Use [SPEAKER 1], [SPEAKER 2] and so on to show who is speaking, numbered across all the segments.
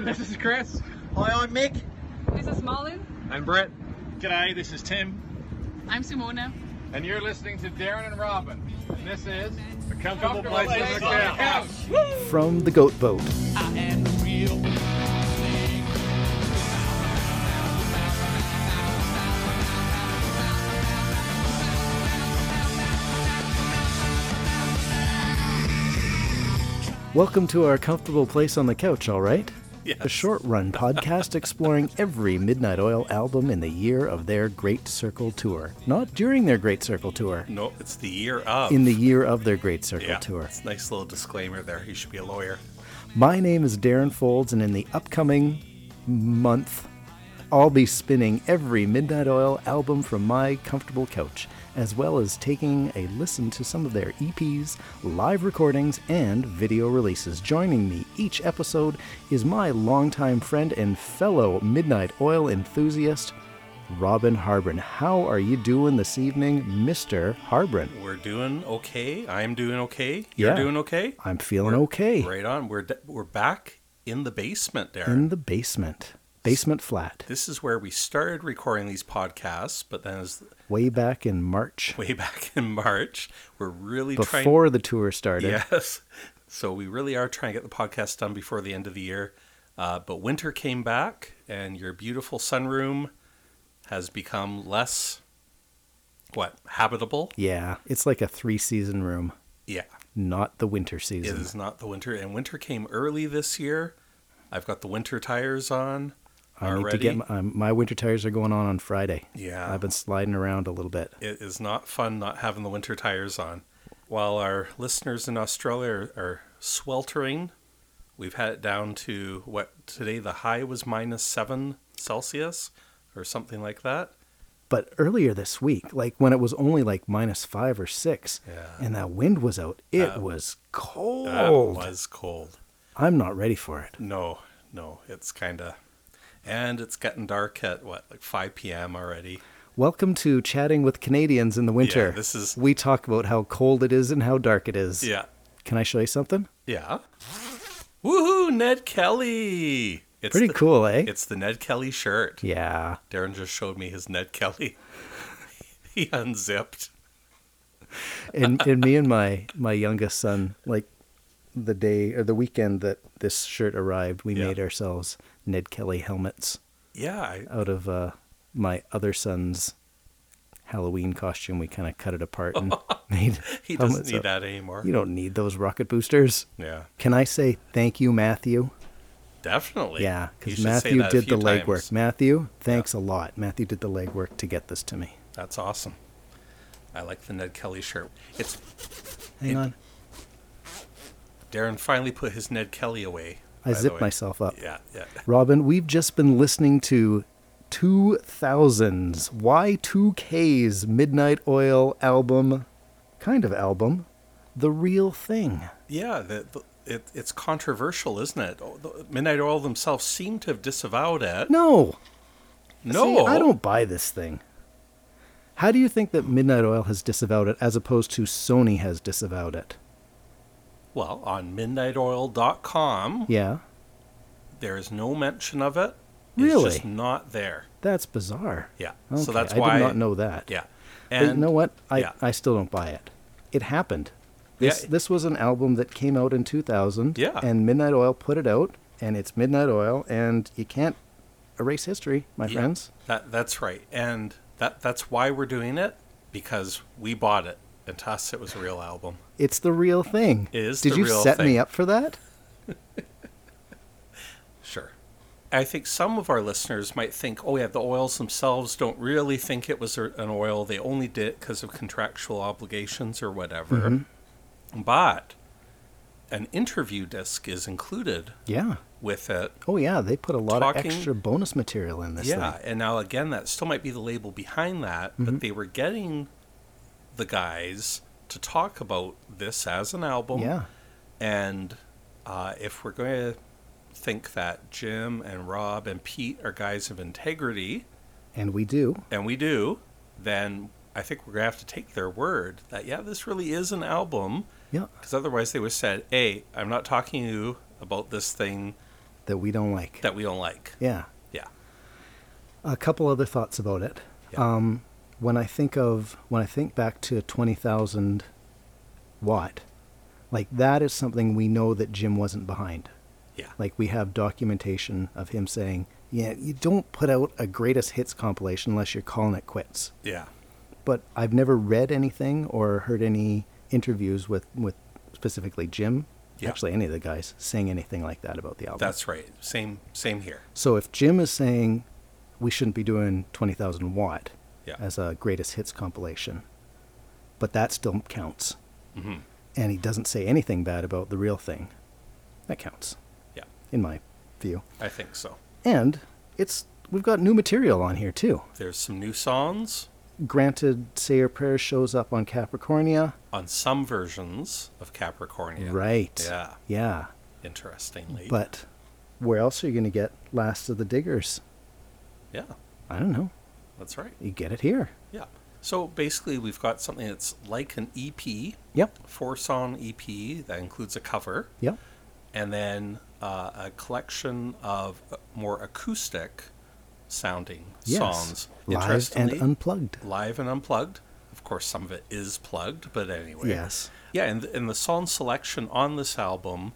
[SPEAKER 1] this is Chris.
[SPEAKER 2] Hi, I'm Mick.
[SPEAKER 3] This is Malin.
[SPEAKER 1] I'm Brett.
[SPEAKER 4] G'day, this is Tim.
[SPEAKER 3] I'm Simona.
[SPEAKER 1] And you're listening to Darren and Robin. And this is
[SPEAKER 4] A comfortable
[SPEAKER 1] Comfortable
[SPEAKER 4] place
[SPEAKER 1] Place
[SPEAKER 4] to
[SPEAKER 1] to
[SPEAKER 4] couch.
[SPEAKER 1] Couch.
[SPEAKER 5] From the Goat Boat. Welcome to our comfortable place on the couch, all right?
[SPEAKER 4] Yes.
[SPEAKER 5] A short run podcast exploring every Midnight Oil album in the year of their Great Circle Tour. Not during their Great Circle Tour,
[SPEAKER 4] No, it's the year of.
[SPEAKER 5] in the year of their Great Circle
[SPEAKER 4] yeah.
[SPEAKER 5] Tour.
[SPEAKER 4] It's a nice little disclaimer there. You should be a lawyer.
[SPEAKER 5] My name is Darren Folds, and in the upcoming month, I'll be spinning every Midnight Oil album from my comfortable couch, as well as taking a listen to some of their EPs, live recordings, and video releases. Joining me each episode is my longtime friend and fellow Midnight Oil enthusiast, Robin Harbin. How are you doing this evening, Mr. Harbin?
[SPEAKER 4] We're doing okay. I'm doing okay. You're
[SPEAKER 5] Yeah.
[SPEAKER 4] doing okay.
[SPEAKER 5] I'm feeling okay
[SPEAKER 4] Right on. We're d we're back in the basement there.
[SPEAKER 5] in the basement, basement flat,
[SPEAKER 4] This is where we started recording these podcasts, but then as
[SPEAKER 5] way back in March.
[SPEAKER 4] way back in March, we're really
[SPEAKER 5] before the tour started.
[SPEAKER 4] trying. Yes. So we really are trying to get the podcast done before the end of the year. Uh, but winter came back, and your beautiful sunroom has become less what habitable.
[SPEAKER 5] Yeah, it's like a three season room,
[SPEAKER 4] Yeah.
[SPEAKER 5] not the winter
[SPEAKER 4] It
[SPEAKER 5] season.
[SPEAKER 4] is not the winter, and winter came early this year. I've got the winter tires on
[SPEAKER 5] I need
[SPEAKER 4] already.
[SPEAKER 5] to get my, um, my winter tires are going on on Friday.
[SPEAKER 4] Yeah.
[SPEAKER 5] I've been sliding around a little bit.
[SPEAKER 4] It is not fun not having the winter tires on. While our listeners in Australia are, are sweltering, we've had it down to what today the high was minus seven Celsius or something like that.
[SPEAKER 5] But earlier this week, like when it was only like minus five or six,
[SPEAKER 4] Yeah.
[SPEAKER 5] and that wind was out, it was cold.
[SPEAKER 4] That was cold.
[SPEAKER 5] I'm not ready for it.
[SPEAKER 4] No, no, it's kind of, and it's gotten dark at what like five p.m. already.
[SPEAKER 5] Welcome to chatting with Canadians in the winter.
[SPEAKER 4] this is-
[SPEAKER 5] we talk about how cold it is and how dark it is.
[SPEAKER 4] Yeah,
[SPEAKER 5] Can I show you something?
[SPEAKER 4] Yeah. Woohoo, Ned Kelly! It's
[SPEAKER 5] Pretty
[SPEAKER 4] the,
[SPEAKER 5] cool, eh?
[SPEAKER 4] It's the Ned Kelly shirt.
[SPEAKER 5] yeah.
[SPEAKER 4] Darren just showed me his Ned Kelly. he unzipped.
[SPEAKER 5] and and me and my my youngest son like the day or the weekend that this shirt arrived we
[SPEAKER 4] Yeah.
[SPEAKER 5] made ourselves ned kelly helmets
[SPEAKER 4] Yeah, I,
[SPEAKER 5] out of uh my other son's halloween costume we kind of cut it apart and made
[SPEAKER 4] he doesn't
[SPEAKER 5] helmets
[SPEAKER 4] need
[SPEAKER 5] out.
[SPEAKER 4] that anymore.
[SPEAKER 5] uh, you don't need those rocket boosters
[SPEAKER 4] yeah,
[SPEAKER 5] can i say thank you matthew
[SPEAKER 4] definitely.
[SPEAKER 5] yeah
[SPEAKER 4] You
[SPEAKER 5] because
[SPEAKER 4] should say
[SPEAKER 5] matthew
[SPEAKER 4] that a
[SPEAKER 5] did the
[SPEAKER 4] few
[SPEAKER 5] legwork
[SPEAKER 4] times.
[SPEAKER 5] matthew thanks a lot matthew did the legwork to get this to me
[SPEAKER 4] That's awesome. I like the Ned Kelly shirt. It's
[SPEAKER 5] hang
[SPEAKER 4] It-
[SPEAKER 5] on
[SPEAKER 4] Darren finally put his Ned Kelly away. by
[SPEAKER 5] i
[SPEAKER 4] the
[SPEAKER 5] zipped
[SPEAKER 4] way.
[SPEAKER 5] myself up
[SPEAKER 4] Yeah, yeah.
[SPEAKER 5] Robin, we've just been listening to 2000's Y2K's Midnight Oil album, kind of album, The Real Thing.
[SPEAKER 4] Yeah, the, the, it, it's controversial, isn't it? Oh, the- Midnight Oil themselves seem to have disavowed it.
[SPEAKER 5] No,
[SPEAKER 4] No,
[SPEAKER 5] See, I don't buy this thing. How do you think that Midnight Oil has disavowed it as opposed to Sony has disavowed it?
[SPEAKER 4] Well, on midnightoil.com,
[SPEAKER 5] Yeah,
[SPEAKER 4] there is no mention of it.
[SPEAKER 5] Really?
[SPEAKER 4] It's just not there.
[SPEAKER 5] that's bizarre.
[SPEAKER 4] Yeah.
[SPEAKER 5] Okay,
[SPEAKER 4] so that's
[SPEAKER 5] I
[SPEAKER 4] why
[SPEAKER 5] did not know that.
[SPEAKER 4] Yeah.
[SPEAKER 5] But
[SPEAKER 4] And
[SPEAKER 5] you know what? I,
[SPEAKER 4] yeah.
[SPEAKER 5] I still don't buy it. It happened.
[SPEAKER 4] Yeah.
[SPEAKER 5] This this was an album that came out in 2000.
[SPEAKER 4] Yeah.
[SPEAKER 5] And Midnight Oil put it out, and it's Midnight Oil, and you can't erase history, my
[SPEAKER 4] yeah,
[SPEAKER 5] friends.
[SPEAKER 4] That that's right. And that that's why we're doing it because we bought it. And to us it was a real album.
[SPEAKER 5] It's the real thing.
[SPEAKER 4] It is
[SPEAKER 5] Did
[SPEAKER 4] the
[SPEAKER 5] you
[SPEAKER 4] real
[SPEAKER 5] set
[SPEAKER 4] thing.
[SPEAKER 5] me up for that?
[SPEAKER 4] Sure. I think some of our listeners might think, oh, yeah, the oils themselves don't really think it was a- an oil. They only did it because of contractual obligations or whatever.
[SPEAKER 5] Mm-hmm.
[SPEAKER 4] But an interview disc is included
[SPEAKER 5] Yeah.
[SPEAKER 4] with it.
[SPEAKER 5] Oh yeah, they put a lot
[SPEAKER 4] Talking-
[SPEAKER 5] of extra bonus material in this
[SPEAKER 4] yeah.
[SPEAKER 5] thing.
[SPEAKER 4] And now, again, that still might be the label behind that,
[SPEAKER 5] Mm-hmm.
[SPEAKER 4] but they were getting the guys to talk about this as an album.
[SPEAKER 5] Yeah.
[SPEAKER 4] And uh, if we're going to think that Jim and Rob and Pete are guys of integrity,
[SPEAKER 5] And we do.
[SPEAKER 4] and we do, then I think we're going to have to take their word that, yeah, this really is an album.
[SPEAKER 5] Yeah.
[SPEAKER 4] Because otherwise they would have said, hey, I'm not talking to you about this thing
[SPEAKER 5] that we don't like.
[SPEAKER 4] that we don't like.
[SPEAKER 5] Yeah.
[SPEAKER 4] Yeah.
[SPEAKER 5] A couple other thoughts about it.
[SPEAKER 4] Yeah.
[SPEAKER 5] Um, when I think of when I think back to twenty thousand watt, like that is something we know that Jim wasn't behind.
[SPEAKER 4] Yeah.
[SPEAKER 5] Like we have documentation of him saying, "Yeah, you don't put out a greatest hits compilation unless you're calling it quits."
[SPEAKER 4] Yeah.
[SPEAKER 5] But I've never read anything or heard any interviews with with specifically Jim,
[SPEAKER 4] Yeah.
[SPEAKER 5] actually any of the guys, saying anything like that about the album.
[SPEAKER 4] That's right. Same same here.
[SPEAKER 5] So if Jim is saying we shouldn't be doing 20,000 watt
[SPEAKER 4] Yeah.
[SPEAKER 5] as a greatest hits compilation, but that still counts,
[SPEAKER 4] Mhm.
[SPEAKER 5] and he doesn't say anything bad about the real thing, that counts,
[SPEAKER 4] Yeah.
[SPEAKER 5] in my view.
[SPEAKER 4] I think so.
[SPEAKER 5] And it's we've got new material on here too.
[SPEAKER 4] There's some new songs
[SPEAKER 5] Granted, Say Your Prayers shows up on Capricornia,
[SPEAKER 4] on some versions of Capricornia.
[SPEAKER 5] right?
[SPEAKER 4] Yeah.
[SPEAKER 5] yeah.
[SPEAKER 4] Interestingly.
[SPEAKER 5] But where else are you going to get Last of the Diggers?
[SPEAKER 4] yeah,
[SPEAKER 5] I don't know.
[SPEAKER 4] that's right.
[SPEAKER 5] You get it here.
[SPEAKER 4] Yeah. So basically, we've got something that's like an E EP,
[SPEAKER 5] Yep.
[SPEAKER 4] four song EP E that includes a cover,
[SPEAKER 5] Yep.
[SPEAKER 4] and then uh, a collection of uh, more acoustic sounding
[SPEAKER 5] Yes.
[SPEAKER 4] songs.
[SPEAKER 5] Live and
[SPEAKER 4] Interestingly,
[SPEAKER 5] unplugged.
[SPEAKER 4] live and unplugged. Of course, some of it is plugged, but anyway.
[SPEAKER 5] Yes.
[SPEAKER 4] Yeah, and, and the song selection on this album,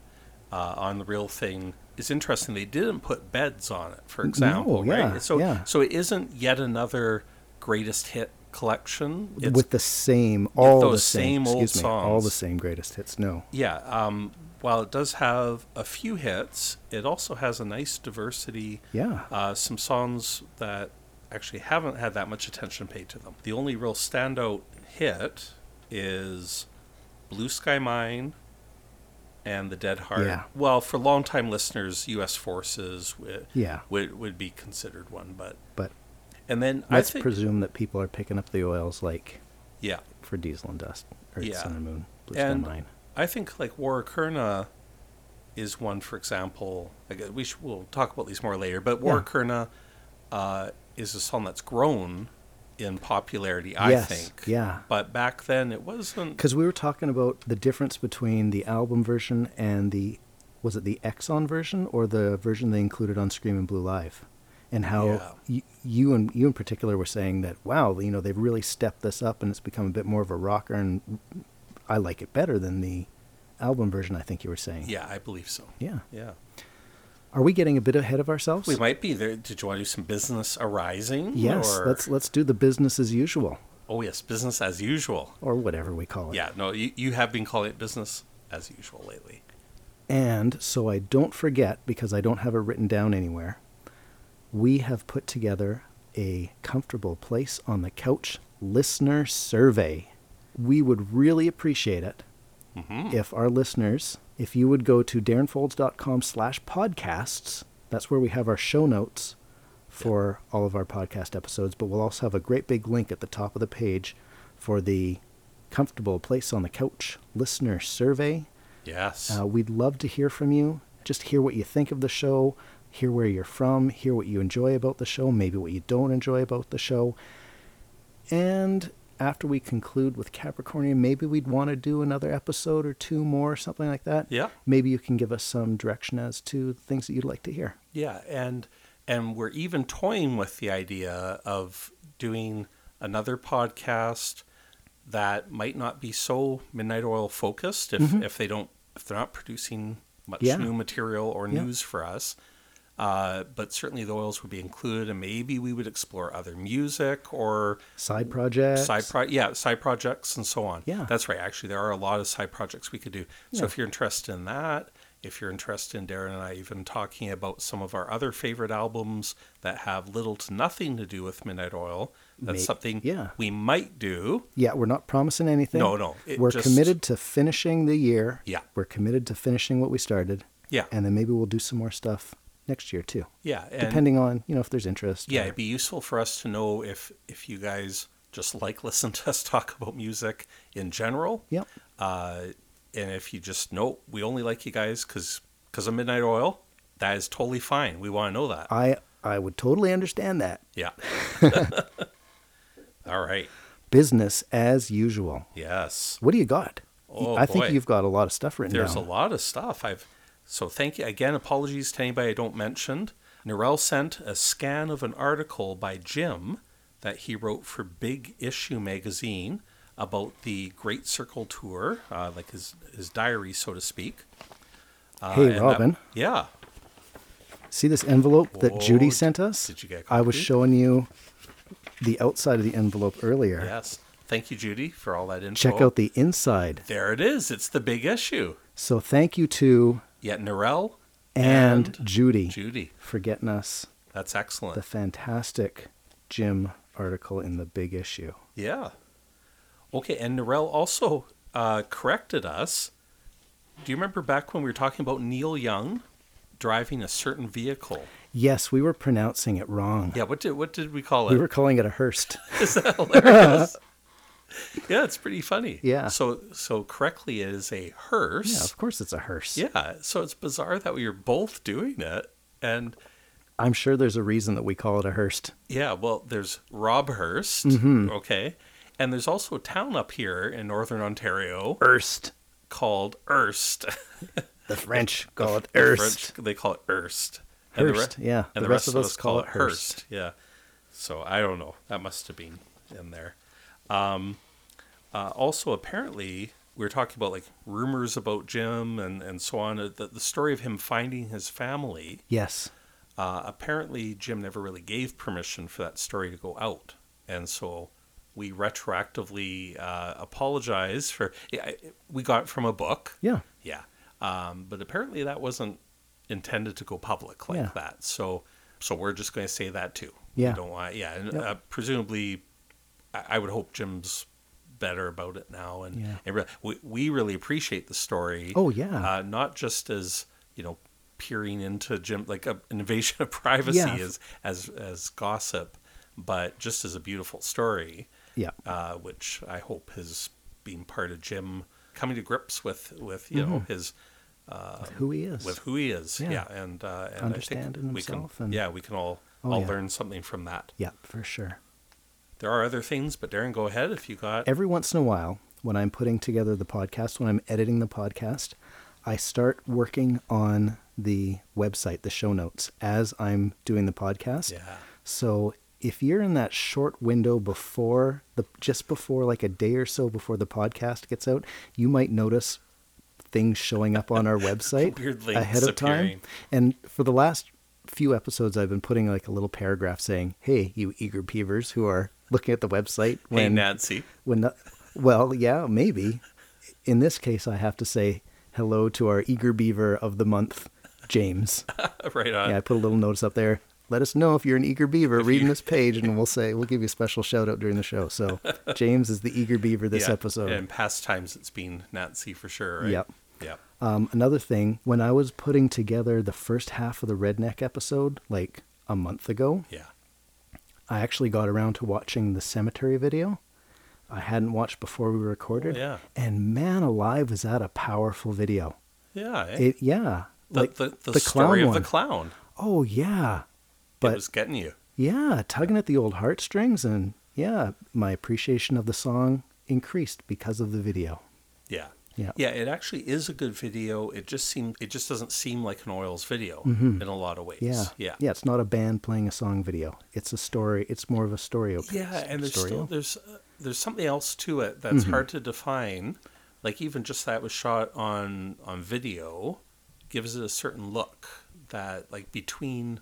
[SPEAKER 4] uh, on the real thing, is interesting. They didn't put beds on it, for example,
[SPEAKER 5] yeah,
[SPEAKER 4] right? So
[SPEAKER 5] yeah.
[SPEAKER 4] so it isn't yet another greatest hit collection. It's,
[SPEAKER 5] with the same, all the
[SPEAKER 4] those
[SPEAKER 5] same,
[SPEAKER 4] same old
[SPEAKER 5] excuse me, all the
[SPEAKER 4] songs.
[SPEAKER 5] same greatest hits. No,
[SPEAKER 4] yeah. Um, while it does have a few hits, it also has a nice diversity.
[SPEAKER 5] Yeah.
[SPEAKER 4] Uh, some songs that actually haven't had that much attention paid to them. The only real standout hit is Blue Sky Mine and The Dead Heart.
[SPEAKER 5] Yeah.
[SPEAKER 4] Well, for longtime listeners, U.S. Forces would,
[SPEAKER 5] Yeah.
[SPEAKER 4] would, would be considered one. But
[SPEAKER 5] but
[SPEAKER 4] and then
[SPEAKER 5] let's
[SPEAKER 4] I think
[SPEAKER 5] presume that people are picking up the oils like
[SPEAKER 4] yeah,
[SPEAKER 5] for Diesel and Dust, Earth,
[SPEAKER 4] Yeah.
[SPEAKER 5] Sun and Moon, Blue
[SPEAKER 4] and
[SPEAKER 5] Sky Mine.
[SPEAKER 4] I think like Warkerna is one, for example. Like we sh- we'll talk about these more later, but
[SPEAKER 5] Yeah.
[SPEAKER 4] Warkerna uh, is a song that's grown in popularity. I
[SPEAKER 5] Yes,
[SPEAKER 4] think.
[SPEAKER 5] yeah.
[SPEAKER 4] But back then, it wasn't.
[SPEAKER 5] Because we were talking about the difference between the album version and the was it the Exxon version or the version they included on Screaming Blue Live, and how
[SPEAKER 4] Yeah.
[SPEAKER 5] y- you and you in particular were saying that wow, you know they've really stepped this up and it's become a bit more of a rocker and I like it better than the album version. I think you were saying.
[SPEAKER 4] Yeah, I believe so.
[SPEAKER 5] Yeah.
[SPEAKER 4] Yeah.
[SPEAKER 5] Are we getting a bit ahead of ourselves?
[SPEAKER 4] We might be there. Did you want to do some business arising?
[SPEAKER 5] yes.
[SPEAKER 4] Or,
[SPEAKER 5] Let's let's do the business as usual
[SPEAKER 4] Oh yes, business as usual.
[SPEAKER 5] or whatever we call it.
[SPEAKER 4] Yeah. No, you, you have been calling it business as usual lately.
[SPEAKER 5] And so I don't forget, because I don't have it written down anywhere, we have put together a comfortable place on the couch listener survey. We would really appreciate it if our listeners, if you would go to darrenfolds.com slash podcasts, that's where we have our show notes for all of our podcast episodes, but we'll also have a great big link at the top of the page for the comfortable place on the couch listener survey.
[SPEAKER 4] Yes.
[SPEAKER 5] Uh, we'd love to hear from you. Just hear what you think of the show, hear where you're from, hear what you enjoy about the show, maybe what you don't enjoy about the show. And after we conclude with Capricornia, maybe we'd want to do another episode or two more, something like that.
[SPEAKER 4] Yeah.
[SPEAKER 5] Maybe you can give us some direction as to things that you'd like to hear.
[SPEAKER 4] Yeah, and and we're even toying with the idea of doing another podcast that might not be so midnight oil focused if, if they don't if they're not producing much
[SPEAKER 5] Mm-hmm. Yeah.
[SPEAKER 4] new material or
[SPEAKER 5] Yeah.
[SPEAKER 4] news for us. Uh, but certainly the oils would be included, and maybe we would explore other music or
[SPEAKER 5] Side projects.
[SPEAKER 4] side pro- yeah side projects and so on
[SPEAKER 5] Yeah.
[SPEAKER 4] that's right actually there are a lot of side projects we could do so if you're interested in that if you're interested in darren and i even talking about some of our other favorite albums that have little to nothing to do with midnight oil that's
[SPEAKER 5] May-
[SPEAKER 4] something
[SPEAKER 5] yeah.
[SPEAKER 4] we might do
[SPEAKER 5] Yeah, we're not promising anything.
[SPEAKER 4] No, no, it
[SPEAKER 5] we're
[SPEAKER 4] just-
[SPEAKER 5] committed to finishing the year.
[SPEAKER 4] Yeah.
[SPEAKER 5] We're committed to finishing what we started.
[SPEAKER 4] Yeah.
[SPEAKER 5] And then maybe we'll do some more stuff next year too.
[SPEAKER 4] yeah and
[SPEAKER 5] depending on you know if there's interest.
[SPEAKER 4] yeah
[SPEAKER 5] or-
[SPEAKER 4] it'd be useful for us to know if if you guys just like listen to us talk about music in general
[SPEAKER 5] Yep.
[SPEAKER 4] Uh, and if you just know we only like you guys because because of Midnight Oil, that is totally fine. We want to know that.
[SPEAKER 5] I I would totally understand that.
[SPEAKER 4] yeah. All right.
[SPEAKER 5] Business as usual.
[SPEAKER 4] Yes.
[SPEAKER 5] What do you got?
[SPEAKER 4] Oh,
[SPEAKER 5] I think
[SPEAKER 4] boy.
[SPEAKER 5] you've got a lot of stuff written
[SPEAKER 4] There's a
[SPEAKER 5] down.
[SPEAKER 4] lot of stuff. I've So thank you again. Apologies to anybody I don't mentioned. Narelle sent a scan of an article by Jim that he wrote for Big Issue magazine about the Great Circle tour, uh, like his his diary, so to speak. Uh,
[SPEAKER 5] Hey,
[SPEAKER 4] and that-
[SPEAKER 5] Robin.
[SPEAKER 4] yeah.
[SPEAKER 5] See this envelope that Judy
[SPEAKER 4] Whoa,
[SPEAKER 5] sent us?
[SPEAKER 4] did you get a
[SPEAKER 5] I was
[SPEAKER 4] copy?
[SPEAKER 5] showing you the outside of the envelope earlier.
[SPEAKER 4] Yes. Thank you, Judy, for all that info.
[SPEAKER 5] Check out the inside.
[SPEAKER 4] There it is. It's the big issue.
[SPEAKER 5] So thank you to
[SPEAKER 4] Yet Narelle
[SPEAKER 5] and,
[SPEAKER 4] And
[SPEAKER 5] Judy,
[SPEAKER 4] Judy.
[SPEAKER 5] for getting us
[SPEAKER 4] That's excellent.
[SPEAKER 5] the fantastic Jim article in the big issue.
[SPEAKER 4] Yeah. Okay, and Narelle also uh, corrected us. Do you remember back when we were talking about Neil Young driving a certain vehicle?
[SPEAKER 5] Yes, we were pronouncing it wrong.
[SPEAKER 4] Yeah, what did what did we call it?
[SPEAKER 5] We were calling it a Hearst.
[SPEAKER 4] Is that hilarious? yeah, it's pretty funny.
[SPEAKER 5] Yeah.
[SPEAKER 4] So so correctly it is a
[SPEAKER 5] yeah,
[SPEAKER 4] hearse.
[SPEAKER 5] of course it's a Hearst.
[SPEAKER 4] yeah. So it's bizarre that we were both doing it. And
[SPEAKER 5] I'm sure there's a reason that we call it a Hearst.
[SPEAKER 4] Yeah, well, there's Rob Hurst, okay, and there's also a town up here in northern Ontario
[SPEAKER 5] Hearst.
[SPEAKER 4] called Erst.
[SPEAKER 5] The French call it
[SPEAKER 4] The
[SPEAKER 5] Hearst.
[SPEAKER 4] French, they call it Erst.
[SPEAKER 5] Hearst, yeah.
[SPEAKER 4] And the, rest, of us call it
[SPEAKER 5] Hearst.
[SPEAKER 4] Hearst. Yeah. So I don't know. That must have been in there. Um, uh, also, apparently, we were talking about like rumors about Jim and and so on. uh, The, the story of him finding his family.
[SPEAKER 5] Yes.
[SPEAKER 4] Uh, apparently, Jim never really gave permission for that story to go out, and so we retroactively uh, apologize for. Yeah, I- we got it from a book,
[SPEAKER 5] Yeah.
[SPEAKER 4] yeah, um, but apparently that wasn't intended to go public like
[SPEAKER 5] Yeah.
[SPEAKER 4] that. So, so we're just going to say that too.
[SPEAKER 5] Yeah.
[SPEAKER 4] we don't want. Yeah, and
[SPEAKER 5] Yep.
[SPEAKER 4] uh, presumably, I, I would hope Jim's better about it now, and,
[SPEAKER 5] Yeah.
[SPEAKER 4] and re- we we really appreciate the story
[SPEAKER 5] Oh, yeah.
[SPEAKER 4] uh, not just as you know peering into Jim like a, an invasion of privacy
[SPEAKER 5] Yeah.
[SPEAKER 4] as as as gossip, but just as a beautiful story,
[SPEAKER 5] yeah.
[SPEAKER 4] uh, which I hope has been part of Jim coming to grips with with you know his
[SPEAKER 5] Who he is.
[SPEAKER 4] Um, with who he is,
[SPEAKER 5] Mm-hmm. Yeah.
[SPEAKER 4] yeah, and uh, and I
[SPEAKER 5] Understanding
[SPEAKER 4] think we can
[SPEAKER 5] himself and-
[SPEAKER 4] yeah we can all
[SPEAKER 5] Oh,
[SPEAKER 4] all
[SPEAKER 5] yeah.
[SPEAKER 4] learn something from that.
[SPEAKER 5] yeah, for sure.
[SPEAKER 4] There are other things, but Darren, go ahead if you got
[SPEAKER 5] Uh, every once in a while when I'm putting together the podcast, when I'm editing the podcast, I start working on the website, the show notes, as I'm doing the podcast.
[SPEAKER 4] yeah
[SPEAKER 5] So if you're in that short window before the just before like a day or so before the podcast gets out, you might notice things showing up on our website
[SPEAKER 4] Weird links
[SPEAKER 5] ahead of time.
[SPEAKER 4] appearing.
[SPEAKER 5] And for the last few episodes I've been putting like a little paragraph saying, "Hey, you eager peevers who are looking at the website
[SPEAKER 4] hey
[SPEAKER 5] when
[SPEAKER 4] Nancy
[SPEAKER 5] when the, well yeah maybe in this case i have to say hello to our eager beaver of the month james
[SPEAKER 4] right on
[SPEAKER 5] yeah i put a little notice up there let us know if you're an eager beaver reading
[SPEAKER 4] you-
[SPEAKER 5] this page and we'll say we'll give you a special shout out during the show so james is the eager beaver this
[SPEAKER 4] Yeah.
[SPEAKER 5] episode
[SPEAKER 4] and past times it's been Nancy for sure right
[SPEAKER 5] Yep.
[SPEAKER 4] yep
[SPEAKER 5] Um, another thing, when I was putting together the first half of the Redneck episode, like a month ago,
[SPEAKER 4] yeah.
[SPEAKER 5] I actually got around to watching the cemetery video. I hadn't watched before we recorded.
[SPEAKER 4] Oh, yeah.
[SPEAKER 5] And man alive, is that a powerful video.
[SPEAKER 4] Yeah, eh?
[SPEAKER 5] It yeah.
[SPEAKER 4] the,
[SPEAKER 5] like
[SPEAKER 4] the, the,
[SPEAKER 5] the clown
[SPEAKER 4] story of the
[SPEAKER 5] one.
[SPEAKER 4] clown.
[SPEAKER 5] oh yeah.
[SPEAKER 4] it
[SPEAKER 5] But
[SPEAKER 4] was getting you.
[SPEAKER 5] yeah, tugging at the old heartstrings and yeah, my appreciation of the song increased because of the video.
[SPEAKER 4] Yeah.
[SPEAKER 5] Yeah.
[SPEAKER 4] Yeah, it actually is a good video. It just seemed it just doesn't seem like an oils video in a lot of ways.
[SPEAKER 5] Mm-hmm. Yeah.
[SPEAKER 4] Yeah.
[SPEAKER 5] Yeah, it's not a band playing a song video. It's a story. It's more of a story.
[SPEAKER 4] Yeah, and there's
[SPEAKER 5] story. Mm-hmm.
[SPEAKER 4] still there's uh, there's something else to it that's hard to define. Like even just that was shot on on video gives it a certain look that like between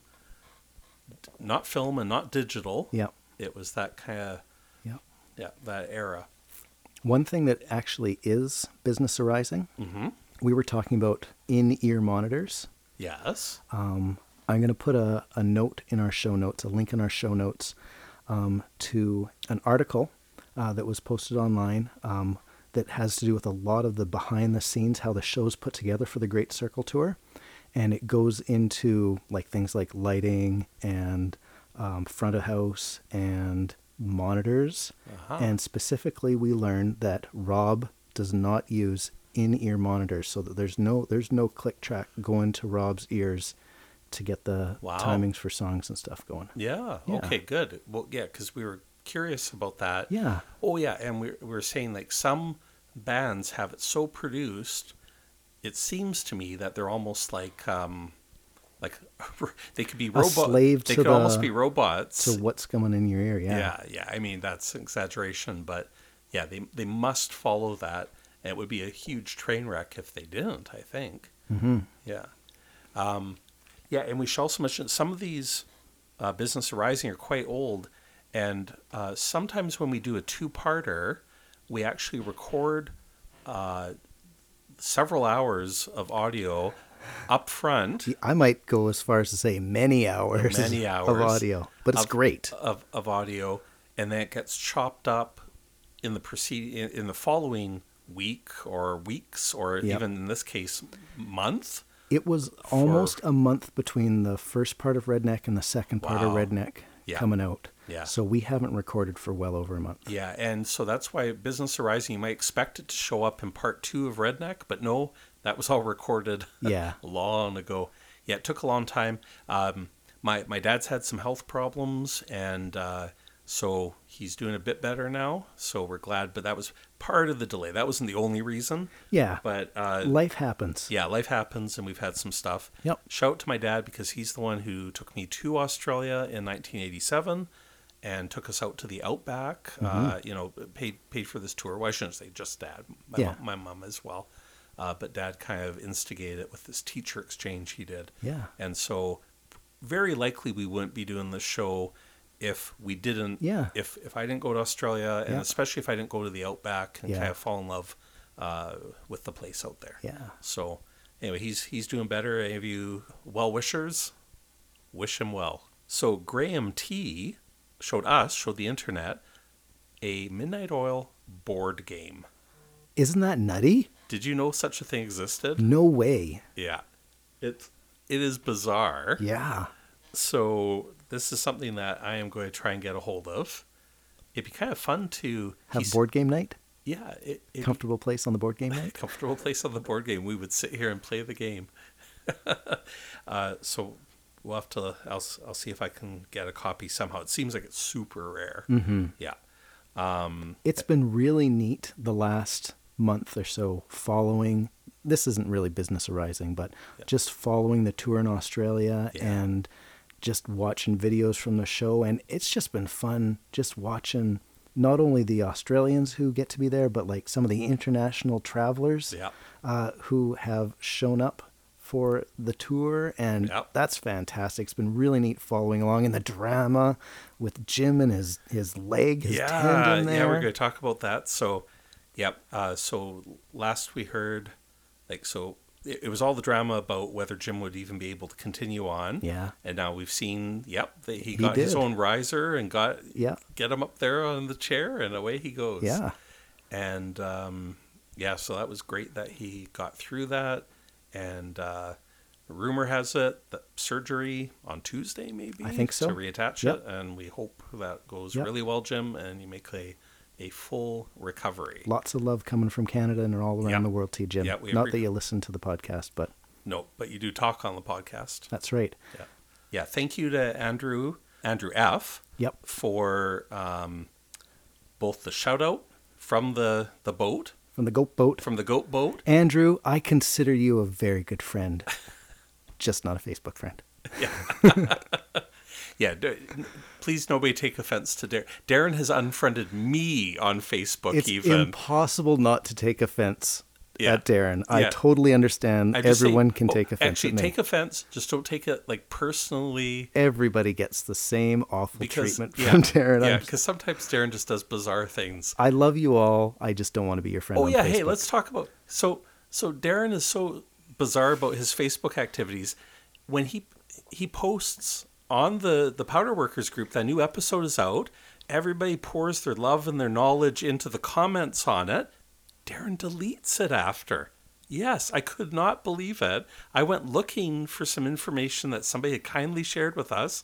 [SPEAKER 4] d- not film and not digital.
[SPEAKER 5] Yeah.
[SPEAKER 4] It was that kind of
[SPEAKER 5] Yeah.
[SPEAKER 4] yeah, that era.
[SPEAKER 5] One thing that actually is business arising, mm-hmm. we were talking about in ear monitors.
[SPEAKER 4] Yes.
[SPEAKER 5] Uh, I'm going to put a, a note in our show notes, a link in our show notes um, to an article uh, that was posted online um, that has to do with a lot of the behind the scenes, how the show's put together for the Great Circle Tour. And it goes into like things like lighting and um, front of house and monitors. And specifically, we learned that Rob does not use in-ear monitors, so that there's no there's no click track going to Rob's ears to get the
[SPEAKER 4] Wow.
[SPEAKER 5] timings for songs and stuff going.
[SPEAKER 4] Yeah.
[SPEAKER 5] Yeah.
[SPEAKER 4] Okay. Good. Well, yeah, because we were curious about that.
[SPEAKER 5] Yeah.
[SPEAKER 4] Oh, yeah, and we we were saying like some bands have it so produced it seems to me that they're almost like um, like they could be
[SPEAKER 5] A
[SPEAKER 4] robots.
[SPEAKER 5] slave
[SPEAKER 4] They
[SPEAKER 5] to
[SPEAKER 4] could almost
[SPEAKER 5] the-
[SPEAKER 4] be robots.
[SPEAKER 5] So what's coming in your ear? Yeah.
[SPEAKER 4] yeah, yeah. I mean that's an exaggeration, but yeah, they they must follow that. And it would be a huge train wreck if they didn't. I think. Yeah. Um, yeah, and we should also mention some of these uh, business arising are quite old, and uh, sometimes when we do a two-parter, we actually record uh, several hours of audio up front
[SPEAKER 5] I might go as far as to say many hours,
[SPEAKER 4] Many
[SPEAKER 5] of
[SPEAKER 4] hours
[SPEAKER 5] audio, but it's
[SPEAKER 4] of- uh,
[SPEAKER 5] great.
[SPEAKER 4] of, of audio, and then it gets chopped up in the preceding in, in the following week or weeks or
[SPEAKER 5] Yep.
[SPEAKER 4] even in this case month.
[SPEAKER 5] It was almost a month between the first part of Redneck and the second part of
[SPEAKER 4] Wow.
[SPEAKER 5] Redneck
[SPEAKER 4] Yeah.
[SPEAKER 5] coming out.
[SPEAKER 4] Yeah.
[SPEAKER 5] So we haven't recorded for well over a month.
[SPEAKER 4] Yeah, and so that's why business arising. You might expect it to show up in part two of Redneck, but no, that was all recorded
[SPEAKER 5] Yeah.
[SPEAKER 4] long ago. Yeah, it took a long time. Um, my my dad's had some health problems, and uh, so he's doing a bit better now. So we're glad, but that was part of the delay. That wasn't the only reason.
[SPEAKER 5] Yeah.
[SPEAKER 4] But uh,
[SPEAKER 5] Life happens.
[SPEAKER 4] yeah, life happens, and we've had some stuff.
[SPEAKER 5] Yep.
[SPEAKER 4] Shout out to my dad because he's the one who took me to Australia in 1987 and took us out to the outback.
[SPEAKER 5] Mm-hmm.
[SPEAKER 4] Uh, you know, paid paid for this tour. Well, I shouldn't say just dad. My
[SPEAKER 5] Yeah.
[SPEAKER 4] mom, my mom as well. Uh, but dad kind of instigated it with this teacher exchange he did.
[SPEAKER 5] Yeah.
[SPEAKER 4] And so, very likely we wouldn't be doing this show if we didn't.
[SPEAKER 5] Yeah.
[SPEAKER 4] If if I didn't go to Australia, and
[SPEAKER 5] Yeah.
[SPEAKER 4] especially if I didn't go to the outback and
[SPEAKER 5] Yeah.
[SPEAKER 4] kind of fall in love uh, with the place out there.
[SPEAKER 5] Yeah.
[SPEAKER 4] So anyway, he's he's doing better. Any of you well wishers, wish him well. So Graham T showed us, showed the internet, a Midnight Oil board game.
[SPEAKER 5] Isn't that nutty?
[SPEAKER 4] Did you know such a thing existed?
[SPEAKER 5] No way.
[SPEAKER 4] Yeah. It's it is bizarre.
[SPEAKER 5] Yeah.
[SPEAKER 4] So this is something that I am going to try and get a hold of. It'd be kind of fun to
[SPEAKER 5] Have
[SPEAKER 4] he's-
[SPEAKER 5] board game night?
[SPEAKER 4] Yeah, it, it'd be
[SPEAKER 5] Comfortable place on the board game night?
[SPEAKER 4] comfortable place on the board game. We would sit here and play the game. uh, so we'll have to. I'll s- I'll see if I can get a copy somehow. It seems like it's super rare. Mm-hmm. Yeah,
[SPEAKER 5] It's been really neat the last month or so following. This isn't really business arising, but just following the tour in Australia
[SPEAKER 4] Yeah.
[SPEAKER 5] and just watching videos from the show. And it's just been fun just watching not only the Australians who get to be there, but like some of the international travelers
[SPEAKER 4] yeah,
[SPEAKER 5] uh, who have shown up for the tour, and
[SPEAKER 4] Yep.
[SPEAKER 5] that's fantastic. It's been really neat following along in the drama with Jim and his his leg, his
[SPEAKER 4] yeah,
[SPEAKER 5] tendon there.
[SPEAKER 4] yeah. We're going to talk about that. So, yeah. Uh, so last we heard, like, so it, it was all the drama about whether Jim would even be able to continue on.
[SPEAKER 5] Yeah.
[SPEAKER 4] and now we've seen. Yep, that he got his
[SPEAKER 5] did.
[SPEAKER 4] own riser and got
[SPEAKER 5] Yeah.
[SPEAKER 4] get him up there on the chair, and away he goes.
[SPEAKER 5] Yeah.
[SPEAKER 4] and um, yeah, so that was great that he got through that. And uh, rumor has it that surgery on Tuesday, maybe
[SPEAKER 5] I think so.
[SPEAKER 4] to reattach
[SPEAKER 5] Yep.
[SPEAKER 4] it, and we hope that goes
[SPEAKER 5] Yep.
[SPEAKER 4] really well, Jim, and you make a a full recovery.
[SPEAKER 5] Lots of love coming from Canada and all around
[SPEAKER 4] Yeah.
[SPEAKER 5] the world to you, Jim.
[SPEAKER 4] Yeah, we
[SPEAKER 5] Not
[SPEAKER 4] agree.
[SPEAKER 5] that you listen to the podcast, but
[SPEAKER 4] No, but you do talk on the podcast.
[SPEAKER 5] that's right.
[SPEAKER 4] Yeah, yeah. Thank you to Andrew Andrew F.
[SPEAKER 5] Yep.
[SPEAKER 4] for um, both the shout out from the the boat
[SPEAKER 5] From the goat boat.
[SPEAKER 4] from the goat boat
[SPEAKER 5] Andrew, I consider you a very good friend, just not a Facebook friend.
[SPEAKER 4] Yeah, d- n- please nobody take offense to Darren. Darren has unfriended me on Facebook.
[SPEAKER 5] It's
[SPEAKER 4] even
[SPEAKER 5] impossible not to take offense
[SPEAKER 4] uh, Yeah.
[SPEAKER 5] at Darren. I
[SPEAKER 4] Yeah.
[SPEAKER 5] totally understand.
[SPEAKER 4] I just say,
[SPEAKER 5] Everyone can
[SPEAKER 4] oh,
[SPEAKER 5] take offense
[SPEAKER 4] Actually,
[SPEAKER 5] at me.
[SPEAKER 4] take offense. Just don't take it like personally
[SPEAKER 5] Everybody gets the same awful
[SPEAKER 4] because
[SPEAKER 5] treatment
[SPEAKER 4] yeah,
[SPEAKER 5] from Darren.
[SPEAKER 4] Yeah,
[SPEAKER 5] I'm-
[SPEAKER 4] because sometimes Darren just does bizarre things.
[SPEAKER 5] I love you all. I just don't want to be your friend.
[SPEAKER 4] Oh
[SPEAKER 5] on
[SPEAKER 4] yeah, hey,
[SPEAKER 5] Facebook.
[SPEAKER 4] let's talk about so so Darren is so bizarre about his Facebook activities. When he he posts on the the powder workers group that new episode is out, everybody pours their love and their knowledge into the comments on it. Darren deletes it after. Yes, I could not believe it. I went looking for some information that somebody had kindly shared with us.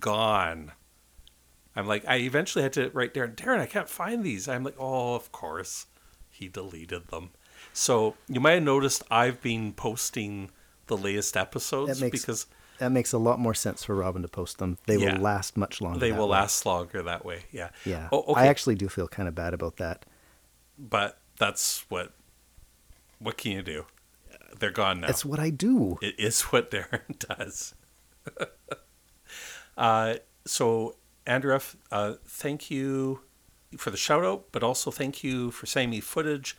[SPEAKER 4] Gone. I'm like, I eventually had to write Darren, Darren, I can't find these. I'm like, oh, of course. He deleted them. So you might have noticed I've been posting the latest episodes
[SPEAKER 5] That makes-
[SPEAKER 4] because
[SPEAKER 5] That makes a lot more sense for Robin to post them. They
[SPEAKER 4] Yeah.
[SPEAKER 5] will last much longer.
[SPEAKER 4] they
[SPEAKER 5] that
[SPEAKER 4] will
[SPEAKER 5] way.
[SPEAKER 4] last longer that way. Yeah.
[SPEAKER 5] Yeah.
[SPEAKER 4] Oh, okay.
[SPEAKER 5] I actually do feel kind of bad about that.
[SPEAKER 4] but that's what, what can you do? They're gone now.
[SPEAKER 5] That's what I do.
[SPEAKER 4] It is what Darren does. uh, so, Andref, uh, thank you for the shout out, but also thank you for sending me footage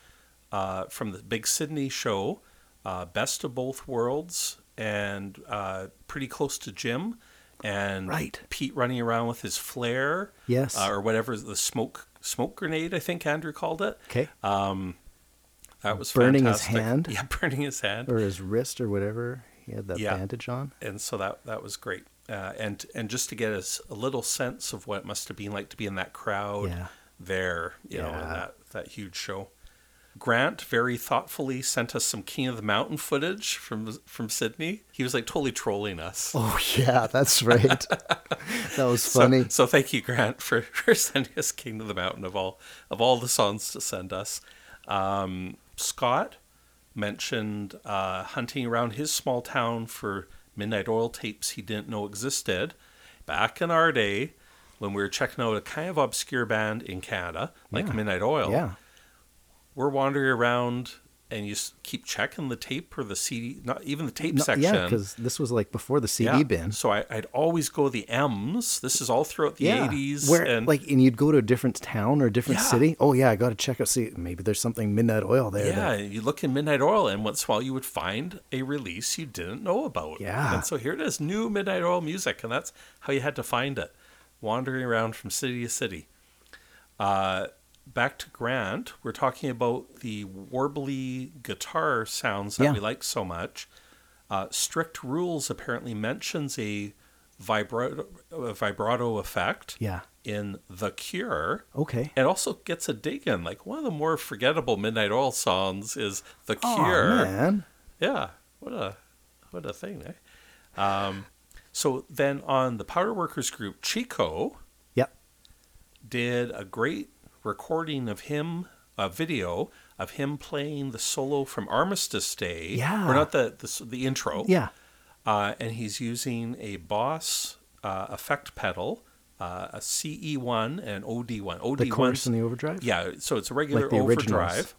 [SPEAKER 4] uh, from the Big Sydney show, uh, Best of Both Worlds, and uh, pretty close to Jim. And
[SPEAKER 5] Right.
[SPEAKER 4] Pete running around with his flare,
[SPEAKER 5] Yes.
[SPEAKER 4] uh, or whatever the smoke smoke grenade I think Andrew called it.
[SPEAKER 5] Okay.
[SPEAKER 4] That was
[SPEAKER 5] Burning his
[SPEAKER 4] fantastic.
[SPEAKER 5] hand?
[SPEAKER 4] Yeah, burning his hand.
[SPEAKER 5] or his wrist or whatever. He had that
[SPEAKER 4] Yeah.
[SPEAKER 5] bandage on.
[SPEAKER 4] and so that that was great. Uh, and and just to get us a little sense of what it must have been like to be in that crowd
[SPEAKER 5] Yeah.
[SPEAKER 4] there, you know, in
[SPEAKER 5] Yeah.
[SPEAKER 4] that that huge show. Grant very thoughtfully sent us some King of the Mountain footage from from Sydney. He was like totally trolling us.
[SPEAKER 5] Oh yeah, that's right. that was
[SPEAKER 4] So-
[SPEAKER 5] funny.
[SPEAKER 4] So, thank you, Grant, for, for sending us King of the Mountain of all of all the songs to send us. Um, Scott mentioned uh, hunting around his small town for Midnight Oil tapes he didn't know existed. Back in our day, when we were checking out a kind of obscure band in Canada, like
[SPEAKER 5] Yeah.
[SPEAKER 4] Midnight Oil,
[SPEAKER 5] yeah.
[SPEAKER 4] we're wandering around and you s- keep checking the tape or the CD, not even the tape
[SPEAKER 5] No,
[SPEAKER 4] section.
[SPEAKER 5] yeah, because this was like before the CD
[SPEAKER 4] Yeah.
[SPEAKER 5] bin.
[SPEAKER 4] So I, I'd always go the M's. This is all throughout the
[SPEAKER 5] yeah,
[SPEAKER 4] 80s.
[SPEAKER 5] where
[SPEAKER 4] and
[SPEAKER 5] like and you'd go to a different town or a different
[SPEAKER 4] Yeah.
[SPEAKER 5] city. Oh yeah, I got to check out. See, maybe there's something Midnight Oil there.
[SPEAKER 4] yeah,
[SPEAKER 5] that-
[SPEAKER 4] you look in Midnight Oil, and once in a while you would find a release you didn't know about.
[SPEAKER 5] Yeah.
[SPEAKER 4] And so here it is, new Midnight Oil music, and that's how you had to find it, wandering around from city to city. Uh, back to Grant, we're talking about the warbly guitar sounds that
[SPEAKER 5] Yeah.
[SPEAKER 4] we like so much. Uh, Strict Rules apparently mentions a vibrato, a vibrato effect
[SPEAKER 5] yeah.
[SPEAKER 4] in The Cure.
[SPEAKER 5] Okay.
[SPEAKER 4] It also gets a dig in. Like one of the more forgettable Midnight Oil songs is "The
[SPEAKER 5] Aw,
[SPEAKER 4] Cure."
[SPEAKER 5] man.
[SPEAKER 4] Yeah, what a what a thing, eh? Um, so then on the Powder Workers group, Chico
[SPEAKER 5] Yep.
[SPEAKER 4] did a great recording of him, a video of him playing the solo from Armistice Day.
[SPEAKER 5] Yeah.
[SPEAKER 4] or not the the, s- the intro.
[SPEAKER 5] Yeah.
[SPEAKER 4] uh, and he's using a Boss uh, effect pedal. Uh, a CE1 and OD1. OD1
[SPEAKER 5] The chorus and the overdrive.
[SPEAKER 4] yeah, so it's a regular
[SPEAKER 5] the originals.
[SPEAKER 4] overdrive.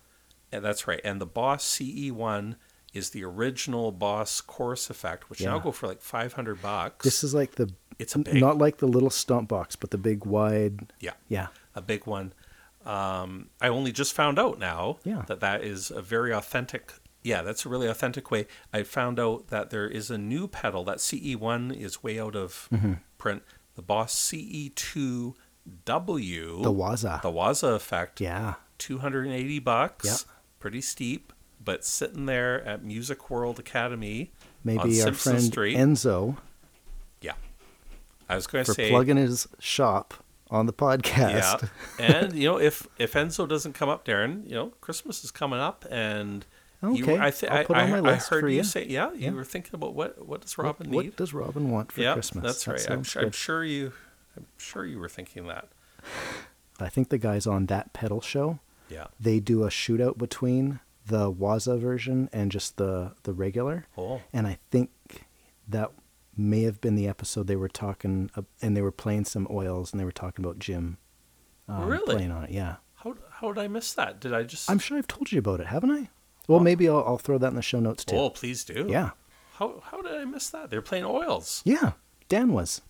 [SPEAKER 4] Yeah, that's right. And the Boss CE1 is the original Boss chorus effect, which now
[SPEAKER 5] Yeah.
[SPEAKER 4] go for like 500 bucks.
[SPEAKER 5] This is like the
[SPEAKER 4] It's a big-
[SPEAKER 5] not like the little stomp box, but the big wide.
[SPEAKER 4] yeah,
[SPEAKER 5] Yeah.
[SPEAKER 4] a big one. Um, I only just found out now
[SPEAKER 5] Yeah.
[SPEAKER 4] that that is a very authentic. Yeah, that's a really authentic way. I found out that there is a new pedal that CE1 is way out of
[SPEAKER 5] Mm-hmm.
[SPEAKER 4] print. The Boss CE2W,
[SPEAKER 5] The Waza.
[SPEAKER 4] the Waza effect,
[SPEAKER 5] yeah.
[SPEAKER 4] 280 bucks.
[SPEAKER 5] Yeah.
[SPEAKER 4] Pretty steep, but sitting there at Music World Academy on
[SPEAKER 5] Maybe our
[SPEAKER 4] Simpson
[SPEAKER 5] friend
[SPEAKER 4] Street.
[SPEAKER 5] Enzo
[SPEAKER 4] yeah. I was going to
[SPEAKER 5] for
[SPEAKER 4] say
[SPEAKER 5] plugging his shop on the
[SPEAKER 4] yeah.
[SPEAKER 5] podcast.
[SPEAKER 4] and you know if if Enzo doesn't come up Darren, you know, Christmas is coming up and
[SPEAKER 5] Okay,
[SPEAKER 4] you, I, th-
[SPEAKER 5] I'll
[SPEAKER 4] I,
[SPEAKER 5] put on
[SPEAKER 4] I-
[SPEAKER 5] my
[SPEAKER 4] I
[SPEAKER 5] list
[SPEAKER 4] heard
[SPEAKER 5] for
[SPEAKER 4] you
[SPEAKER 5] you.
[SPEAKER 4] say yeah, you
[SPEAKER 5] Yeah.
[SPEAKER 4] were thinking about what what does
[SPEAKER 5] What-
[SPEAKER 4] Robin
[SPEAKER 5] what,
[SPEAKER 4] need?
[SPEAKER 5] does Robin want for
[SPEAKER 4] yeah,
[SPEAKER 5] Christmas?
[SPEAKER 4] That's
[SPEAKER 5] That
[SPEAKER 4] right. I'm,
[SPEAKER 5] sounds
[SPEAKER 4] su- I'm
[SPEAKER 5] good.
[SPEAKER 4] sure you I'm sure you were thinking that.
[SPEAKER 5] I think the guys on that pedal show,
[SPEAKER 4] Yeah.
[SPEAKER 5] they do a shootout between the Waza version and just the the regular.
[SPEAKER 4] Oh.
[SPEAKER 5] And I think that may have been the episode they were talking ab- and they were playing some oils and they were talking about Jim um,
[SPEAKER 4] Really?
[SPEAKER 5] playing on it. Yeah.
[SPEAKER 4] How how did I miss that? Did I just
[SPEAKER 5] I'm sure I've told you about it, haven't I? Well, maybe I'll, I'll throw that in the show notes too.
[SPEAKER 4] Oh, please do.
[SPEAKER 5] Yeah.
[SPEAKER 4] How how did I miss that? They're playing oils.
[SPEAKER 5] Yeah. Dan was.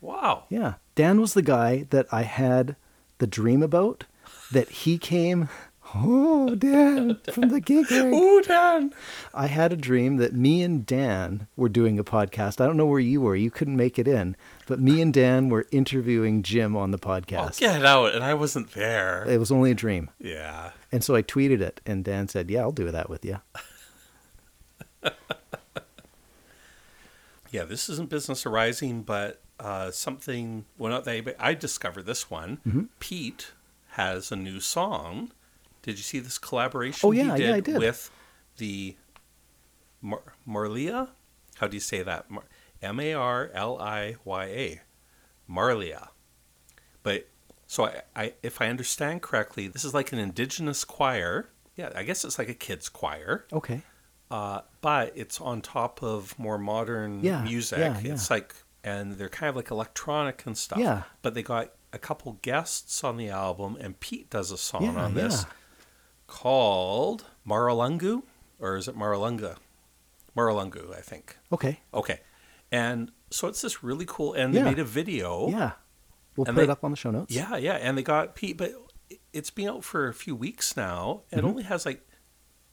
[SPEAKER 4] Wow.
[SPEAKER 5] Yeah. Dan was the guy that I had the dream about that he came. Oh, Dan from the gig rig.
[SPEAKER 4] Ooh, Dan.
[SPEAKER 5] I had a dream that me and Dan were doing a podcast. I don't know where you were. You couldn't make it in, but me and Dan were interviewing Jim on the
[SPEAKER 4] Oh,
[SPEAKER 5] podcast.
[SPEAKER 4] get out. And I wasn't there.
[SPEAKER 5] It was only a dream.
[SPEAKER 4] Yeah.
[SPEAKER 5] And so I tweeted it, and Dan said, Yeah, I'll do that with you.
[SPEAKER 4] Yeah, this isn't business arising, but uh, something, well, not they, but I discovered this one.
[SPEAKER 5] Mm-hmm.
[SPEAKER 4] Pete has a new song. Did you see this collaboration
[SPEAKER 5] Oh, yeah,
[SPEAKER 4] he did,
[SPEAKER 5] yeah, I did.
[SPEAKER 4] with the Mar- Marlia? How do you say that? Mar- M A R L I Y A. Marlia. But so I, I, if I understand correctly, this is like an indigenous choir. Yeah, I guess it's like a kids' choir
[SPEAKER 5] Okay.
[SPEAKER 4] uh, but it's on top of more modern
[SPEAKER 5] Yeah,
[SPEAKER 4] music.
[SPEAKER 5] yeah,
[SPEAKER 4] It's
[SPEAKER 5] yeah.
[SPEAKER 4] like, and they're kind of like electronic and stuff.
[SPEAKER 5] Yeah.
[SPEAKER 4] But they got a couple guests on the album, and Pete does a song
[SPEAKER 5] Yeah,
[SPEAKER 4] on this
[SPEAKER 5] yeah.
[SPEAKER 4] called Maralungu. or is it Maralunga? Maralungu, I think.
[SPEAKER 5] Okay.
[SPEAKER 4] Okay. And so it's this really cool, and
[SPEAKER 5] Yeah.
[SPEAKER 4] they made a video.
[SPEAKER 5] Yeah. We'll
[SPEAKER 4] And
[SPEAKER 5] put it
[SPEAKER 4] they-
[SPEAKER 5] up on the show notes.
[SPEAKER 4] Yeah, yeah, and they got Pete, but it's been out for a few weeks now.
[SPEAKER 5] Mm-hmm.
[SPEAKER 4] and It only has like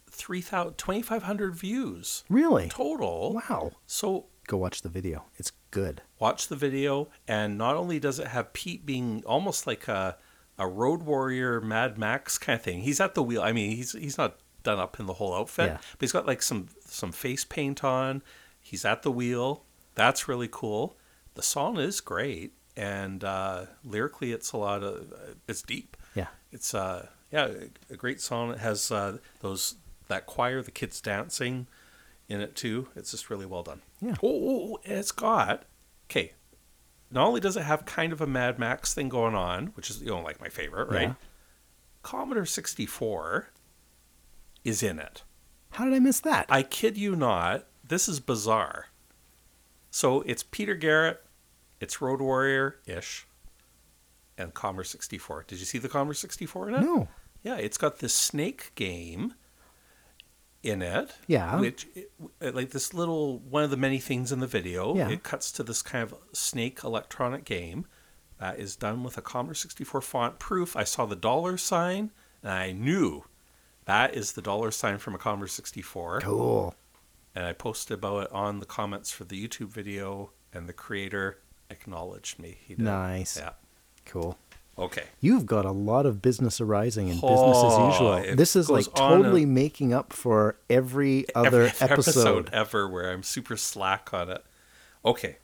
[SPEAKER 4] 3,000 2,500 views
[SPEAKER 5] Really?
[SPEAKER 4] total.
[SPEAKER 5] Wow.
[SPEAKER 4] So
[SPEAKER 5] Go watch the video. It's good.
[SPEAKER 4] watch the video, and not only does it have Pete being almost like a a road warrior, Mad Max kind of thing. He's at the wheel. I mean, he's he's not done up in the whole outfit,
[SPEAKER 5] Yeah.
[SPEAKER 4] but he's got like some some face paint on. He's at the wheel. That's really cool. The song is great, and uh, lyrically, it's a lot of uh, it's deep
[SPEAKER 5] Yeah.
[SPEAKER 4] it's uh yeah a great song it has uh those that choir the kids dancing in it too it's just really well done
[SPEAKER 5] Yeah.
[SPEAKER 4] oh, oh, oh, and it's got okay not only does it have kind of a mad max thing going on which is you know like my favorite right
[SPEAKER 5] Yeah.
[SPEAKER 4] commodore 64 is in it
[SPEAKER 5] How did I miss that?
[SPEAKER 4] I kid you not, this is bizarre. So it's Peter Garrett, it's Road Warrior ish, and Commerce 64. Did you see the Commerce 64 in it?
[SPEAKER 5] No.
[SPEAKER 4] Yeah, it's got this snake game in it.
[SPEAKER 5] Yeah.
[SPEAKER 4] Which, it- like, this little one of the many things in the video,
[SPEAKER 5] Yeah.
[SPEAKER 4] it cuts to this kind of snake electronic game that is done with a Commerce 64 font proof. I saw the dollar sign and I knew that is the dollar sign from a Commerce 64
[SPEAKER 5] Cool.
[SPEAKER 4] and I posted about it on the comments for the YouTube video, and the creator acknowledged me. He did.
[SPEAKER 5] Nice.
[SPEAKER 4] Yeah.
[SPEAKER 5] Cool.
[SPEAKER 4] Okay.
[SPEAKER 5] You've got a lot of business arising and
[SPEAKER 4] Oh,
[SPEAKER 5] business as usual.
[SPEAKER 4] it
[SPEAKER 5] This is like
[SPEAKER 4] goes on and-
[SPEAKER 5] totally making up for every other
[SPEAKER 4] Every
[SPEAKER 5] episode.
[SPEAKER 4] ever where I'm super slack on it. Okay.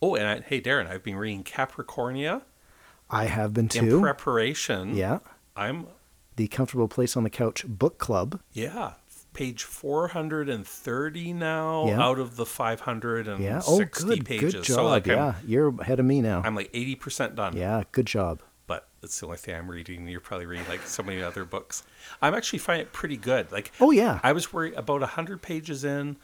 [SPEAKER 4] Oh, and I, hey, Darren, I've been reading Capricornia
[SPEAKER 5] I have been
[SPEAKER 4] in
[SPEAKER 5] too.
[SPEAKER 4] preparation.
[SPEAKER 5] yeah.
[SPEAKER 4] I'm
[SPEAKER 5] The Comfortable Place on the Couch book club.
[SPEAKER 4] yeah. Page 430 now
[SPEAKER 5] Yeah.
[SPEAKER 4] out of the 560
[SPEAKER 5] Yeah. Oh, good.
[SPEAKER 4] Mm, pages.
[SPEAKER 5] Good
[SPEAKER 4] So,
[SPEAKER 5] job.
[SPEAKER 4] like,
[SPEAKER 5] yeah.
[SPEAKER 4] I'm,
[SPEAKER 5] You're ahead of me now.
[SPEAKER 4] I'm like 80% done.
[SPEAKER 5] yeah. Good job.
[SPEAKER 4] but it's the only thing I'm reading. You're probably reading like so many other books. I'm actually finding it pretty good. Like,
[SPEAKER 5] Oh, yeah.
[SPEAKER 4] I was worried about hundred pages in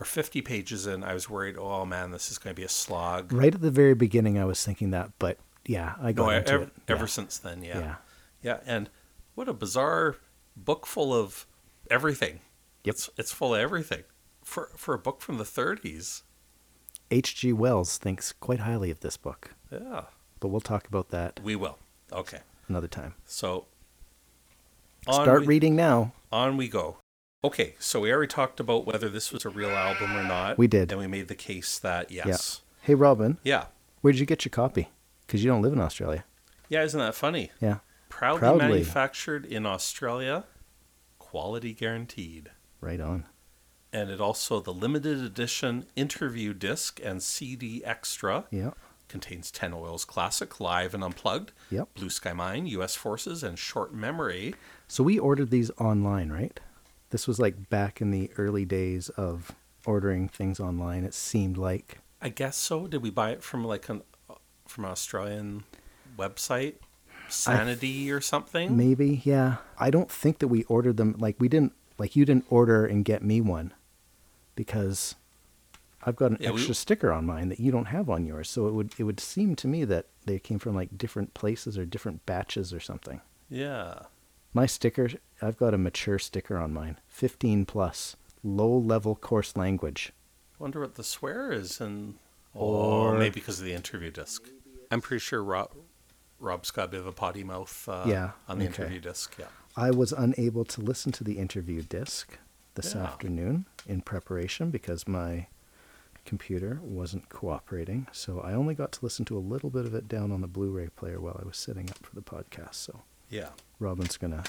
[SPEAKER 4] or fifty pages in. I was worried, oh man, this is going to be a slog.
[SPEAKER 5] Right at the very beginning, I was thinking that, but yeah, I got
[SPEAKER 4] No,
[SPEAKER 5] into
[SPEAKER 4] ever,
[SPEAKER 5] it.
[SPEAKER 4] Oh, ever
[SPEAKER 5] Yeah.
[SPEAKER 4] since then, yeah.
[SPEAKER 5] Yeah.
[SPEAKER 4] yeah, and what a bizarre book full of everything.
[SPEAKER 5] Yep.
[SPEAKER 4] It's it's full of everything for for a book from the 30s.
[SPEAKER 5] H.G. Wells thinks quite highly of this book,
[SPEAKER 4] Yeah,
[SPEAKER 5] but we'll talk about that
[SPEAKER 4] we will. Okay,
[SPEAKER 5] another time.
[SPEAKER 4] so
[SPEAKER 5] Start
[SPEAKER 4] we-
[SPEAKER 5] reading now.
[SPEAKER 4] on we go. Okay, so we already talked about whether this was a real album or not.
[SPEAKER 5] We did.
[SPEAKER 4] And we made the case that yes.
[SPEAKER 5] Yeah. Hey, Robin,
[SPEAKER 4] Yeah.
[SPEAKER 5] where'd you get your copy? Because you don't live in Australia.
[SPEAKER 4] Yeah, isn't that funny?
[SPEAKER 5] Yeah.
[SPEAKER 4] Proudly,
[SPEAKER 5] Proudly.
[SPEAKER 4] manufactured in Australia, quality guaranteed.
[SPEAKER 5] Right on.
[SPEAKER 4] And it also the limited edition interview disc and CD extra
[SPEAKER 5] Yeah.
[SPEAKER 4] contains 10 Oils Classic live and unplugged,
[SPEAKER 5] Yep.
[SPEAKER 4] Blue Sky Mine, US Forces and Short Memory.
[SPEAKER 5] So we ordered these online, right? This was like back in the early days of ordering things online, it seemed like.
[SPEAKER 4] I guess so. Did we buy it from like an from an Australian website, Sanity or something?
[SPEAKER 5] Maybe, yeah. I don't think that we ordered them. Like, we didn't, like, you didn't order and get me one because I've got an
[SPEAKER 4] Yeah, we-
[SPEAKER 5] extra sticker on mine that you don't have on yours. So it would, it would seem to me that they came from like different places or different batches or something.
[SPEAKER 4] Yeah.
[SPEAKER 5] My sticker, I've got a mature sticker on mine 15 plus, low level coarse language.
[SPEAKER 4] Wonder what the swear is, and
[SPEAKER 5] Or-
[SPEAKER 4] or maybe because of the interview disc. I'm pretty sure Rob Rob's got a bit of a potty mouth. Uh,
[SPEAKER 5] Yeah,
[SPEAKER 4] On the
[SPEAKER 5] okay.
[SPEAKER 4] interview disc. Yeah.
[SPEAKER 5] I was unable to listen to the interview disc this
[SPEAKER 4] Yeah.
[SPEAKER 5] afternoon in preparation because my computer wasn't cooperating. So I only got to listen to a little bit of it down on the Blu ray player while I was setting up for the podcast. So
[SPEAKER 4] Yeah.
[SPEAKER 5] Robin's going to.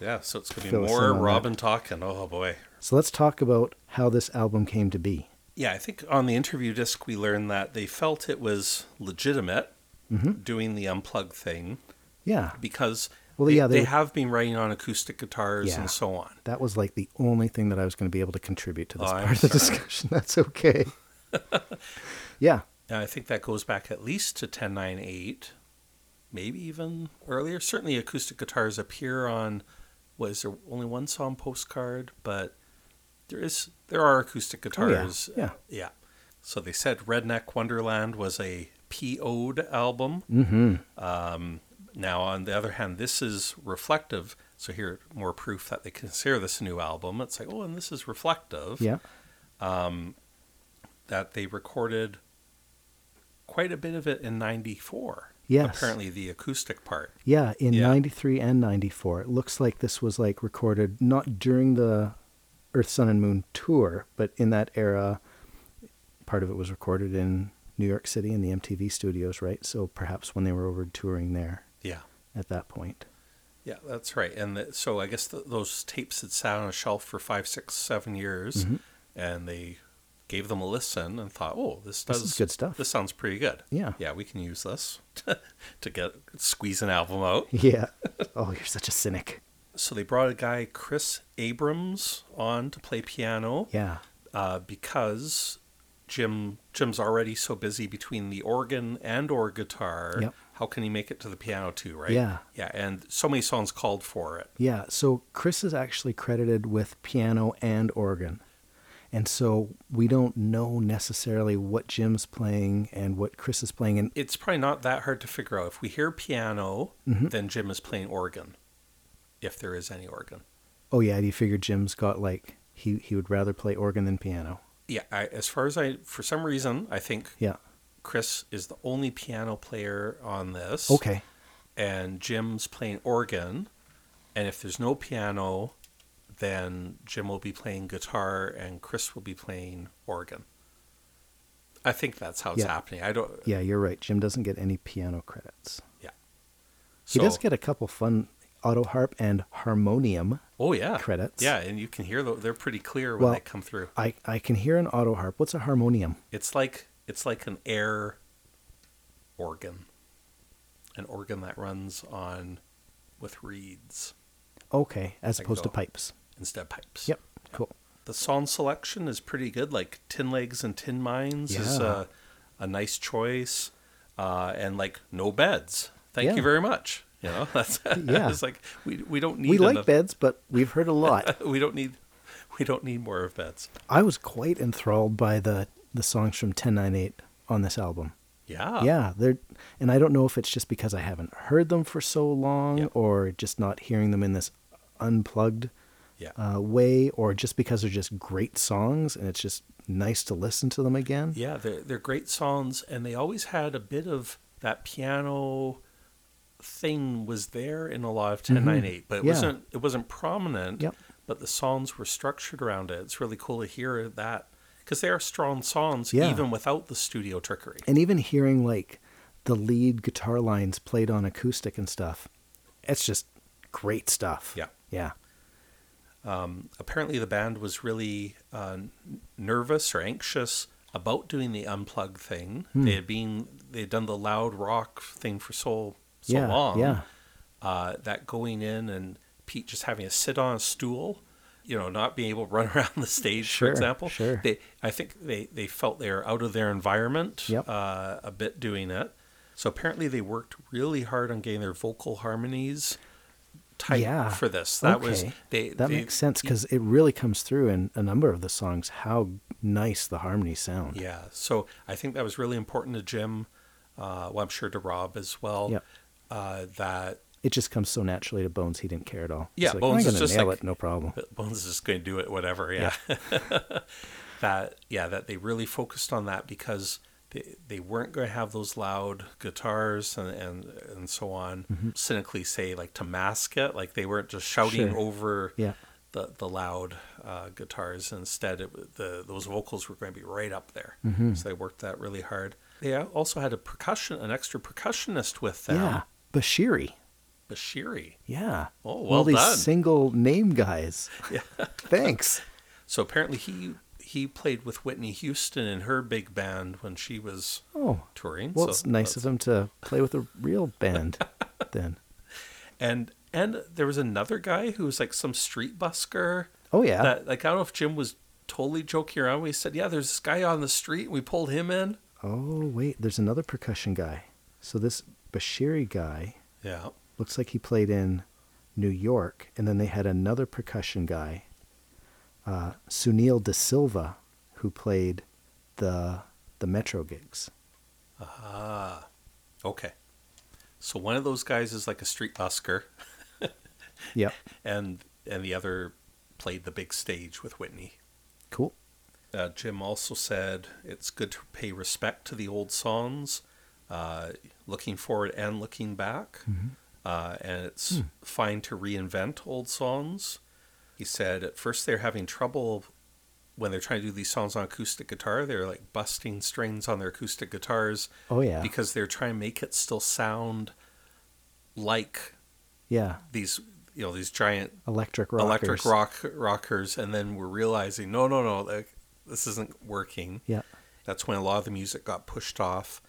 [SPEAKER 4] Yeah. So it's gonna be
[SPEAKER 5] Fill us in
[SPEAKER 4] more
[SPEAKER 5] on that.
[SPEAKER 4] Robin talking. Oh boy.
[SPEAKER 5] So let's talk about how this album came to be.
[SPEAKER 4] Yeah, I think on the interview disc we learned that they felt it was legitimate
[SPEAKER 5] Mm-hmm.
[SPEAKER 4] doing the unplug thing
[SPEAKER 5] Yeah.
[SPEAKER 4] because
[SPEAKER 5] Well,
[SPEAKER 4] they,
[SPEAKER 5] yeah, they
[SPEAKER 4] they
[SPEAKER 5] were-
[SPEAKER 4] have been writing on acoustic guitars
[SPEAKER 5] Yeah.
[SPEAKER 4] and so on.
[SPEAKER 5] That was like the only thing that I was going to be able to contribute to this
[SPEAKER 4] Oh,
[SPEAKER 5] part
[SPEAKER 4] I'm
[SPEAKER 5] of the
[SPEAKER 4] sorry.
[SPEAKER 5] discussion. That's okay. Oh, yeah.
[SPEAKER 4] And I think that goes back at least to 1098, maybe even earlier. Certainly, acoustic guitars appear on was there only one song postcard, but there is there are acoustic
[SPEAKER 5] Oh, yeah.
[SPEAKER 4] guitars.
[SPEAKER 5] Yeah.
[SPEAKER 4] yeah. So they said Redneck Wonderland was a PO'd album. Um,
[SPEAKER 5] Mm-hmm.
[SPEAKER 4] Now, on the other hand, this is reflective. So here, more proof that they consider this a new album. It's like, oh, and this is reflective um,
[SPEAKER 5] Yeah.
[SPEAKER 4] that they recorded quite a bit of it in 94.
[SPEAKER 5] Yes.
[SPEAKER 4] Apparently, the acoustic part.
[SPEAKER 5] Yeah, in
[SPEAKER 4] Yeah.
[SPEAKER 5] 93 and 94. It looks like this was like recorded not during the Earth, Sun, and Moon tour, but in that era, part of it was recorded in New York City in the MTV studios, right? So perhaps when they were over touring there
[SPEAKER 4] Yeah.
[SPEAKER 5] at that point.
[SPEAKER 4] Yeah, that's right. And the, so I guess th those tapes had sat on a shelf for five, six, seven years,
[SPEAKER 5] Mm-hmm.
[SPEAKER 4] and they gave them a listen and thought, "Oh, this
[SPEAKER 5] This
[SPEAKER 4] does
[SPEAKER 5] is good stuff."
[SPEAKER 4] This sounds pretty good.
[SPEAKER 5] Yeah.
[SPEAKER 4] yeah, we can use this to get squeeze an album out."
[SPEAKER 5] Yeah. oh, you're such a cynic.
[SPEAKER 4] So they brought a guy, Chris Abrams, on to play piano
[SPEAKER 5] Yeah.
[SPEAKER 4] uh, because Jim Jim's already so busy between the organ and or guitar.
[SPEAKER 5] Yep.
[SPEAKER 4] How can he make it to the piano too? Right?
[SPEAKER 5] Yeah.
[SPEAKER 4] yeah. And so many songs called for it.
[SPEAKER 5] Yeah, so Chris is actually credited with piano and organ. And so we don't know necessarily what Jim's playing and what Chris is playing and
[SPEAKER 4] it's probably not that hard to figure out. If we hear piano,
[SPEAKER 5] Mm-hmm.
[SPEAKER 4] then Jim is playing organ, if there is any organ.
[SPEAKER 5] Oh yeah, do you figure Jim's got like he he would rather play organ than piano?
[SPEAKER 4] Yeah, I, as far as I, for some reason, I think
[SPEAKER 5] Yeah.
[SPEAKER 4] Chris is the only piano player on this.
[SPEAKER 5] Okay.
[SPEAKER 4] And Jim's playing organ. And if there's no piano, then Jim will be playing guitar and Chris will be playing organ. I think that's how it's
[SPEAKER 5] Yeah.
[SPEAKER 4] happening. I don't.
[SPEAKER 5] Yeah, you're right. Jim doesn't get any piano credits.
[SPEAKER 4] Yeah.
[SPEAKER 5] He does
[SPEAKER 4] So-
[SPEAKER 5] get a couple fun auto harp and harmonium.
[SPEAKER 4] oh yeah
[SPEAKER 5] credits.
[SPEAKER 4] Yeah, and you can hear tho- they're pretty clear when
[SPEAKER 5] Well,
[SPEAKER 4] they come through.
[SPEAKER 5] I I can hear an auto harp. What's a harmonium?
[SPEAKER 4] It's like it's like an air organ, an organ that runs on with reeds
[SPEAKER 5] Okay, as
[SPEAKER 4] Like
[SPEAKER 5] opposed to
[SPEAKER 4] so.
[SPEAKER 5] pipes.
[SPEAKER 4] instead of pipes.
[SPEAKER 5] Yep. Cool.
[SPEAKER 4] The song selection is pretty good. Like Tin Legs and Tin Mines is
[SPEAKER 5] Yeah.
[SPEAKER 4] a, a nice choice, uh, and like no beds. Thank
[SPEAKER 5] Yeah.
[SPEAKER 4] you very much. You know, that's
[SPEAKER 5] Yeah.
[SPEAKER 4] it's like we we don't need
[SPEAKER 5] We like
[SPEAKER 4] enough-
[SPEAKER 5] beds, but we've heard a lot.
[SPEAKER 4] We don't need we don't need more of beds.
[SPEAKER 5] I was quite enthralled by the the songs from 1098 on this album.
[SPEAKER 4] Yeah.
[SPEAKER 5] Yeah, they're and I don't know if it's just because I haven't heard them for so long
[SPEAKER 4] Yeah.
[SPEAKER 5] or just not hearing them in this unplugged
[SPEAKER 4] Yeah.
[SPEAKER 5] uh, way or just because they're just great songs and it's just nice to listen to them again.
[SPEAKER 4] Yeah, they're they're great songs, and they always had a bit of that piano thing was there in a lot of ten nine eight, but it
[SPEAKER 5] Mm-hmm. Yeah.
[SPEAKER 4] wasn't it wasn't prominent.
[SPEAKER 5] Yep.
[SPEAKER 4] But the songs were structured around it. It's really cool to hear that because they are strong songs
[SPEAKER 5] Yeah.
[SPEAKER 4] even without the studio trickery.
[SPEAKER 5] And even hearing like the lead guitar lines played on acoustic and stuff. It's just great stuff.
[SPEAKER 4] Yeah.
[SPEAKER 5] Yeah.
[SPEAKER 4] Apparently, the band was really uh, n- nervous or anxious about doing the unplug thing.
[SPEAKER 5] Hmm.
[SPEAKER 4] They had been they had done the loud rock thing for so so
[SPEAKER 5] yeah.
[SPEAKER 4] long.
[SPEAKER 5] Yeah.
[SPEAKER 4] uh, that going in and Pete just having to sit on a stool, you know, not being able to run around the stage,
[SPEAKER 5] Sure,
[SPEAKER 4] for example.
[SPEAKER 5] sure.
[SPEAKER 4] They, I think they, they felt they were out of their environment
[SPEAKER 5] Yep.
[SPEAKER 4] uh, a bit doing it. So apparently they worked really hard on getting their vocal harmonies tight
[SPEAKER 5] Yeah,
[SPEAKER 4] for this. That was
[SPEAKER 5] okay.
[SPEAKER 4] they
[SPEAKER 5] That
[SPEAKER 4] they-
[SPEAKER 5] makes sense because it really comes through in a number of the songs how nice the harmonies sound.
[SPEAKER 4] Yeah. So I think that was really important to Jim. Uh, well, I'm sure to Rob as well.
[SPEAKER 5] Yep.
[SPEAKER 4] Uh, that
[SPEAKER 5] it just comes so naturally to Bones. He didn't care at all.
[SPEAKER 4] Yeah,
[SPEAKER 5] He's like,
[SPEAKER 4] Bones
[SPEAKER 5] I'm
[SPEAKER 4] is
[SPEAKER 5] gonna
[SPEAKER 4] just
[SPEAKER 5] nail
[SPEAKER 4] like-
[SPEAKER 5] it, no problem.
[SPEAKER 4] But Bones is just going to do it, whatever. Yeah. that yeah, that they really focused on that because they they weren't going to have those loud guitars and and, and so on.
[SPEAKER 5] Mm-hmm.
[SPEAKER 4] Cynically say like to mask it, like they weren't just shouting
[SPEAKER 5] Sure.
[SPEAKER 4] over
[SPEAKER 5] Yeah.
[SPEAKER 4] the the loud uh, guitars. Instead, it, w- the those vocals were going to be right up there.
[SPEAKER 5] Mm-hmm.
[SPEAKER 4] So they worked that really hard. They also had a percussion, an extra percussionist with them,
[SPEAKER 5] Yeah, Bashiri.
[SPEAKER 4] Bashiri.
[SPEAKER 5] Yeah.
[SPEAKER 4] Oh,
[SPEAKER 5] all
[SPEAKER 4] well
[SPEAKER 5] these
[SPEAKER 4] done.
[SPEAKER 5] single name guys. Yeah. Thanks.
[SPEAKER 4] So apparently he he played with Whitney Houston in her big band when she was
[SPEAKER 5] Oh,
[SPEAKER 4] touring.
[SPEAKER 5] well,
[SPEAKER 4] so
[SPEAKER 5] it's nice of him to play with a real band. Then.
[SPEAKER 4] And and there was another guy who was like some street busker.
[SPEAKER 5] Oh yeah.
[SPEAKER 4] That like I don't know if Jim was totally joking around. We said, yeah, there's this guy on the street. and We pulled him in.
[SPEAKER 5] Oh wait, there's another percussion guy. So this Bashiri guy
[SPEAKER 4] Yeah.
[SPEAKER 5] looks like he played in New York, and then they had another percussion guy, uh, Sunil De Silva, who played the the Metro gigs.
[SPEAKER 4] Ah, Okay. So one of those guys is like a street busker,
[SPEAKER 5] Yep.
[SPEAKER 4] and and the other played the big stage with Whitney.
[SPEAKER 5] Cool.
[SPEAKER 4] Uh, Jim also said it's good to pay respect to the old songs, uh, looking forward and looking back,
[SPEAKER 5] Mm-hmm.
[SPEAKER 4] uh, and it's
[SPEAKER 5] Hmm.
[SPEAKER 4] fine to reinvent old songs. He said at first they're having trouble when they're trying to do these songs on acoustic guitar. They're like busting strings on their acoustic guitars
[SPEAKER 5] Oh yeah.
[SPEAKER 4] because they're trying to make it still sound like
[SPEAKER 5] yeah.
[SPEAKER 4] these you know these giant
[SPEAKER 5] Electric rockers.
[SPEAKER 4] electric rock rockers and then we're realizing no no no like, this isn't working
[SPEAKER 5] Yeah.
[SPEAKER 4] that's when a lot of the music got pushed off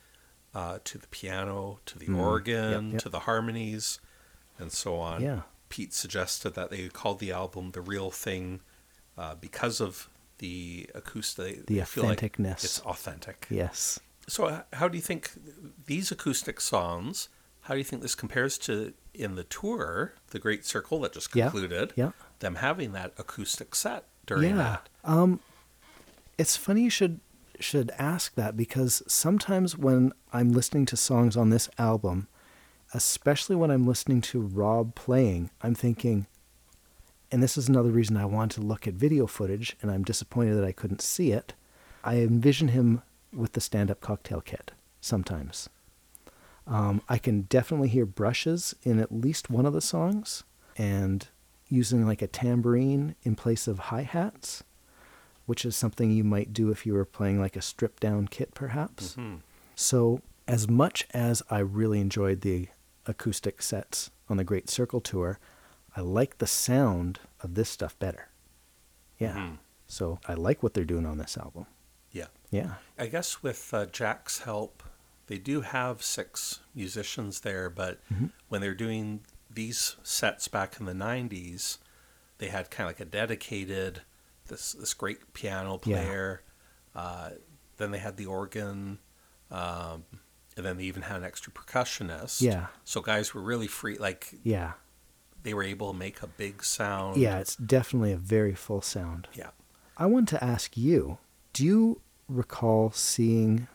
[SPEAKER 4] uh, to the piano to the
[SPEAKER 5] Mm.
[SPEAKER 4] organ
[SPEAKER 5] Yep, yep.
[SPEAKER 4] to the harmonies and so on
[SPEAKER 5] Yeah.
[SPEAKER 4] pete suggested that they called the album the real thing uh, because of the acoustic
[SPEAKER 5] The
[SPEAKER 4] they feel like
[SPEAKER 5] authenticness.
[SPEAKER 4] it's authentic
[SPEAKER 5] Yes.
[SPEAKER 4] so h- how do you think these acoustic songs how do you think this compares to in the tour the great circle that just
[SPEAKER 5] Yeah,
[SPEAKER 4] concluded
[SPEAKER 5] yeah.
[SPEAKER 4] them having that acoustic set during that
[SPEAKER 5] Um, it's funny you should should ask that because sometimes when I'm listening to songs on this album, especially when I'm listening to Rob playing, I'm thinking, and this is another reason I want to look at video footage, and I'm disappointed that I couldn't see it. I envision him with the stand-up cocktail kit sometimes. Um, I can definitely hear brushes in at least one of the songs and using like a tambourine in place of hi hats, which is something you might do if you were playing like a stripped down kit, perhaps. So, as much as I really enjoyed the acoustic sets on the Great Circle Tour, I like the sound of this stuff better. Yeah. So, I like what they're doing on this album.
[SPEAKER 4] yeah
[SPEAKER 5] Yeah.
[SPEAKER 4] i guess with uh, jack's help they do have six musicians there but
[SPEAKER 5] Mm-hmm.
[SPEAKER 4] when they're doing these sets back in the 90s they had kind of like a dedicated this this great piano
[SPEAKER 5] Yeah.
[SPEAKER 4] player uh, then they had the organ um, and then they even had an extra percussionist
[SPEAKER 5] Yeah.
[SPEAKER 4] so guys were really free like
[SPEAKER 5] Yeah.
[SPEAKER 4] they were able to make a big sound
[SPEAKER 5] Yeah. It's definitely a very full sound.
[SPEAKER 4] yeah
[SPEAKER 5] I want to ask you do you recall seeing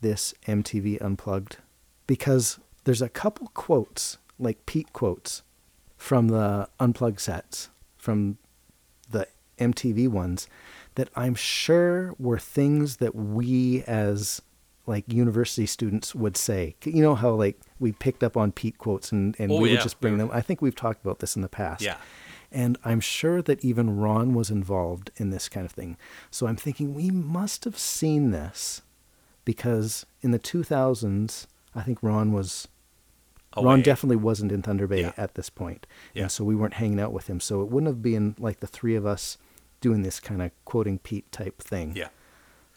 [SPEAKER 5] this MTV Unplugged? Because there's a couple quotes, like Pete quotes, from the Unplugged sets, from the MTV ones, that I'm sure were things that we as like university students would say. You know how like we picked up on Pete quotes and, and
[SPEAKER 4] Oh,
[SPEAKER 5] we
[SPEAKER 4] yeah.
[SPEAKER 5] would just bring them. I think we've talked about this in the past.
[SPEAKER 4] Yeah.
[SPEAKER 5] And I'm sure that even Ron was involved in this kind of thing. So I'm thinking we must have seen this because in the 2000s, I think Ron was. Ron
[SPEAKER 4] Away.
[SPEAKER 5] definitely wasn't in Thunder Bay
[SPEAKER 4] Yeah.
[SPEAKER 5] at this point.
[SPEAKER 4] Yeah.
[SPEAKER 5] And so we weren't hanging out with him. So it wouldn't have been like the three of us doing this kind of quoting Pete type thing.
[SPEAKER 4] yeah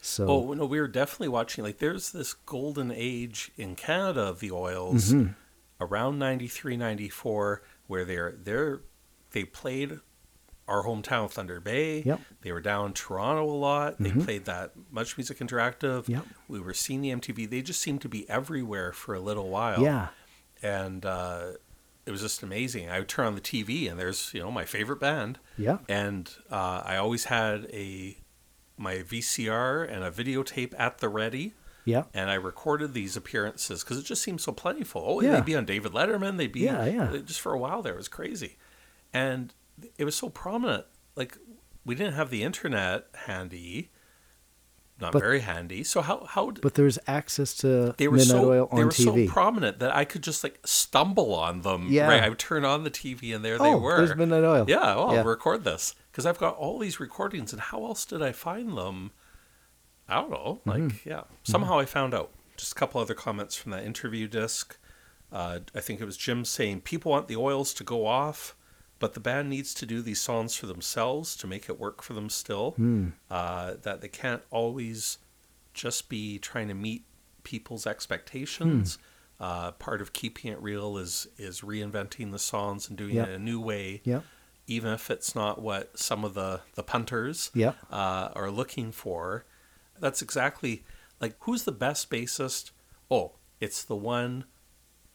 [SPEAKER 5] So,
[SPEAKER 4] Oh no, we were definitely watching. Like, there's this golden age in Canada of the oils
[SPEAKER 5] Mm-hmm.
[SPEAKER 4] around 93, 94, where they're they're they played our hometown Thunder Bay.
[SPEAKER 5] Yep. Mm-hmm.
[SPEAKER 4] They were down in Toronto a lot. They played that Much Music Interactive.
[SPEAKER 5] Yep.
[SPEAKER 4] We were seeing the MTV. They just seemed to be everywhere for a little while.
[SPEAKER 5] yeah.
[SPEAKER 4] And uh, it was just amazing. I would turn on the TV and there's, you know, my favorite band
[SPEAKER 5] Yeah.
[SPEAKER 4] and uh, I always had a my VCR and a videotape at the ready,
[SPEAKER 5] Yeah.
[SPEAKER 4] and I recorded these appearances because it just seemed so plentiful. Oh,
[SPEAKER 5] Yeah.
[SPEAKER 4] they'd be on David Letterman. They'd be uh,
[SPEAKER 5] Yeah, yeah.
[SPEAKER 4] Just for a while there, it was crazy, and it was so prominent. Like we didn't have the internet handy, not
[SPEAKER 5] But-
[SPEAKER 4] very handy. So how how d-
[SPEAKER 5] But there's access to
[SPEAKER 4] they were
[SPEAKER 5] Midnight
[SPEAKER 4] so
[SPEAKER 5] Oil on
[SPEAKER 4] they were
[SPEAKER 5] TV.
[SPEAKER 4] so prominent that I could just like stumble on them.
[SPEAKER 5] Yeah.
[SPEAKER 4] right. I would turn on the TV and there they
[SPEAKER 5] oh,
[SPEAKER 4] were.
[SPEAKER 5] there's Midnight Oil.
[SPEAKER 4] Yeah, Oh, well,
[SPEAKER 5] Yeah.
[SPEAKER 4] I'll record this because I've got all these recordings, and how else did I find them? I don't
[SPEAKER 5] Mm-hmm.
[SPEAKER 4] know. Like, yeah, somehow I found out. Just a couple other comments from that interview disc. Uh, I think it was Jim saying people want the oils to go off, but the band needs to do these songs for themselves to make it work for them still.
[SPEAKER 5] Hmm.
[SPEAKER 4] Uh, that they can't always just be trying to meet people's expectations.
[SPEAKER 5] Hmm.
[SPEAKER 4] Uh, part of keeping it real is is reinventing the songs and doing
[SPEAKER 5] Yeah.
[SPEAKER 4] it in a new way
[SPEAKER 5] Yeah.
[SPEAKER 4] even if it's not what some of the the punters
[SPEAKER 5] Yeah.
[SPEAKER 4] uh, are looking for. That's exactly like who's the best bassist? Oh, it's the one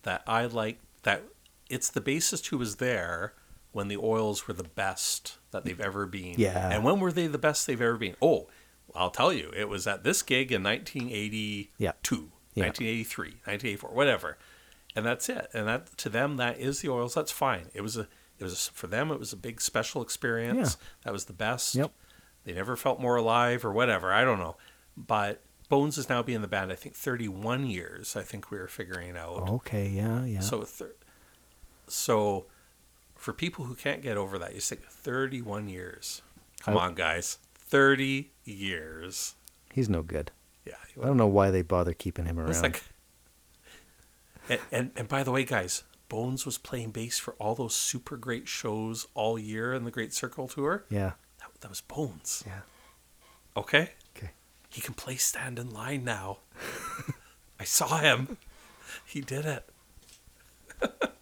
[SPEAKER 4] that I like. That it's the bassist who was there when the Oils were the best that they've ever been.
[SPEAKER 5] Yeah.
[SPEAKER 4] And when were they the best they've ever been? Oh, I'll tell you. It was at this gig in 1982,
[SPEAKER 5] Yeah.
[SPEAKER 4] 1983, 1984, whatever. And that's it. And that to them that is the Oils. That's fine. It was a It was for them. It was a big special experience. That was the best.
[SPEAKER 5] Yep.
[SPEAKER 4] They never felt more alive or whatever. I don't know. But Bones has now been in the band. I think 31 years. I think we were figuring out.
[SPEAKER 5] Okay, Oh, yeah, yeah.
[SPEAKER 4] So, thir- so for people who can't get over that, you say 31 years. Come
[SPEAKER 5] Oh.
[SPEAKER 4] on, guys. 30 years.
[SPEAKER 5] He's no good.
[SPEAKER 4] Yeah.
[SPEAKER 5] I don't know why they bother keeping him around.
[SPEAKER 4] It's like, and, and and by the way, guys, Bones was playing bass for all those super great shows all year in the Great Circle Tour.
[SPEAKER 5] yeah,
[SPEAKER 4] That, that was Bones.
[SPEAKER 5] yeah.
[SPEAKER 4] Okay,
[SPEAKER 5] Okay.
[SPEAKER 4] he can play stand in line now. I saw him. He did it.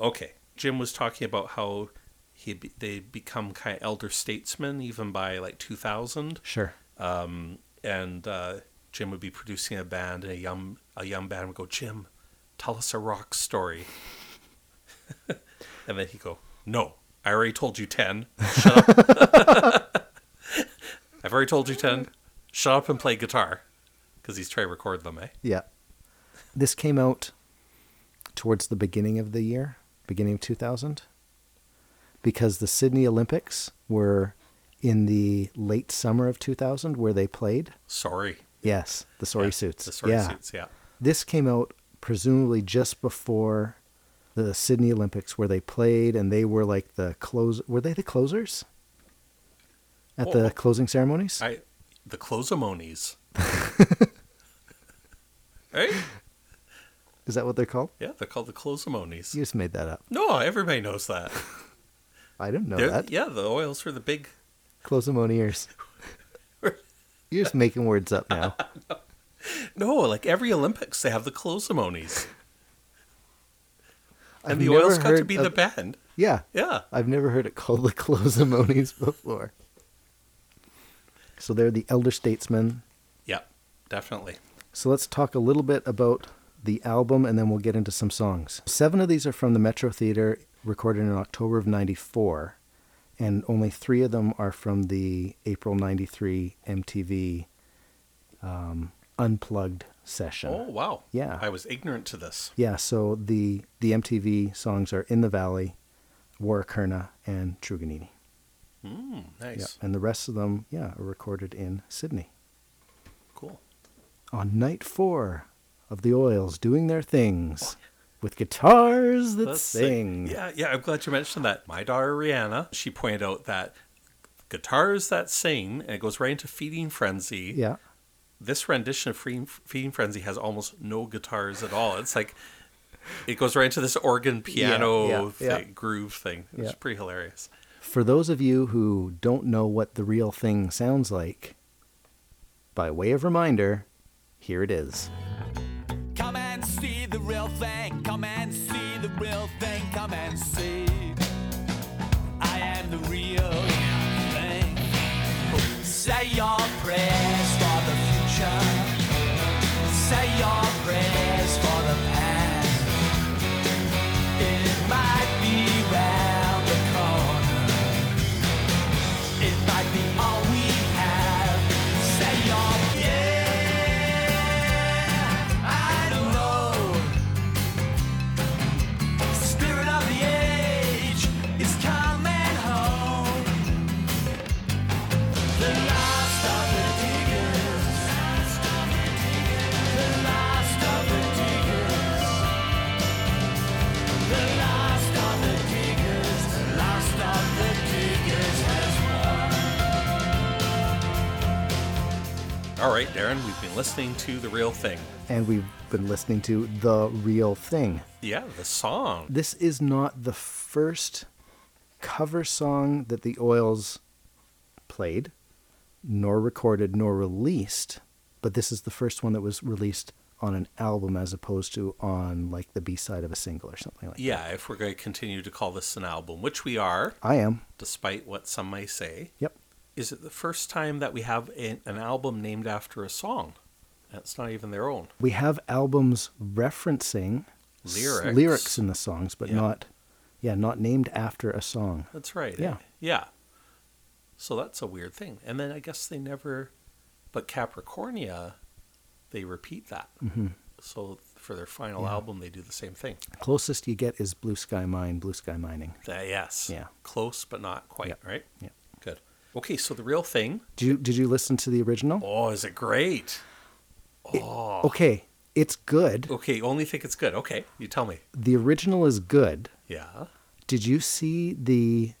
[SPEAKER 4] okay, Jim was talking about how he be, they become kind of elder statesmen even by like two thousand
[SPEAKER 5] Sure.
[SPEAKER 4] and uh, Jim would be producing a band, and a young a young band would go, Jim, tell us a rock story. and then he'd go, No, I already told you ten. Shut up. I've already told you ten. Shut up and play guitar, because he's trying to record them, eh?
[SPEAKER 5] Yeah. This came out towards the beginning of the year, beginning of 2000, because the Sydney Olympics were in the late summer of 2000 where they played.
[SPEAKER 4] Sorry,
[SPEAKER 5] Yes, the sorry
[SPEAKER 4] Yeah,
[SPEAKER 5] suits.
[SPEAKER 4] The sorry
[SPEAKER 5] yeah.
[SPEAKER 4] suits, yeah.
[SPEAKER 5] This came out presumably just before the Sydney Olympics where they played and they were like the close were they the closers at
[SPEAKER 4] Well,
[SPEAKER 5] the closing ceremonies?
[SPEAKER 4] I the closemonies. right?
[SPEAKER 5] Is that what they're called?
[SPEAKER 4] Yeah, they're called the closemonies.
[SPEAKER 5] You just made that up.
[SPEAKER 4] No, everybody knows that.
[SPEAKER 5] I didn't know
[SPEAKER 4] They're-
[SPEAKER 5] that.
[SPEAKER 4] Yeah, the oils were the big
[SPEAKER 5] Close them on ears. You're just making words up now.
[SPEAKER 4] No, like every Olympics, they have the closemonies.
[SPEAKER 5] I've
[SPEAKER 4] And the
[SPEAKER 5] never
[SPEAKER 4] oils got to
[SPEAKER 5] heard
[SPEAKER 4] be the
[SPEAKER 5] of-
[SPEAKER 4] band.
[SPEAKER 5] Yeah.
[SPEAKER 4] Yeah.
[SPEAKER 5] I've never heard it called the Closemonies before. So they're the elder statesmen.
[SPEAKER 4] Yeah, definitely.
[SPEAKER 5] So let's talk a little bit about the album and then we'll get into some songs. Seven of these are from the Metro Theater, recorded in October of 94, and only three of them are from the April 93 MTV um, Unplugged session.
[SPEAKER 4] Oh, wow.
[SPEAKER 5] Yeah.
[SPEAKER 4] I was ignorant to this.
[SPEAKER 5] Yeah, so the the MTV songs are In the Valley, Warkerna, and Truganini.
[SPEAKER 4] Mm, nice.
[SPEAKER 5] Yeah, and the rest of them, yeah, are recorded in Sydney.
[SPEAKER 4] Cool.
[SPEAKER 5] On night four of the Oils doing their things with guitars that
[SPEAKER 4] Let's
[SPEAKER 5] sing.
[SPEAKER 4] see. Yeah, yeah. I'm glad you mentioned that. My daughter Rihanna, she pointed out that guitars that sing, and it goes right into Feeding Frenzy.
[SPEAKER 5] Yeah.
[SPEAKER 4] This rendition of Feeding, Feeding Frenzy has almost no guitars at all. It's like it goes right into this organ piano
[SPEAKER 5] yeah, yeah.
[SPEAKER 4] thing- groove thing. It's
[SPEAKER 5] Yeah.
[SPEAKER 4] pretty hilarious.
[SPEAKER 5] For those of you who don't know what the real thing sounds like, by way of reminder, here it is.
[SPEAKER 2] Come and see the real thing. Come and see the real thing. Come and see. I am the real thing. Say your prayers for the future. Say your prayers for the past. It might be round the corner. It might be all we have. Say your yeah. I don't know. Spirit of the age is coming home. The last of the diggers. The last of the diggers. The last of the diggers. The last of the diggers has won.
[SPEAKER 4] All right, Darren, we've been listening to The Real Thing.
[SPEAKER 5] And we've been listening to The Real Thing.
[SPEAKER 4] Yeah, the song.
[SPEAKER 5] this is not the first cover song that the Oils played, nor recorded, nor released, but this is the first one that was released on an album as opposed to on like the B side of a single or something like that.
[SPEAKER 4] Yeah, if we're going to continue to call this an album, which we are,
[SPEAKER 5] I am.
[SPEAKER 4] despite what some may say,
[SPEAKER 5] Yep.
[SPEAKER 4] is it the first time that we have a, an album named after a song? That's not even their own.
[SPEAKER 5] We have albums referencing s-
[SPEAKER 4] Lyrics.
[SPEAKER 5] lyrics in the songs, but
[SPEAKER 4] Yeah.
[SPEAKER 5] not yeah, not named after a song.
[SPEAKER 4] That's right. eh?
[SPEAKER 5] Yeah.
[SPEAKER 4] Yeah. So that's a weird thing. And
[SPEAKER 5] Mm-hmm.
[SPEAKER 4] then I guess they never, but Capricornia, they repeat that. So for their final album, they do the same thing.
[SPEAKER 5] Closest you get is Blue Sky Mine, Blue Sky Mining.
[SPEAKER 4] Uh, yes.
[SPEAKER 5] Yeah.
[SPEAKER 4] Close, but not quite,
[SPEAKER 5] Yep.
[SPEAKER 4] right?
[SPEAKER 5] Yep.
[SPEAKER 4] Good. Okay, so the real thing.
[SPEAKER 5] Did you, did you listen to the original?
[SPEAKER 4] Oh, is it great?
[SPEAKER 5] Okay, it's good.
[SPEAKER 4] Okay, you only think it's good. Okay, you tell me.
[SPEAKER 5] The original is good.
[SPEAKER 4] Yeah.
[SPEAKER 5] Did you see the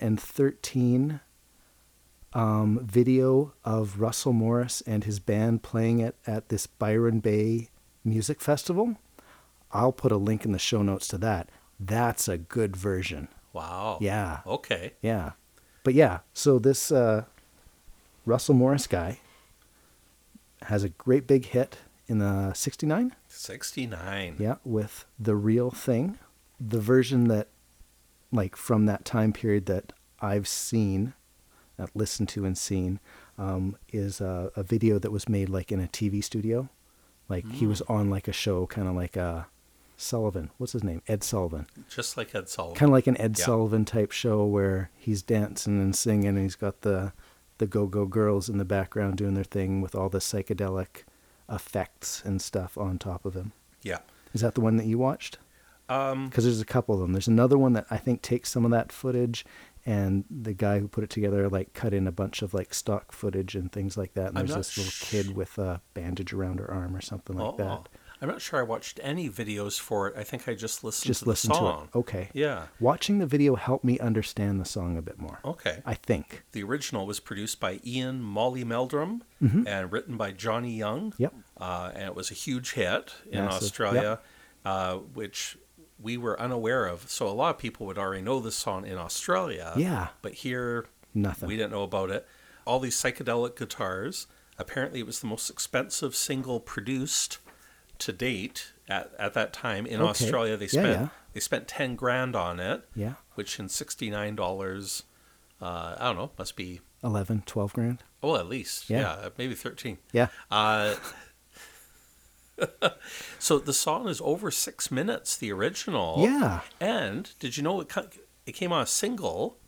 [SPEAKER 5] 2013 um, video of Russell Morris and his band playing it at this Byron Bay Music Festival? I'll put a link in the show notes to that. That's a good version.
[SPEAKER 4] Wow.
[SPEAKER 5] Yeah.
[SPEAKER 4] Okay.
[SPEAKER 5] Yeah. But yeah, so this uh, Russell Morris guy has a great big hit in the 69.
[SPEAKER 4] 69.
[SPEAKER 5] Yeah, with the real thing, the version that, like, from that time period that I've seen, that listened to and seen, um, is a, a video that was made like in a TV studio, like he was on like a show, kind of like uh Sullivan. What's his name? Ed Sullivan.
[SPEAKER 4] Just like Ed Sullivan.
[SPEAKER 5] Kind of like an Ed
[SPEAKER 4] Yeah.
[SPEAKER 5] Sullivan type show where he's dancing and singing, and he's got the the Go Go Girls in the background doing their thing with all the psychedelic effects and stuff on top of him.
[SPEAKER 4] yeah.
[SPEAKER 5] Is that the one that you watched?
[SPEAKER 4] Um,
[SPEAKER 5] Because there's a couple of them. There's another one that I think takes some of that footage, and the guy who put it together like cut in a bunch of like stock footage and things like that. And
[SPEAKER 4] I'm
[SPEAKER 5] there's
[SPEAKER 4] not
[SPEAKER 5] this little
[SPEAKER 4] sh-
[SPEAKER 5] kid with a bandage around her arm or something like
[SPEAKER 4] oh.
[SPEAKER 5] that.
[SPEAKER 4] I'm not sure I watched any videos for it. I think I just listened
[SPEAKER 5] Just
[SPEAKER 4] to the
[SPEAKER 5] listen to
[SPEAKER 4] song.
[SPEAKER 5] it. Oh. Okay.
[SPEAKER 4] Yeah. Oh.
[SPEAKER 5] Watching the video helped me understand the song a bit more.
[SPEAKER 4] Okay.
[SPEAKER 5] I think.
[SPEAKER 4] The original was produced by Ian Molly Meldrum and written by Johnny Young.
[SPEAKER 5] Mm-hmm. Yep.
[SPEAKER 4] Uh, and it was a huge hit in
[SPEAKER 5] Massive.
[SPEAKER 4] Australia,
[SPEAKER 5] Yep.
[SPEAKER 4] uh, which we were unaware of. So a lot of people would already know this song in Australia.
[SPEAKER 5] Yeah.
[SPEAKER 4] But here,
[SPEAKER 5] Nothing.
[SPEAKER 4] we didn't know about it. All these psychedelic guitars. Apparently, it was the most expensive single produced to date at, at that time in
[SPEAKER 5] Okay.
[SPEAKER 4] Australia. They
[SPEAKER 5] Yeah,
[SPEAKER 4] spent
[SPEAKER 5] yeah.
[SPEAKER 4] they spent ten grand on it,
[SPEAKER 5] Yeah.
[SPEAKER 4] which in sixty nine dollars, uh, I don't know, must be
[SPEAKER 5] 11, 12 grand.
[SPEAKER 4] Oh, at least.
[SPEAKER 5] Yeah.
[SPEAKER 4] Yeah, maybe 13.
[SPEAKER 5] Yeah.
[SPEAKER 4] Uh, so the song is over six minutes, the original.
[SPEAKER 5] Yeah.
[SPEAKER 4] And did you know it, co- it came on a single?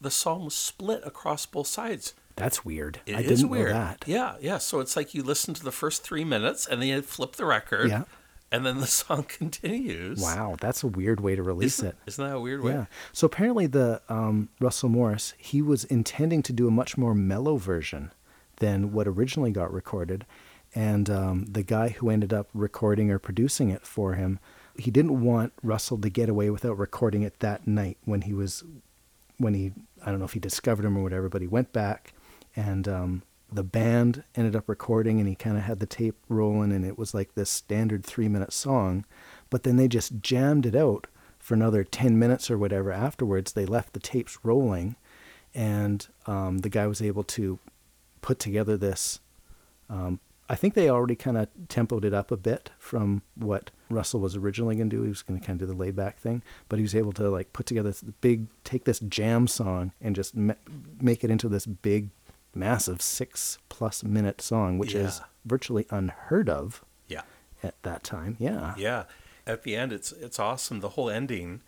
[SPEAKER 4] The song was split across both sides.
[SPEAKER 5] That's weird.
[SPEAKER 4] It
[SPEAKER 5] I
[SPEAKER 4] is
[SPEAKER 5] didn't
[SPEAKER 4] weird.
[SPEAKER 5] know that.
[SPEAKER 4] Yeah, yeah. So it's like you listen to the first three minutes and then you flip the record.
[SPEAKER 5] Yeah.
[SPEAKER 4] And then the song continues.
[SPEAKER 5] Wow, that's a weird way to release
[SPEAKER 4] Isn't,
[SPEAKER 5] it.
[SPEAKER 4] isn't that a weird way?
[SPEAKER 5] Yeah. So apparently, the um, Russell Morris he was intending to do a much more mellow version than what originally got recorded, and um, the guy who ended up recording or producing it for him, he didn't want Russell to get away without recording it that night when he was, when he I don't know if he discovered him or whatever, but he went back and. Um, the band ended up recording and he kind of had the tape rolling and it was like this standard three minute song but then they just jammed it out for another 10 minutes or whatever afterwards they left the tapes rolling and um, the guy was able to put together this um, i think they already kind of tempoed it up a bit from what russell was originally going to do he was going to kind of do the laid back thing but he was able to like put together this big take this jam song and just ma- make it into this big massive six plus minute song which is
[SPEAKER 4] Yeah.
[SPEAKER 5] virtually unheard of
[SPEAKER 4] Yeah.
[SPEAKER 5] at that time yeah
[SPEAKER 4] Yeah, at the end, it's it's awesome. The whole ending.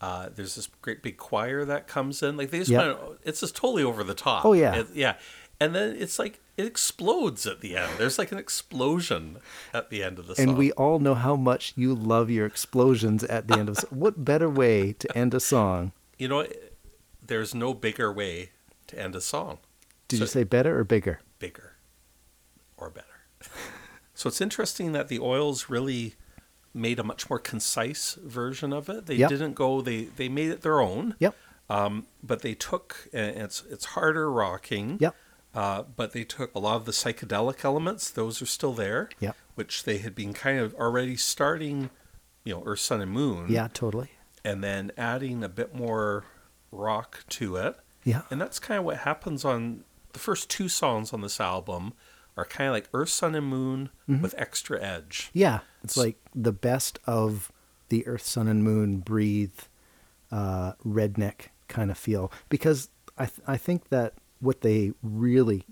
[SPEAKER 4] Uh, there's this great big choir that comes in. Like they just
[SPEAKER 5] Yeah.
[SPEAKER 4] went, it's just totally over the top.
[SPEAKER 5] Oh, yeah.
[SPEAKER 4] It- yeah. And then it's like it explodes at the end. There's like an explosion at the end of the song.
[SPEAKER 5] And we all know how much you love your explosions at the end of what better way to end a song?
[SPEAKER 4] you know, what? there's no bigger way to end a song.
[SPEAKER 5] Did you
[SPEAKER 4] So-
[SPEAKER 5] say better or bigger?
[SPEAKER 4] bigger or better. so it's interesting that the oils really made a much more concise version of it. They
[SPEAKER 5] Yep.
[SPEAKER 4] didn't go they they made it their own.
[SPEAKER 5] Yep.
[SPEAKER 4] Um, but they took and it's it's harder rocking.
[SPEAKER 5] Yep.
[SPEAKER 4] Uh, but they took a lot of the psychedelic elements; those are still there.
[SPEAKER 5] Yep.
[SPEAKER 4] Which they had been kind of already starting, you know, Earth, Sun, and Moon.
[SPEAKER 5] Yeah, totally.
[SPEAKER 4] And then adding a bit more rock to it.
[SPEAKER 5] Yeah.
[SPEAKER 4] And that's kind of what happens on the first two songs on this album are kind of like Earth, Sun, and Moon with extra edge.
[SPEAKER 5] Mm-hmm. Yeah. It's like the best of the Earth, Sun, and Moon breathe, uh, redneck kind of feel. Because I, th- I think that what they really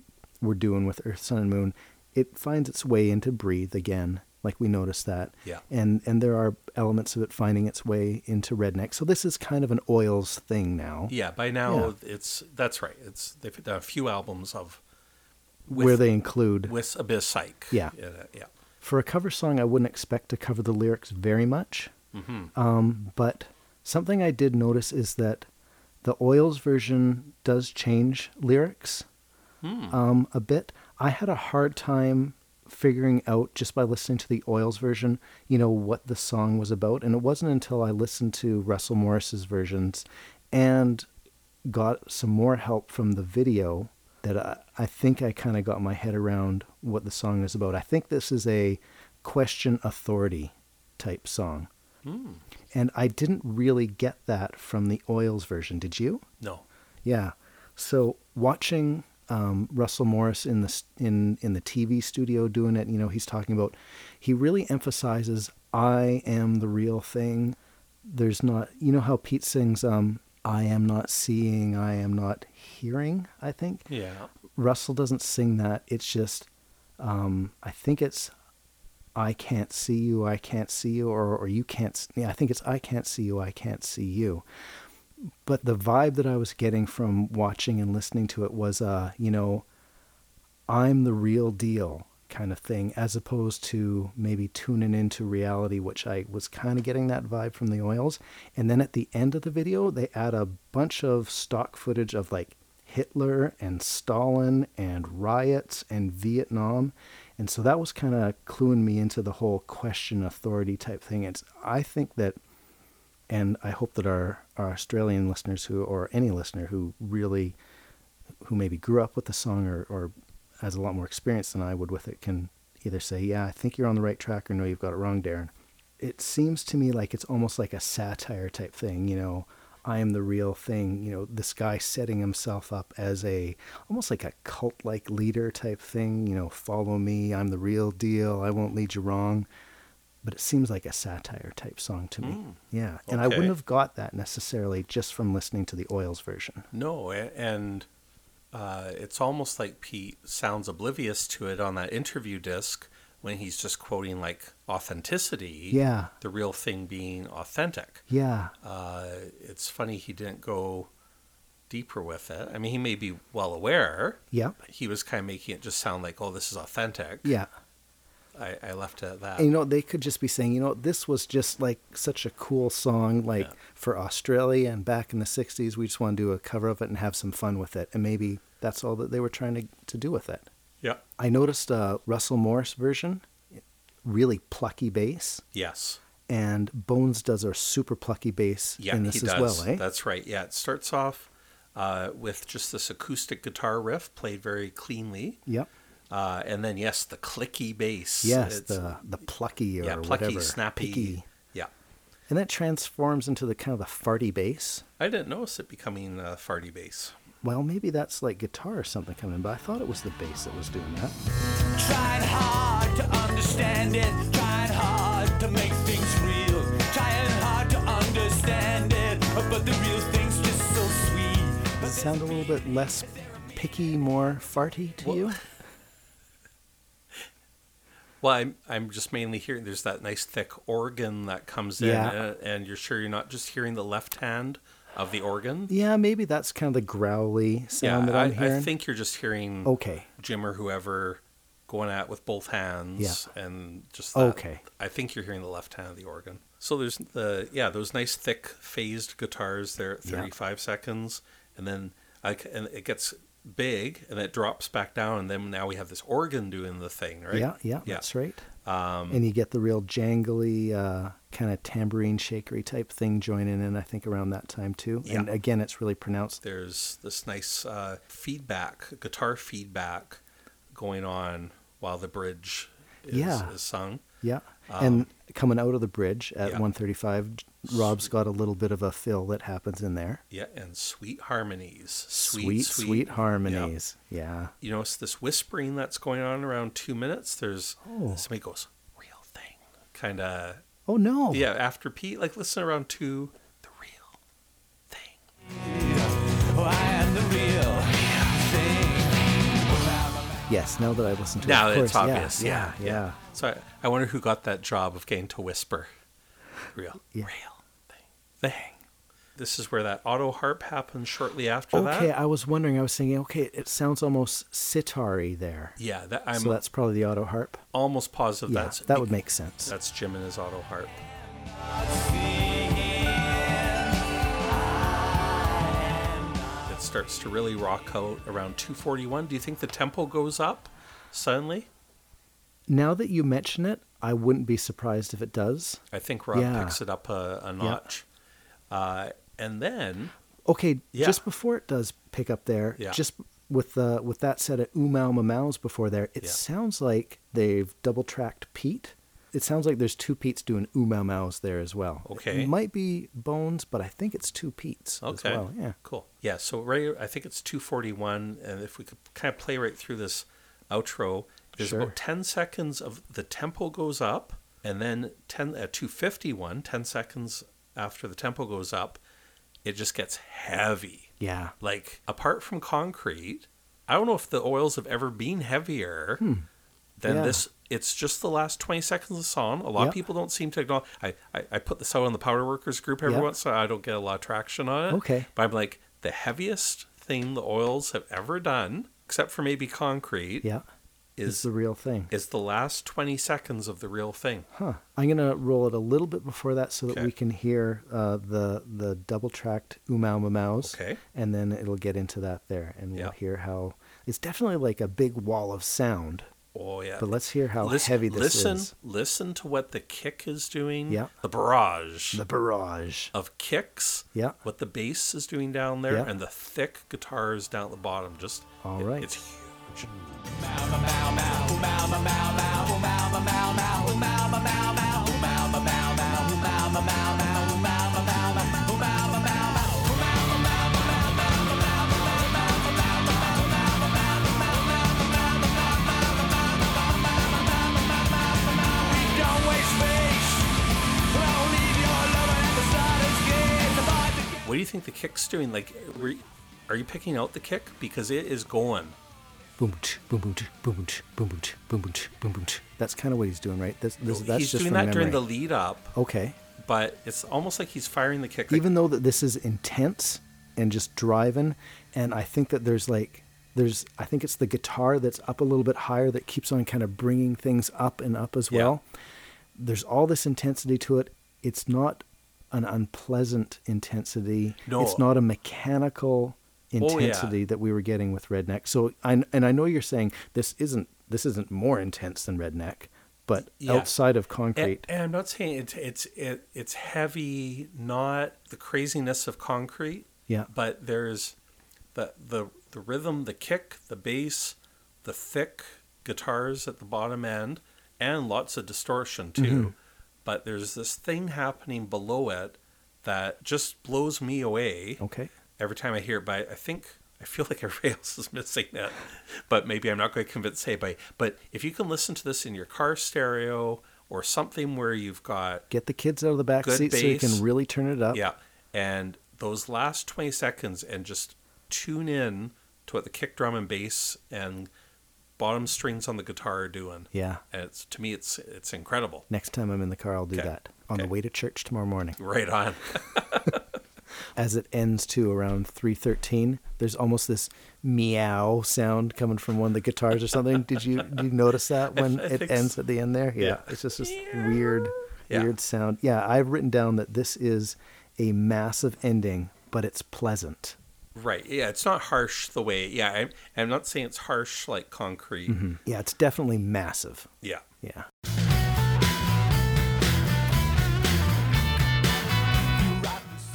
[SPEAKER 5] were doing with Earth, Sun, and Moon, it finds its way into Breathe again. Like we noticed that.
[SPEAKER 4] Yeah.
[SPEAKER 5] And, and there are elements of it finding its way into redneck. So this is kind of an oils thing now.
[SPEAKER 4] Yeah, by now it's that's right. It's they've done a few albums of with,
[SPEAKER 5] where they include
[SPEAKER 4] with a bit of psych.
[SPEAKER 5] Yeah.
[SPEAKER 4] in it, yeah.
[SPEAKER 5] For a cover song, I wouldn't expect to cover the lyrics very much. Um, but something I did notice is that the Oils version does change lyrics um, a bit. I had a hard time figuring out just by listening to the Oils version, you know, what the song was about. And it wasn't until I listened to Russell Morris's versions and got some more help from the video that I, I think I kind of got my head around what the song is about. I think this is a question authority type song. And I didn't really get that from the Oils version. Did you?
[SPEAKER 4] No.
[SPEAKER 5] Yeah. So watching um, Russell Morris in the s- in in the TV studio doing it, you know, he's talking about he really emphasizes I am the real thing. There's not, you know, how Pete sings um, I am not seeing, I am not hearing. I think
[SPEAKER 4] Yeah.
[SPEAKER 5] Russell doesn't sing that. It's just, um, I think it's, I can't see you, I can't see you, or, or you can't, s- yeah, I think it's, I can't see you, I can't see you. But the vibe that I was getting from watching and listening to it was, uh, you know, I'm the real deal kind of thing, as opposed to maybe tuning into reality, which I was kind of getting that vibe from the oils. And then at the end of the video, they add a bunch of stock footage of like Hitler and Stalin and riots and Vietnam. And so that was kind of cluing me into the whole question authority type thing. It's, I think that and I hope that our, our Australian listeners who or any listener who really who maybe grew up with the song or, or has a lot more experience than I would with it can either say, Yeah, I think you're on the right track or no, you've got it wrong, Darren. It seems to me like it's almost like a satire type thing, you know, I am the real thing, you know, this guy setting himself up as a almost like a cult like leader type thing, you know, follow me, I'm the real deal, I won't lead you wrong but it seems like a satire type song to me. yeah, and I
[SPEAKER 4] okay.
[SPEAKER 5] wouldn't have got that necessarily just from listening to the Oils version.
[SPEAKER 4] No, a- and uh, it's almost like Pete sounds oblivious to it on that interview disc when he's just quoting like authenticity.
[SPEAKER 5] Yeah.
[SPEAKER 4] The real thing being authentic.
[SPEAKER 5] Yeah,
[SPEAKER 4] Uh, it's funny he didn't go deeper with it. I mean, he may be well aware.
[SPEAKER 5] yep,
[SPEAKER 4] He was kind of making it just sound like, oh, this is authentic.
[SPEAKER 5] yeah.
[SPEAKER 4] I, I left it at that.
[SPEAKER 5] And, you know, they could just be saying, you know, this was just like such a cool song, like for Australia and back in the '60s. We just want to do a cover of it and have some fun with it, and maybe that's all that they were trying to to do with it.
[SPEAKER 4] yeah.
[SPEAKER 5] I noticed uh, Russell Morris version, really plucky bass,
[SPEAKER 4] Yes.
[SPEAKER 5] and Bones does a super plucky bass
[SPEAKER 4] Yeah,
[SPEAKER 5] in this
[SPEAKER 4] he
[SPEAKER 5] as
[SPEAKER 4] does.
[SPEAKER 5] well, eh?
[SPEAKER 4] That's right. Yeah, it starts off uh, with just this acoustic guitar riff played very cleanly.
[SPEAKER 5] yep.
[SPEAKER 4] Uh, and then, yes, the clicky bass.
[SPEAKER 5] Yes,
[SPEAKER 4] It's-
[SPEAKER 5] the the plucky or
[SPEAKER 4] yeah, plucky,
[SPEAKER 5] whatever,
[SPEAKER 4] snappy.
[SPEAKER 5] picky.
[SPEAKER 4] Yeah.
[SPEAKER 5] and that transforms into the kind of the farty bass.
[SPEAKER 4] I didn't notice it becoming a farty bass.
[SPEAKER 5] Well, maybe that's like guitar or something coming in, but I thought it was the bass that was doing that.
[SPEAKER 2] Trying hard to understand it, trying hard to make things real, trying hard to understand it, but the real thing's just so sweet. But
[SPEAKER 5] Does it sound a little bit less picky, more farty to you?
[SPEAKER 4] Well, I'm, I'm just mainly hearing there's that nice thick organ that comes in,
[SPEAKER 5] Yeah.
[SPEAKER 4] and, and you're sure you're not just hearing the left hand of the organ?
[SPEAKER 5] Yeah, maybe that's kind of the growly sound that
[SPEAKER 4] I,
[SPEAKER 5] I'm hearing. Oh,
[SPEAKER 4] I think you're just hearing
[SPEAKER 5] okay,
[SPEAKER 4] Jim or whoever going at with both hands and just that.
[SPEAKER 5] Okay.
[SPEAKER 4] I think you're hearing the left hand of the organ. So there's the yeah those nice thick phased guitars there at
[SPEAKER 5] Yeah.
[SPEAKER 4] 35 seconds, and then I c and it gets big and it drops back down, and then now we have this organ doing the thing, right?
[SPEAKER 5] yeah, yeah, that's right. Um, and you get the real jangly, uh, kind of tambourine shakery type thing joining in. I think around that time too.
[SPEAKER 4] Yeah.
[SPEAKER 5] And again, it's really pronounced.
[SPEAKER 4] There's this nice uh, feedback, guitar feedback, going on while the bridge is,
[SPEAKER 5] Yeah.
[SPEAKER 4] is sung.
[SPEAKER 5] Yeah. and coming out of the bridge at
[SPEAKER 4] Um, yeah.
[SPEAKER 5] 135, Rob's got a little bit of a fill that happens in there.
[SPEAKER 4] Yeah, and sweet harmonies,
[SPEAKER 5] Sweet, sweet, harmonies. Yeah.
[SPEAKER 4] you notice this whispering that's going on around two minutes. There's
[SPEAKER 5] Oh.
[SPEAKER 4] somebody goes, real thing. Kind of,
[SPEAKER 5] Oh, no.
[SPEAKER 4] yeah, after Pete, like listen around two, the real thing.
[SPEAKER 2] Oh, I am the real thing.
[SPEAKER 5] Yes, now that I listen to
[SPEAKER 4] Now
[SPEAKER 5] it. of
[SPEAKER 4] it's
[SPEAKER 5] course, yeah,
[SPEAKER 4] obvious. Yeah,
[SPEAKER 5] Yeah. Yeah.
[SPEAKER 4] So I, I wonder who got that job of getting to whisper, real,
[SPEAKER 5] Yeah.
[SPEAKER 4] real thing, thing. This is where that auto harp happens shortly after that.
[SPEAKER 5] okay, I was wondering. I was thinking, okay, it sounds almost sitar-y there.
[SPEAKER 4] Yeah, that, I'm
[SPEAKER 5] so that's probably the auto harp.
[SPEAKER 4] almost positive
[SPEAKER 5] Yeah,
[SPEAKER 4] that's
[SPEAKER 5] that would make sense.
[SPEAKER 4] that's Jim and his auto harp. It starts to really rock out around 241. Do you think the tempo goes up suddenly?
[SPEAKER 5] Now that you mention it, I wouldn't be surprised if it does.
[SPEAKER 4] I think Rob
[SPEAKER 5] Yeah.
[SPEAKER 4] picks it up a, a notch. Uh, and then,
[SPEAKER 5] Okay,
[SPEAKER 4] Yeah.
[SPEAKER 5] just before it does pick up there,
[SPEAKER 4] Yeah.
[SPEAKER 5] just with the with that set of umau mamows before there, it
[SPEAKER 4] Yeah.
[SPEAKER 5] sounds like they've double tracked Pete. It sounds like there's two Pete's doing umau maus there as well.
[SPEAKER 4] Okay.
[SPEAKER 5] it might be Bones, but I think it's two Pete's
[SPEAKER 4] okay,
[SPEAKER 5] as well. Yeah,
[SPEAKER 4] cool. Yeah, so right, I think it's 241. And if we could kind of play right through this outro, there's
[SPEAKER 5] Sure.
[SPEAKER 4] about 10 seconds of the tempo goes up, and then uh, 10 at 251, 10 seconds after the tempo goes up, it just gets heavy.
[SPEAKER 5] yeah.
[SPEAKER 4] Like, apart from concrete, I don't know if the oils have ever been heavier than
[SPEAKER 5] Hmm. Yeah.
[SPEAKER 4] this. It's just the last 20 seconds of the song. A lot
[SPEAKER 5] Yeah.
[SPEAKER 4] of people don't seem to acknowledge. I, I, I put this out on the Power Workers group every
[SPEAKER 5] Yeah.
[SPEAKER 4] once in a while. I don't get a lot of traction on it.
[SPEAKER 5] Okay.
[SPEAKER 4] But I'm like, the heaviest thing the oils have ever done, except for maybe concrete,
[SPEAKER 5] Yeah, it's
[SPEAKER 4] is,
[SPEAKER 5] the real thing.
[SPEAKER 4] is the last 20 seconds of the real thing.
[SPEAKER 5] Huh. I'm gonna roll it a little bit before that so that
[SPEAKER 4] Okay.
[SPEAKER 5] we can hear uh, the the double tracked umau mamaus.
[SPEAKER 4] Okay.
[SPEAKER 5] And then it'll get into that there, and we'll
[SPEAKER 4] Yeah.
[SPEAKER 5] hear how it's definitely like a big wall of sound.
[SPEAKER 4] Oh, yeah.
[SPEAKER 5] But let's hear how
[SPEAKER 4] Lis-
[SPEAKER 5] heavy this
[SPEAKER 4] listen,
[SPEAKER 5] is.
[SPEAKER 4] Listen to what the kick is doing.
[SPEAKER 5] Yeah.
[SPEAKER 4] The barrage.
[SPEAKER 5] The barrage.
[SPEAKER 4] of kicks.
[SPEAKER 5] Yeah.
[SPEAKER 4] What the bass is doing down there
[SPEAKER 5] Yeah.
[SPEAKER 4] and the thick guitars down at the bottom. Just
[SPEAKER 5] All
[SPEAKER 4] it-
[SPEAKER 5] right.
[SPEAKER 4] It's huge. What do you think the kick's doing? Like, were you- are you picking out the kick because it is going?
[SPEAKER 5] Boom ch, boom boom ch, boom boom ch, boom boom ch, boom boom ch, boom boom ch. That's kind of what he's doing, right? This, this, that's
[SPEAKER 4] Oh, he's
[SPEAKER 5] just
[SPEAKER 4] doing
[SPEAKER 5] from
[SPEAKER 4] that during the
[SPEAKER 5] memory.
[SPEAKER 4] lead up,
[SPEAKER 5] Okay.
[SPEAKER 4] but it's almost like he's firing the kick. like,
[SPEAKER 5] Even though that this is intense and just driving, and I think that there's like there's I think it's the guitar that's up a little bit higher that keeps on kind of bringing things up and up as
[SPEAKER 4] Yeah.
[SPEAKER 5] well. There's all this intensity to it. It's not an unpleasant intensity.
[SPEAKER 4] No.
[SPEAKER 5] It's not a mechanical
[SPEAKER 4] Oh, yeah.
[SPEAKER 5] intensity that we were getting with redneck. So I and I know you're saying this isn't this isn't more intense than redneck, but
[SPEAKER 4] Yeah.
[SPEAKER 5] outside of
[SPEAKER 4] and,
[SPEAKER 5] concrete,
[SPEAKER 4] and I'm not saying it's it's it, it's heavy, not the craziness of concrete.
[SPEAKER 5] Yeah.
[SPEAKER 4] But there's the the the rhythm, the kick, the bass, the thick guitars at the bottom end, and lots of distortion too.
[SPEAKER 5] Mm-hmm.
[SPEAKER 4] But there's this thing happening below it that just blows me away
[SPEAKER 5] okay.
[SPEAKER 4] every time I hear it. But I think I feel like everybody else is missing that. But maybe I'm not going to convince anybody. But if you can listen to this in your car stereo or something where you've got
[SPEAKER 5] Get the kids out of the back
[SPEAKER 4] Good
[SPEAKER 5] seat so you
[SPEAKER 4] bass.
[SPEAKER 5] can really turn it up.
[SPEAKER 4] yeah, and those last 20 seconds and just tune in to what the kick drum and bass and bottom strings on the guitar are doing.
[SPEAKER 5] Yeah.
[SPEAKER 4] And it's to me it's it's incredible.
[SPEAKER 5] Next time I'm in the car, I'll do
[SPEAKER 4] Okay.
[SPEAKER 5] that on the
[SPEAKER 4] Okay.
[SPEAKER 5] way to church tomorrow morning.
[SPEAKER 4] Right on.
[SPEAKER 5] As it ends to around 3:13, there's almost this meow sound coming from one of the guitars or something. did you did you notice that when
[SPEAKER 4] I
[SPEAKER 5] it
[SPEAKER 4] think
[SPEAKER 5] ends
[SPEAKER 4] so.
[SPEAKER 5] at the end there? Yeah,
[SPEAKER 4] Yeah.
[SPEAKER 5] it's just this weird
[SPEAKER 4] Yeah.
[SPEAKER 5] weird sound. Yeah, I've written down that this is a massive ending, but it's pleasant.
[SPEAKER 4] right. Yeah, it's not harsh the way. Yeah, I'm, I'm not saying it's harsh like concrete.
[SPEAKER 5] Yeah, it's definitely massive.
[SPEAKER 4] Yeah.
[SPEAKER 5] Yeah.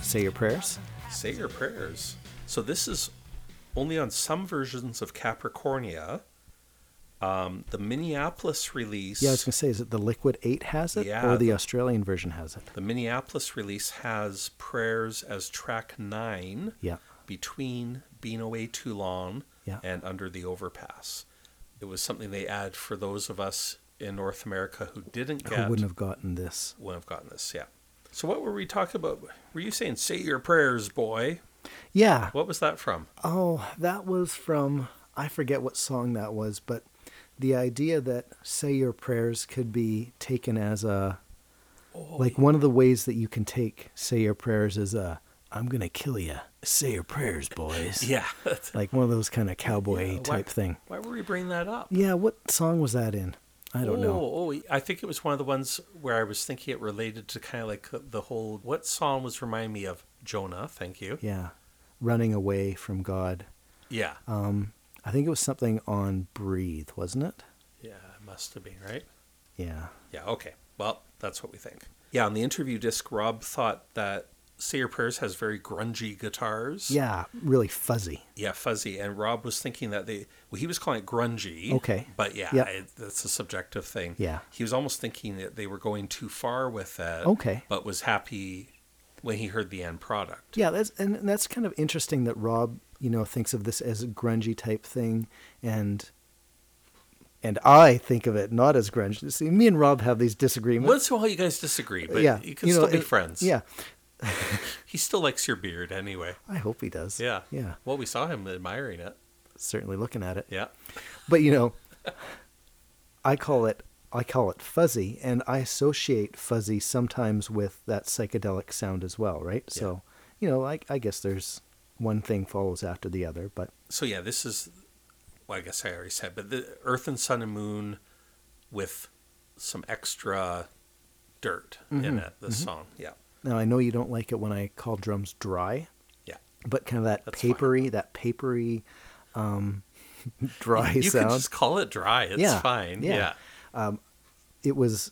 [SPEAKER 5] Say your prayers.
[SPEAKER 4] Say your prayers. So this is only on some versions of Capricornia. Um, the Minneapolis release.
[SPEAKER 5] Yeah, I was gonna say, is it the Liquid Eight has it,
[SPEAKER 4] Yeah,
[SPEAKER 5] or the
[SPEAKER 4] the-
[SPEAKER 5] Australian version has it?
[SPEAKER 4] The Minneapolis release has prayers as track nine
[SPEAKER 5] Yeah,
[SPEAKER 4] between Being Away Too Long
[SPEAKER 5] Yeah.
[SPEAKER 4] and Under the Overpass. It was something they add for those of us in North America who didn't
[SPEAKER 5] who
[SPEAKER 4] get
[SPEAKER 5] wouldn't have gotten this?
[SPEAKER 4] wouldn't have gotten this, yeah. So what were we talking about? Were you saying say your prayers, boy?
[SPEAKER 5] Yeah.
[SPEAKER 4] What was that from?
[SPEAKER 5] Oh, that was from I forget what song that was, but the idea that say your prayers could be taken as a like one of the ways that you can take say your prayers is a I'm gonna kill you. Say your prayers, boys.
[SPEAKER 4] Oh, Yeah.
[SPEAKER 5] Like one of those kind of cowboy
[SPEAKER 4] Why-
[SPEAKER 5] type thing.
[SPEAKER 4] Why were we bringing that up?
[SPEAKER 5] Yeah, what song was that in? I don't know.
[SPEAKER 4] Oh, oh, I think it was one of the ones where I was thinking it related to kind of like uh, the whole. What song was remind me of Jonah? Thank you.
[SPEAKER 5] Yeah, running away from God.
[SPEAKER 4] Yeah,
[SPEAKER 5] Um, I think it was something on Breathe, wasn't it?
[SPEAKER 4] yeah, it must have been right.
[SPEAKER 5] Yeah.
[SPEAKER 4] Yeah, okay. Well, that's what we think. Yeah, on the interview disc, Rob thought that Say Your Prayers has very grungy guitars.
[SPEAKER 5] Yeah, really fuzzy.
[SPEAKER 4] Yeah, fuzzy. And Rob was thinking that they, well, he was calling it grungy.
[SPEAKER 5] Okay.
[SPEAKER 4] But yeah,
[SPEAKER 5] Yep.
[SPEAKER 4] it, that's a subjective thing.
[SPEAKER 5] Yeah.
[SPEAKER 4] He was almost thinking that they were going too far with it.
[SPEAKER 5] Okay.
[SPEAKER 4] But was happy when he heard the end product.
[SPEAKER 5] Yeah, that's and that's kind of interesting that Rob, you know, thinks of this as a grungy type thing, and and I think of it not as grunge. See, me and Rob have these disagreements.
[SPEAKER 4] Once in a while, you guys disagree, but
[SPEAKER 5] yeah,
[SPEAKER 4] you can still be
[SPEAKER 5] it-
[SPEAKER 4] friends.
[SPEAKER 5] Yeah,
[SPEAKER 4] He still likes your beard anyway.
[SPEAKER 5] I hope he does.
[SPEAKER 4] Yeah.
[SPEAKER 5] yeah,
[SPEAKER 4] Well, we saw him admiring it.
[SPEAKER 5] certainly looking at it.
[SPEAKER 4] Yeah.
[SPEAKER 5] But you know, I call it I call it fuzzy, and I associate fuzzy sometimes with that psychedelic sound as well, right? So, you know, I, I guess there's one thing follows after the other, but
[SPEAKER 4] so yeah, this is. Well, I guess I already said, but the Earth and Sun and Moon, with some extra dirt
[SPEAKER 5] Mm-hmm.
[SPEAKER 4] in it. The song, yeah,
[SPEAKER 5] now I know you don't like it when I call drums dry,
[SPEAKER 4] yeah.
[SPEAKER 5] but kind of that
[SPEAKER 4] That's fine.
[SPEAKER 5] papery, that papery, um, dry
[SPEAKER 4] You
[SPEAKER 5] sound.
[SPEAKER 4] can just call it dry. It's
[SPEAKER 5] Yeah,
[SPEAKER 4] fine.
[SPEAKER 5] yeah.
[SPEAKER 4] Yeah.
[SPEAKER 5] It was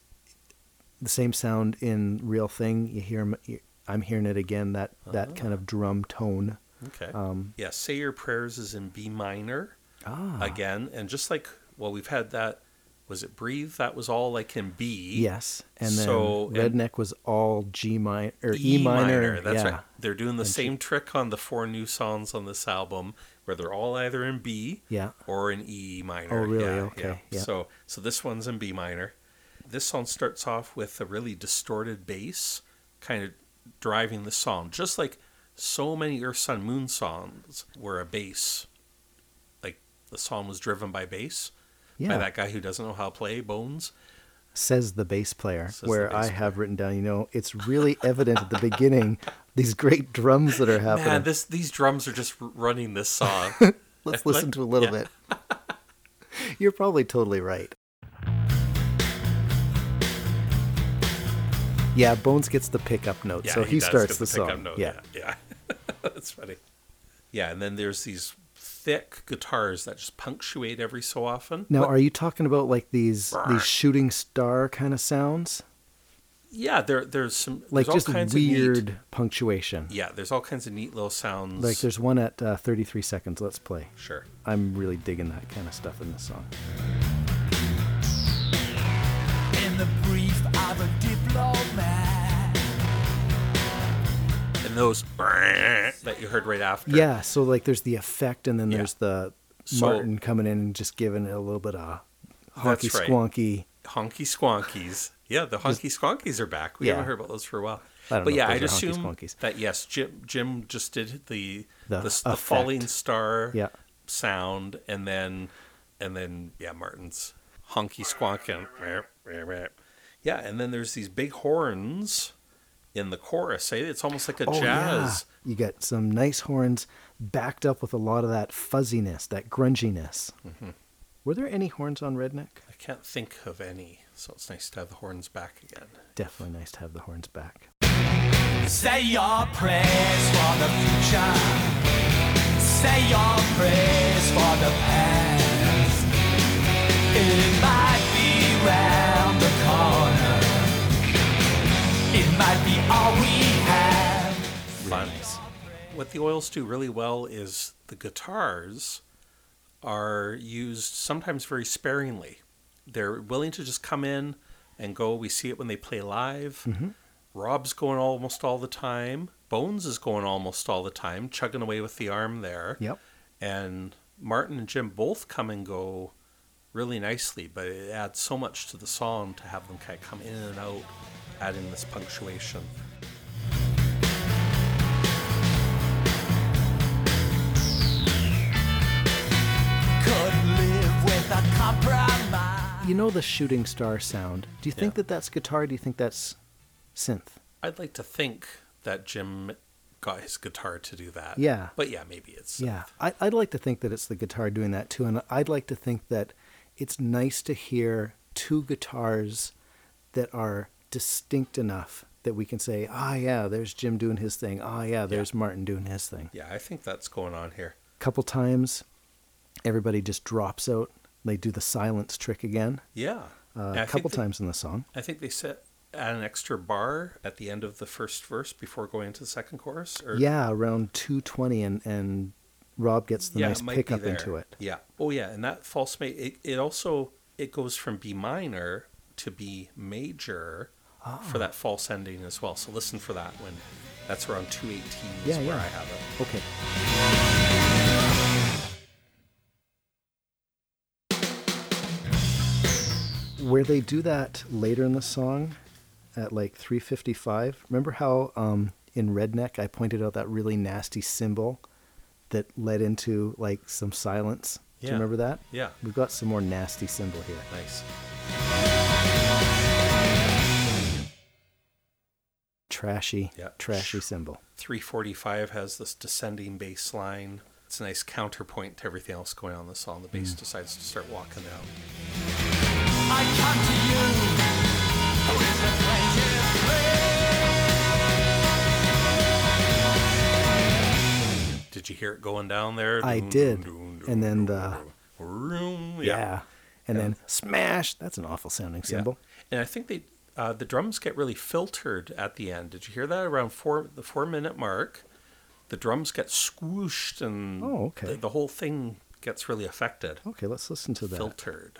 [SPEAKER 5] the same sound in Real Thing. You hear, 'em- you- I'm hearing it again. That that kind
[SPEAKER 4] Oh.
[SPEAKER 5] of drum tone.
[SPEAKER 4] Okay. yeah. Say your prayers is in B minor
[SPEAKER 5] Um, Ah,
[SPEAKER 4] again, and just like well, we've had that. Was it breathe? That was all like in B.
[SPEAKER 5] Yes, and then
[SPEAKER 4] So, and-
[SPEAKER 5] Redneck was all G minor or
[SPEAKER 4] E, minor. That's
[SPEAKER 5] yeah.
[SPEAKER 4] right. They're doing the same trick on the four new songs on this album, where they're all either in B,
[SPEAKER 5] Yeah.
[SPEAKER 4] or in E minor.
[SPEAKER 5] Oh, really?
[SPEAKER 4] Yeah,
[SPEAKER 5] Okay, yeah.
[SPEAKER 4] So, so this one's in B minor. This song starts off with a really distorted bass, kind of driving the song, just like so many Earth, Sun, Moon songs were a bass. Like the song was driven by bass,
[SPEAKER 5] Yeah,
[SPEAKER 4] by that guy who doesn't know how to play Bones.
[SPEAKER 5] says the bass player.
[SPEAKER 4] Says the
[SPEAKER 5] where
[SPEAKER 4] bass
[SPEAKER 5] I have written down, you know, it's really evident at the beginning these great drums that are happening.
[SPEAKER 4] Man, this these drums are just r- running this song.
[SPEAKER 5] Let's listen to a little
[SPEAKER 4] yeah.
[SPEAKER 5] bit. You're probably totally right. Yeah, Bones gets the pickup note, so he,
[SPEAKER 4] does
[SPEAKER 5] starts
[SPEAKER 4] get
[SPEAKER 5] the,
[SPEAKER 4] pickup
[SPEAKER 5] song.
[SPEAKER 4] note,
[SPEAKER 5] yeah.
[SPEAKER 4] yeah, yeah. that's funny. Yeah, and then there's these thick guitars that just punctuate every so often.
[SPEAKER 5] Now,
[SPEAKER 4] But-
[SPEAKER 5] are you talking about like these
[SPEAKER 4] Brrr.
[SPEAKER 5] these shooting star kind of sounds?
[SPEAKER 4] yeah, there there's some
[SPEAKER 5] Like
[SPEAKER 4] there's all
[SPEAKER 5] just
[SPEAKER 4] kinds Of
[SPEAKER 5] weird
[SPEAKER 4] neat,
[SPEAKER 5] punctuation.
[SPEAKER 4] yeah, there's all kinds of neat little sounds.
[SPEAKER 5] Like there's one at uh, 33 seconds. Let's play.
[SPEAKER 4] sure.
[SPEAKER 5] I'm really digging that kind of stuff in this song.
[SPEAKER 2] in the brief of a diplomat.
[SPEAKER 4] And those that you heard right after.
[SPEAKER 5] Yeah, so like there's the effect, and then
[SPEAKER 4] Yeah.
[SPEAKER 5] there's the
[SPEAKER 4] So-
[SPEAKER 5] Martin coming in and just giving it a little bit of
[SPEAKER 4] That's
[SPEAKER 5] honky
[SPEAKER 4] right.
[SPEAKER 5] squonky.
[SPEAKER 4] Honky Squonkies. Yeah, the Honky Squonkies are back. We
[SPEAKER 5] Yeah.
[SPEAKER 4] haven't heard about those for a while.
[SPEAKER 5] I don't
[SPEAKER 4] but
[SPEAKER 5] know
[SPEAKER 4] yeah,
[SPEAKER 5] if
[SPEAKER 4] I'd
[SPEAKER 5] those are Honky
[SPEAKER 4] assume
[SPEAKER 5] Squonkies.
[SPEAKER 4] that yes, Jim Jim just did the
[SPEAKER 5] The
[SPEAKER 4] the, s- the
[SPEAKER 5] effect.
[SPEAKER 4] falling star
[SPEAKER 5] Yeah.
[SPEAKER 4] sound, and then and then yeah, Martin's honky squonking. Yeah, and then there's these big horns in the chorus. eh? It's almost like a
[SPEAKER 5] Oh, yeah.
[SPEAKER 4] jazz.
[SPEAKER 5] You got some nice horns backed up with a lot of that fuzziness, that grunginess. Were there any horns on Redneck?
[SPEAKER 4] I can't think of any, so it's nice to have the horns back again.
[SPEAKER 5] Definitely nice to have the horns back.
[SPEAKER 2] Say your prayers for the future. Say your prayers for the past. It might be round the corner. It might be all we have.
[SPEAKER 4] fun. What the oils do really well is the guitars are used sometimes very sparingly. They're willing to just come in and go. We see it when they play live. Rob's going almost all the time. Bones is going almost all the time, chugging away with the arm there.
[SPEAKER 5] Yep.
[SPEAKER 4] And Martin and Jim both come and go really nicely, but it adds so much to the song to have them kind of come in and out, adding this punctuation.
[SPEAKER 2] Could live with a compromise.
[SPEAKER 5] You know the shooting star sound. Do you think
[SPEAKER 4] Yeah.
[SPEAKER 5] that that's guitar? Do you think that's synth?
[SPEAKER 4] I'd like to think that Jim got his guitar to do that.
[SPEAKER 5] Yeah.
[SPEAKER 4] But yeah, maybe it's
[SPEAKER 5] Yeah, I, I'd like to think that it's the guitar doing that too, and I'd like to think that it's nice to hear two guitars that are distinct enough that we can say, "Ah, yeah, there's Jim doing his thing. Ah, yeah, there's Martin doing his thing."
[SPEAKER 4] Yeah, I think that's going on here.
[SPEAKER 5] couple times, everybody just drops out. They do the silence trick again
[SPEAKER 4] Yeah.
[SPEAKER 5] uh,
[SPEAKER 4] And I
[SPEAKER 5] a
[SPEAKER 4] think
[SPEAKER 5] couple
[SPEAKER 4] they-
[SPEAKER 5] times in the song.
[SPEAKER 4] I think they set add an extra bar at the end of the first verse before going into the second chorus. Or
[SPEAKER 5] Yeah, around two twenty, and and Rob gets the
[SPEAKER 4] yeah,
[SPEAKER 5] nice
[SPEAKER 4] it might
[SPEAKER 5] pickup
[SPEAKER 4] be there.
[SPEAKER 5] into it.
[SPEAKER 4] Yeah. Oh yeah, and that false ma it, it also it goes from B minor to B major
[SPEAKER 5] Ah.
[SPEAKER 4] for that false ending as well. So listen for that when that's around two eighteen is
[SPEAKER 5] Yeah,
[SPEAKER 4] where
[SPEAKER 5] yeah.
[SPEAKER 4] I have it.
[SPEAKER 5] Okay. Where they do that later in the song at like 355. Remember how um, in Redneck I pointed out that really nasty symbol that led into like some silence? Do
[SPEAKER 4] Yeah.
[SPEAKER 5] you remember that?
[SPEAKER 4] Yeah.
[SPEAKER 5] We've got some more nasty symbol here.
[SPEAKER 4] Nice.
[SPEAKER 5] Trashy,
[SPEAKER 4] Yeah.
[SPEAKER 5] trashy symbol.
[SPEAKER 4] 345 has this descending bass line. It's a nice counterpoint to everything else going on in the song. The bass
[SPEAKER 5] Mm.
[SPEAKER 4] decides to start walking out.
[SPEAKER 2] I come to you with a plaintive
[SPEAKER 4] Did you hear it going down there?
[SPEAKER 5] I
[SPEAKER 4] Dun,
[SPEAKER 5] did.
[SPEAKER 4] dun, dun,
[SPEAKER 5] And then the,
[SPEAKER 4] dun, vroom.
[SPEAKER 5] yeah. And then smash. That's an awful sounding
[SPEAKER 4] Yeah.
[SPEAKER 5] symbol.
[SPEAKER 4] And I think they uh, the drums get really filtered at the end. Did you hear that? Around four the four minute mark, the drums get squooshed and
[SPEAKER 5] Oh, okay.
[SPEAKER 4] the, the whole thing gets really affected.
[SPEAKER 5] Okay, let's listen to that.
[SPEAKER 4] Filtered.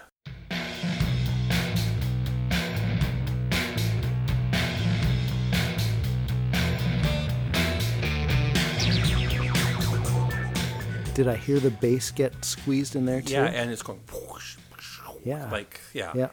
[SPEAKER 5] Did I hear the bass get squeezed in there too?
[SPEAKER 4] Yeah, and it's going whoosh, whoosh,
[SPEAKER 5] Yeah.
[SPEAKER 4] like yeah.
[SPEAKER 5] yeah.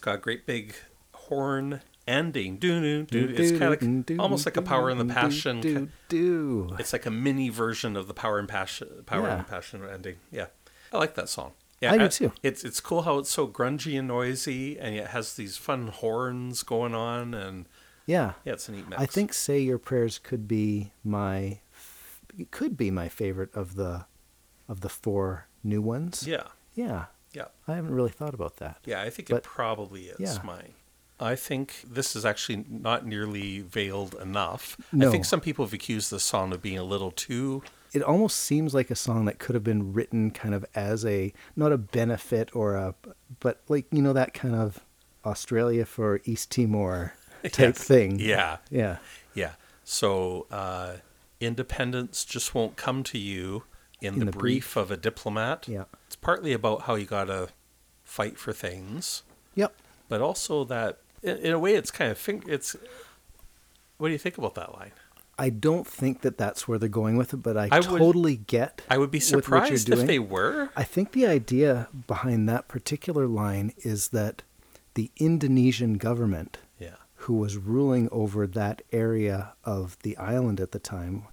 [SPEAKER 4] Got a great big horn ending. Doo doo doo.
[SPEAKER 5] Do,
[SPEAKER 4] It's
[SPEAKER 5] do,
[SPEAKER 4] kind of
[SPEAKER 5] do, do,
[SPEAKER 4] almost like a Power and the
[SPEAKER 5] do,
[SPEAKER 4] Passion.
[SPEAKER 5] Do,
[SPEAKER 4] ki-
[SPEAKER 5] do.
[SPEAKER 4] It's like a mini version of the Power and Passion, Power
[SPEAKER 5] Yeah.
[SPEAKER 4] and Passion ending. Yeah, I like that song. Yeah,
[SPEAKER 5] I do too.
[SPEAKER 4] It's it's cool how it's so grungy and noisy, and yet has these fun horns going on, and
[SPEAKER 5] Yeah.
[SPEAKER 4] yeah, it's a neat mix.
[SPEAKER 5] I think "Say Your Prayers" could be my, it could be my favorite of the, of the four new ones.
[SPEAKER 4] Yeah,
[SPEAKER 5] Yeah.
[SPEAKER 4] yeah,
[SPEAKER 5] I haven't really thought about that.
[SPEAKER 4] yeah. I think
[SPEAKER 5] But-
[SPEAKER 4] it probably is
[SPEAKER 5] yeah.
[SPEAKER 4] mine. I think this is actually not nearly veiled enough.
[SPEAKER 5] No.
[SPEAKER 4] I think some people have accused this song of being a little too.
[SPEAKER 5] It almost seems like a song that could have been written kind of as a not a benefit or a, but like you know that kind of Australia for East Timor type thing.
[SPEAKER 4] Yeah,
[SPEAKER 5] Yeah.
[SPEAKER 4] Yeah. So uh, independence just won't come to you in, the,
[SPEAKER 5] the
[SPEAKER 4] brief, of a diplomat.
[SPEAKER 5] Yeah.
[SPEAKER 4] It's partly about how you gotta fight for things,
[SPEAKER 5] Yep.
[SPEAKER 4] but also that in, in a way it's kind of fing- it's. What do you think about that line?
[SPEAKER 5] I don't think that that's where they're going with it, but I,
[SPEAKER 4] I would-
[SPEAKER 5] totally get.
[SPEAKER 4] I would be
[SPEAKER 5] what- what you're
[SPEAKER 4] surprised if
[SPEAKER 5] doing.
[SPEAKER 4] they were.
[SPEAKER 5] I think the idea behind that particular line is that the Indonesian government,
[SPEAKER 4] Yeah.
[SPEAKER 5] who was ruling over that area of the island at the time,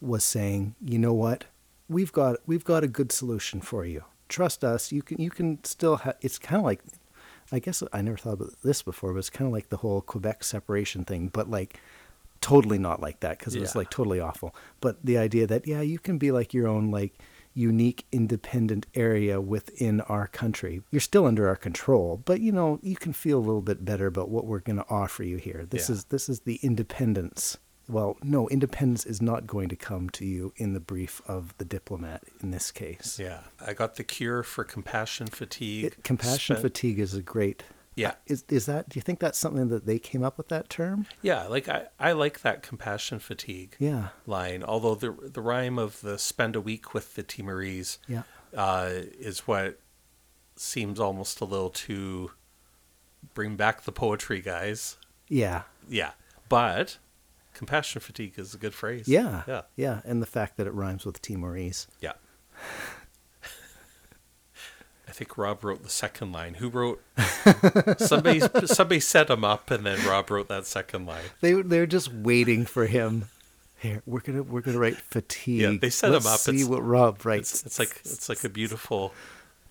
[SPEAKER 5] was saying, "You know what? We've got we've got a good solution for you. Trust us. You can you can still have. It's kind of like." I guess I never thought about this before, but it's kind of like the whole Quebec separation thing, but like totally not like that because it was
[SPEAKER 4] Yeah.
[SPEAKER 5] like totally awful. But the idea that yeah, you can be like your own like unique independent area within our country. You're still under our control, but you know, you can feel a little bit better about what we're going to offer you here. This
[SPEAKER 4] Yeah.
[SPEAKER 5] is this is the independence. Well, no, independence is not going to come to you in the brief of the diplomat in this case.
[SPEAKER 4] Yeah. I got the cure for compassion fatigue.
[SPEAKER 5] It, compassion
[SPEAKER 4] Spent-
[SPEAKER 5] fatigue is a great
[SPEAKER 4] Yeah.
[SPEAKER 5] is is that do you think that's something that they came up with that term?
[SPEAKER 4] Yeah. Like I, I like that compassion fatigue
[SPEAKER 5] Yeah.
[SPEAKER 4] line. Although the the rhyme of the spend a week with the Timorese
[SPEAKER 5] Yeah.
[SPEAKER 4] uh, is what seems almost a little too bring back the poetry, guys.
[SPEAKER 5] Yeah.
[SPEAKER 4] Yeah, but compassion fatigue is a good phrase.
[SPEAKER 5] Yeah.
[SPEAKER 4] yeah,
[SPEAKER 5] Yeah. And the fact that it rhymes with Timorese.
[SPEAKER 4] yeah. I think Rob wrote the second line. Who wrote? somebody somebody set him up, and then Rob wrote that second line.
[SPEAKER 5] They they're just waiting for him. Here, we're gonna we're gonna write fatigue.
[SPEAKER 4] Yeah, they set
[SPEAKER 5] Let's
[SPEAKER 4] him up.
[SPEAKER 5] See
[SPEAKER 4] It's-
[SPEAKER 5] what Rob writes.
[SPEAKER 4] It's, it's like it's like a beautiful,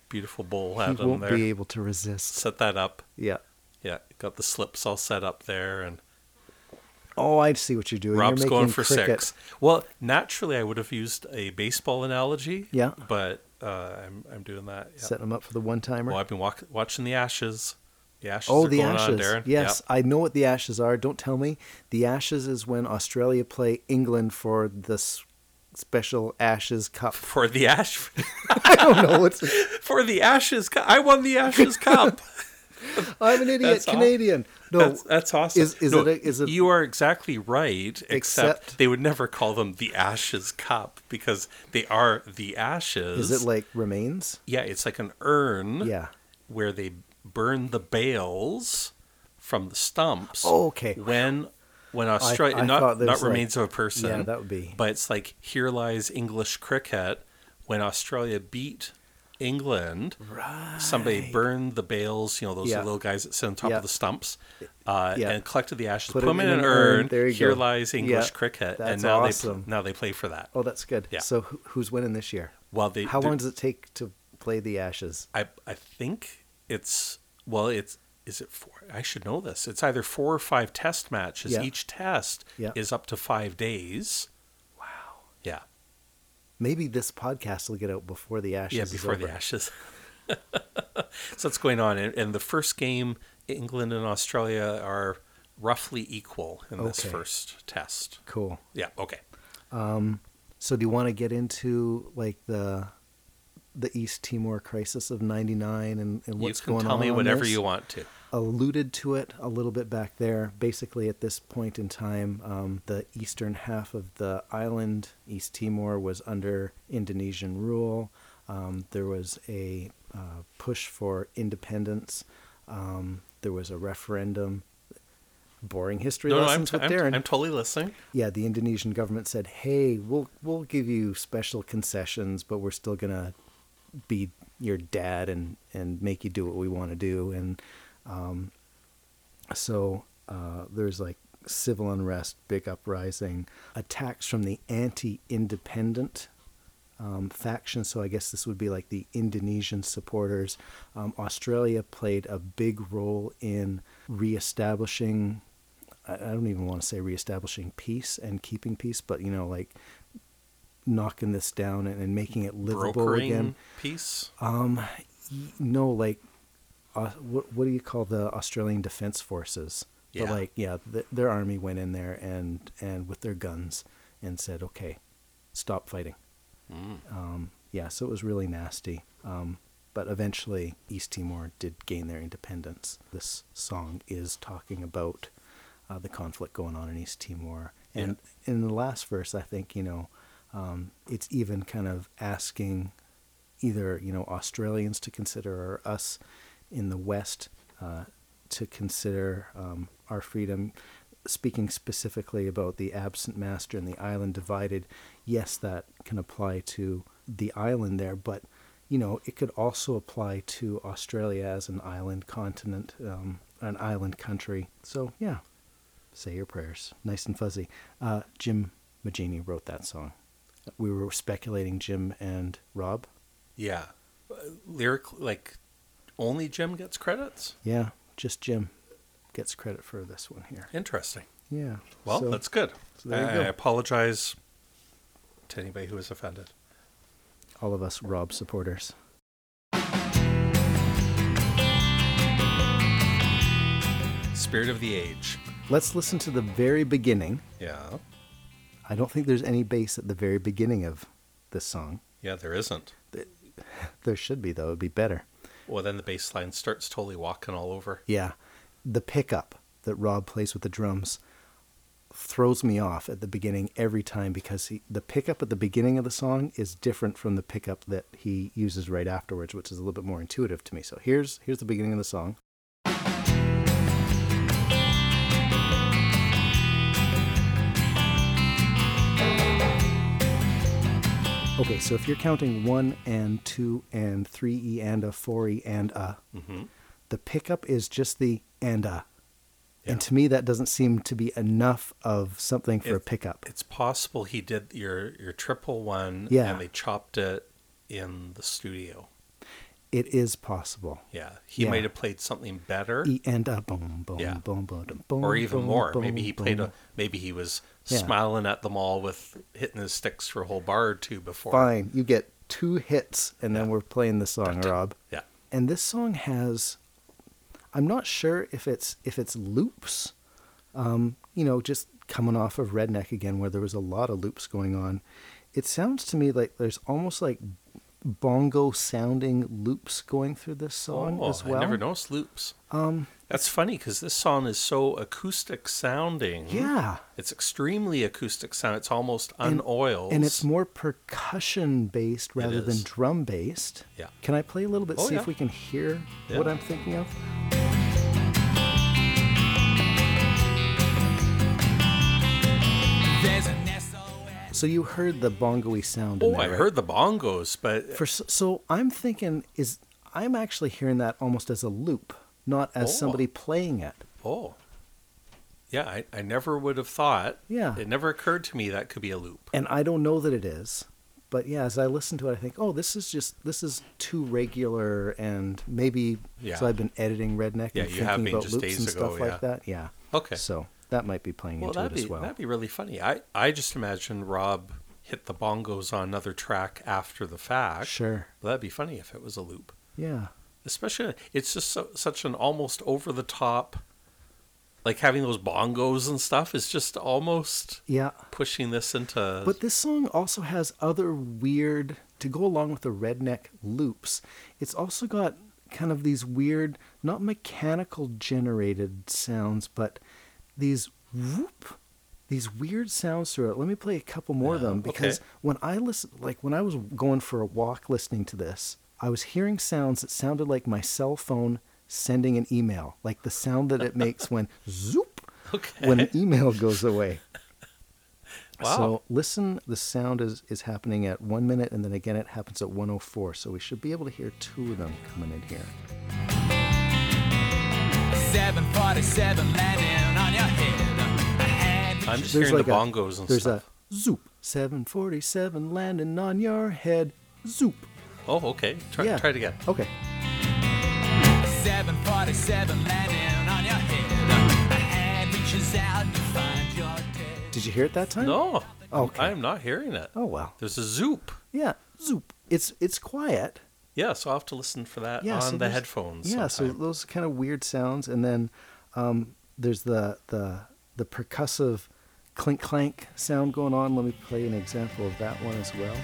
[SPEAKER 4] beautiful bowl
[SPEAKER 5] he
[SPEAKER 4] had him
[SPEAKER 5] won't
[SPEAKER 4] there.
[SPEAKER 5] be able to resist.
[SPEAKER 4] Set that up.
[SPEAKER 5] Yeah.
[SPEAKER 4] Yeah, got the slips all set up there, and
[SPEAKER 5] Oh, I see what you're doing.
[SPEAKER 4] Rob's
[SPEAKER 5] you're making
[SPEAKER 4] going for
[SPEAKER 5] cricket.
[SPEAKER 4] six. Well, naturally, I would have used a baseball analogy.
[SPEAKER 5] Yeah.
[SPEAKER 4] But uh, I'm I'm doing that. Yeah.
[SPEAKER 5] Setting them up for the one timer.
[SPEAKER 4] Well, I've been walk- watching the Ashes. The Ashes.
[SPEAKER 5] Oh,
[SPEAKER 4] are
[SPEAKER 5] the
[SPEAKER 4] going
[SPEAKER 5] Ashes.
[SPEAKER 4] On, Darren.
[SPEAKER 5] Yes,
[SPEAKER 4] Yeah.
[SPEAKER 5] I know what the Ashes are. Don't tell me. The Ashes is when Australia play England for the s- special Ashes Cup.
[SPEAKER 4] For the Ash.
[SPEAKER 5] I don't know what's.
[SPEAKER 4] for the Ashes. Cup. I won the Ashes Cup.
[SPEAKER 5] I'm an idiot
[SPEAKER 4] That's all.
[SPEAKER 5] Canadian. No,
[SPEAKER 4] that's, that's awesome.
[SPEAKER 5] is- is
[SPEAKER 4] No,
[SPEAKER 5] it a- is it-
[SPEAKER 4] You are exactly right, except,
[SPEAKER 5] Except-
[SPEAKER 4] they would never call them the Ashes Cup because they are the ashes.
[SPEAKER 5] is it like remains?
[SPEAKER 4] yeah, it's like an urn.
[SPEAKER 5] Yeah.
[SPEAKER 4] where they burn the bales from the stumps.
[SPEAKER 5] Oh, okay.
[SPEAKER 4] When when Australia
[SPEAKER 5] I
[SPEAKER 4] not
[SPEAKER 5] thought there's
[SPEAKER 4] not
[SPEAKER 5] like-
[SPEAKER 4] remains of a person.
[SPEAKER 5] Yeah, that would be-
[SPEAKER 4] But it's like here lies English cricket. When Australia beat England, somebody burned the bales. You know those
[SPEAKER 5] Yeah.
[SPEAKER 4] little guys that sit on top
[SPEAKER 5] Yeah.
[SPEAKER 4] of the stumps. Uh,
[SPEAKER 5] Yeah.
[SPEAKER 4] And collected the ashes, put,
[SPEAKER 5] Put
[SPEAKER 4] them in an urn.
[SPEAKER 5] There you
[SPEAKER 4] Here
[SPEAKER 5] go.
[SPEAKER 4] lies
[SPEAKER 5] Yeah.
[SPEAKER 4] English cricket, and
[SPEAKER 5] That's
[SPEAKER 4] now
[SPEAKER 5] awesome.
[SPEAKER 4] they now they play for that.
[SPEAKER 5] Oh, that's good.
[SPEAKER 4] Yeah.
[SPEAKER 5] So who, who's winning this year?
[SPEAKER 4] Well, they
[SPEAKER 5] How
[SPEAKER 4] they're-
[SPEAKER 5] long does it take to play the Ashes?
[SPEAKER 4] I I think it's well it's is it four I should know this. It's either four or five test matches.
[SPEAKER 5] Yeah.
[SPEAKER 4] Each test
[SPEAKER 5] Yeah.
[SPEAKER 4] is up to five days. Wow. Yeah.
[SPEAKER 5] Maybe this podcast will get out before the Ashes.
[SPEAKER 4] yeah,
[SPEAKER 5] is
[SPEAKER 4] before the
[SPEAKER 5] over.
[SPEAKER 4] ashes. so that's going on. And, and the first game, England and Australia are roughly equal in this
[SPEAKER 5] Okay.
[SPEAKER 4] first test.
[SPEAKER 5] Cool.
[SPEAKER 4] Yeah, okay.
[SPEAKER 5] So do you want to get into like the the East Timor crisis of '99 and, and what's
[SPEAKER 4] you can
[SPEAKER 5] going
[SPEAKER 4] tell
[SPEAKER 5] on?
[SPEAKER 4] me
[SPEAKER 5] on
[SPEAKER 4] whatever
[SPEAKER 5] this?
[SPEAKER 4] you want to.
[SPEAKER 5] Alluded to it a little bit back there. Basically, at this point in time, um, the eastern half of the island, East Timor, was under Indonesian rule. Um, there was a uh, push for independence. Um, there was a referendum. Boring history
[SPEAKER 4] No, no, I'm,
[SPEAKER 5] lessons
[SPEAKER 4] t-
[SPEAKER 5] with
[SPEAKER 4] I'm,
[SPEAKER 5] Darren
[SPEAKER 4] I'm totally listening.
[SPEAKER 5] yeah, the Indonesian government said, "Hey, we'll we'll give you special concessions, but we're still gonna be your dad and and make you do what we want to do." And um, so uh, there's like civil unrest, big uprising, attacks from the anti-independent um, faction. So I guess this would be like the Indonesian supporters. Um, Australia played a big role in reestablishing. I I don't even want to say reestablishing peace and keeping peace, but you know, like knocking this down and, and making it livable
[SPEAKER 4] Brokering
[SPEAKER 5] again.
[SPEAKER 4] piece.
[SPEAKER 5] No, like uh, what what do you call the Australian Defence Forces?
[SPEAKER 4] Yeah.
[SPEAKER 5] But like, yeah, th their army went in there and and with their guns and said, "Okay, stop fighting." Um, yeah, so it was really nasty. Um, but eventually, East Timor did gain their independence. This song is talking about uh, the conflict going on in East Timor, and in the last verse, I think you know, um, it's even kind of asking either you know Australians to consider or us in the West uh, to consider um, our freedom. Speaking specifically about the absent master and the island divided, yes, that can apply to the island there, but you know it could also apply to Australia as an island continent, um, an island country. So yeah, say your prayers, nice and fuzzy. Uh, Jim Magini wrote that song. We were speculating Jim and Rob.
[SPEAKER 4] Yeah. Uh, Lyrically, like, only Jim gets credits?
[SPEAKER 5] Yeah, just Jim gets credit for this one here.
[SPEAKER 4] Interesting.
[SPEAKER 5] Yeah.
[SPEAKER 4] Well,
[SPEAKER 5] so-
[SPEAKER 4] that's good.
[SPEAKER 5] so there you
[SPEAKER 4] I,
[SPEAKER 5] go.
[SPEAKER 4] I apologize to anybody who was offended.
[SPEAKER 5] all of us Rob supporters.
[SPEAKER 4] Spirit of the Age.
[SPEAKER 5] Let's listen to the very beginning.
[SPEAKER 4] Yeah.
[SPEAKER 5] I don't think there's any bass at the very beginning of this song.
[SPEAKER 4] Yeah, there isn't.
[SPEAKER 5] There should be though. It'd be better.
[SPEAKER 4] Well, then the bass line starts totally walking all over.
[SPEAKER 5] Yeah. The pickup that Rob plays with the drums throws me off at the beginning every time because he, the pickup at the beginning of the song is different from the pickup that he uses right afterwards, which is a little bit more intuitive to me. So here's here's the beginning of the song. Okay, so if you're counting one and two and three e and a four e and a,
[SPEAKER 4] Mm-hmm.
[SPEAKER 5] the pickup is just the and a. And to me, that doesn't seem to be enough of something for a
[SPEAKER 4] It-
[SPEAKER 5] pickup.
[SPEAKER 4] It's possible he did your your triple one
[SPEAKER 5] Yeah.
[SPEAKER 4] and they chopped it in the studio.
[SPEAKER 5] It is possible.
[SPEAKER 4] Yeah, he
[SPEAKER 5] Yeah.
[SPEAKER 4] might have played something better,
[SPEAKER 5] E and a boom, boom,
[SPEAKER 4] Yeah.
[SPEAKER 5] boom, boom, dum, boom,
[SPEAKER 4] or even
[SPEAKER 5] boom,
[SPEAKER 4] more.
[SPEAKER 5] boom,
[SPEAKER 4] maybe he played.
[SPEAKER 5] boom.
[SPEAKER 4] A, maybe he was
[SPEAKER 5] Yeah.
[SPEAKER 4] smiling at the mall with hitting his sticks for a whole bar or two before.
[SPEAKER 5] Fine, you get two hits, and then we're playing the song, Rob.
[SPEAKER 4] Yeah,
[SPEAKER 5] and this song has i'm not sure if it's if it's loops um, you know just coming off of redneck again where there was a lot of loops going on it sounds to me like there's almost like bongo sounding loops going through this song
[SPEAKER 4] oh,
[SPEAKER 5] as well
[SPEAKER 4] I never noticed loops. Um, that's funny because this song is so acoustic sounding.
[SPEAKER 5] yeah
[SPEAKER 4] it's extremely acoustic sound. It's almost unoiled,
[SPEAKER 5] and it's more percussion based rather than
[SPEAKER 4] is.
[SPEAKER 5] drum based
[SPEAKER 4] Yeah.
[SPEAKER 5] can i play a little bit
[SPEAKER 4] Oh,
[SPEAKER 5] see
[SPEAKER 4] yeah.
[SPEAKER 5] if we can hear
[SPEAKER 4] Yeah.
[SPEAKER 5] what i'm thinking of
[SPEAKER 2] There's an SOS.
[SPEAKER 5] so you heard the bongoy sound in
[SPEAKER 4] Oh,
[SPEAKER 5] there,
[SPEAKER 4] I
[SPEAKER 5] right?
[SPEAKER 4] heard the bongos, but
[SPEAKER 5] for s- so I'm thinking is I'm actually hearing that almost as a loop, not as
[SPEAKER 4] Oh.
[SPEAKER 5] somebody playing it.
[SPEAKER 4] oh, yeah, I, I never would have thought.
[SPEAKER 5] Yeah.
[SPEAKER 4] it never occurred to me that could be a loop.
[SPEAKER 5] And I don't know that it is, but yeah, as I listen to it, I think, oh, this is just this is too regular, and maybe
[SPEAKER 4] Yeah.
[SPEAKER 5] so I've been editing Redneck
[SPEAKER 4] Yeah,
[SPEAKER 5] and
[SPEAKER 4] you
[SPEAKER 5] thinking
[SPEAKER 4] have been
[SPEAKER 5] about
[SPEAKER 4] just
[SPEAKER 5] loops
[SPEAKER 4] days
[SPEAKER 5] and
[SPEAKER 4] ago,
[SPEAKER 5] stuff
[SPEAKER 4] yeah.
[SPEAKER 5] like that. Yeah.
[SPEAKER 4] Okay.
[SPEAKER 5] So that might be playing
[SPEAKER 4] Well,
[SPEAKER 5] into
[SPEAKER 4] that'd
[SPEAKER 5] it as
[SPEAKER 4] be
[SPEAKER 5] well.
[SPEAKER 4] that'd be really funny. I I just imagine Rob hit the bongos on another track after the fact.
[SPEAKER 5] Sure.
[SPEAKER 4] that'd be funny if it was a loop.
[SPEAKER 5] Yeah.
[SPEAKER 4] Especially, it's just so, such an almost over the top, like having those bongos and stuff is just almost
[SPEAKER 5] Yeah.
[SPEAKER 4] pushing this into.
[SPEAKER 5] But this song also has other weird to go along with the redneck loops. It's also got kind of these weird, not mechanical generated sounds, but these whoop, these weird sounds through it. Let me play a couple more of them
[SPEAKER 4] okay.
[SPEAKER 5] because when I listen, like when I was going for a walk listening to this, I was hearing sounds that sounded like my cell phone sending an email, like the sound that it makes when zoop, when an email goes away.
[SPEAKER 4] Wow.
[SPEAKER 5] So listen, the sound is, is happening at one minute, and then again it happens at 104. So we should be able to hear two of them coming in here.
[SPEAKER 2] 747 landing on your head. A hand
[SPEAKER 4] I'm just hearing the bongos
[SPEAKER 5] a,
[SPEAKER 4] and
[SPEAKER 5] there's
[SPEAKER 4] stuff.
[SPEAKER 5] a zoop 747 landing on your head. Zoop.
[SPEAKER 4] Oh, okay. Try,
[SPEAKER 5] yeah.
[SPEAKER 4] try it again.
[SPEAKER 5] Okay.
[SPEAKER 2] 747 landing on your head. A hand reaches out to find your dead.
[SPEAKER 5] Did you hear it that time? Oh,
[SPEAKER 4] No,
[SPEAKER 5] Okay.
[SPEAKER 4] I am not hearing it.
[SPEAKER 5] Oh well.
[SPEAKER 4] There's a zoop.
[SPEAKER 5] Yeah. Zoop. It's it's quiet.
[SPEAKER 4] Yeah, so I'll have to listen for that
[SPEAKER 5] Yeah.
[SPEAKER 4] on
[SPEAKER 5] so
[SPEAKER 4] the
[SPEAKER 5] there's-
[SPEAKER 4] headphones.
[SPEAKER 5] Yeah. So
[SPEAKER 4] sometime.
[SPEAKER 5] those kind of weird sounds, and then um, there's the the the percussive clink clank sound going on. Let me play an example of that one as well.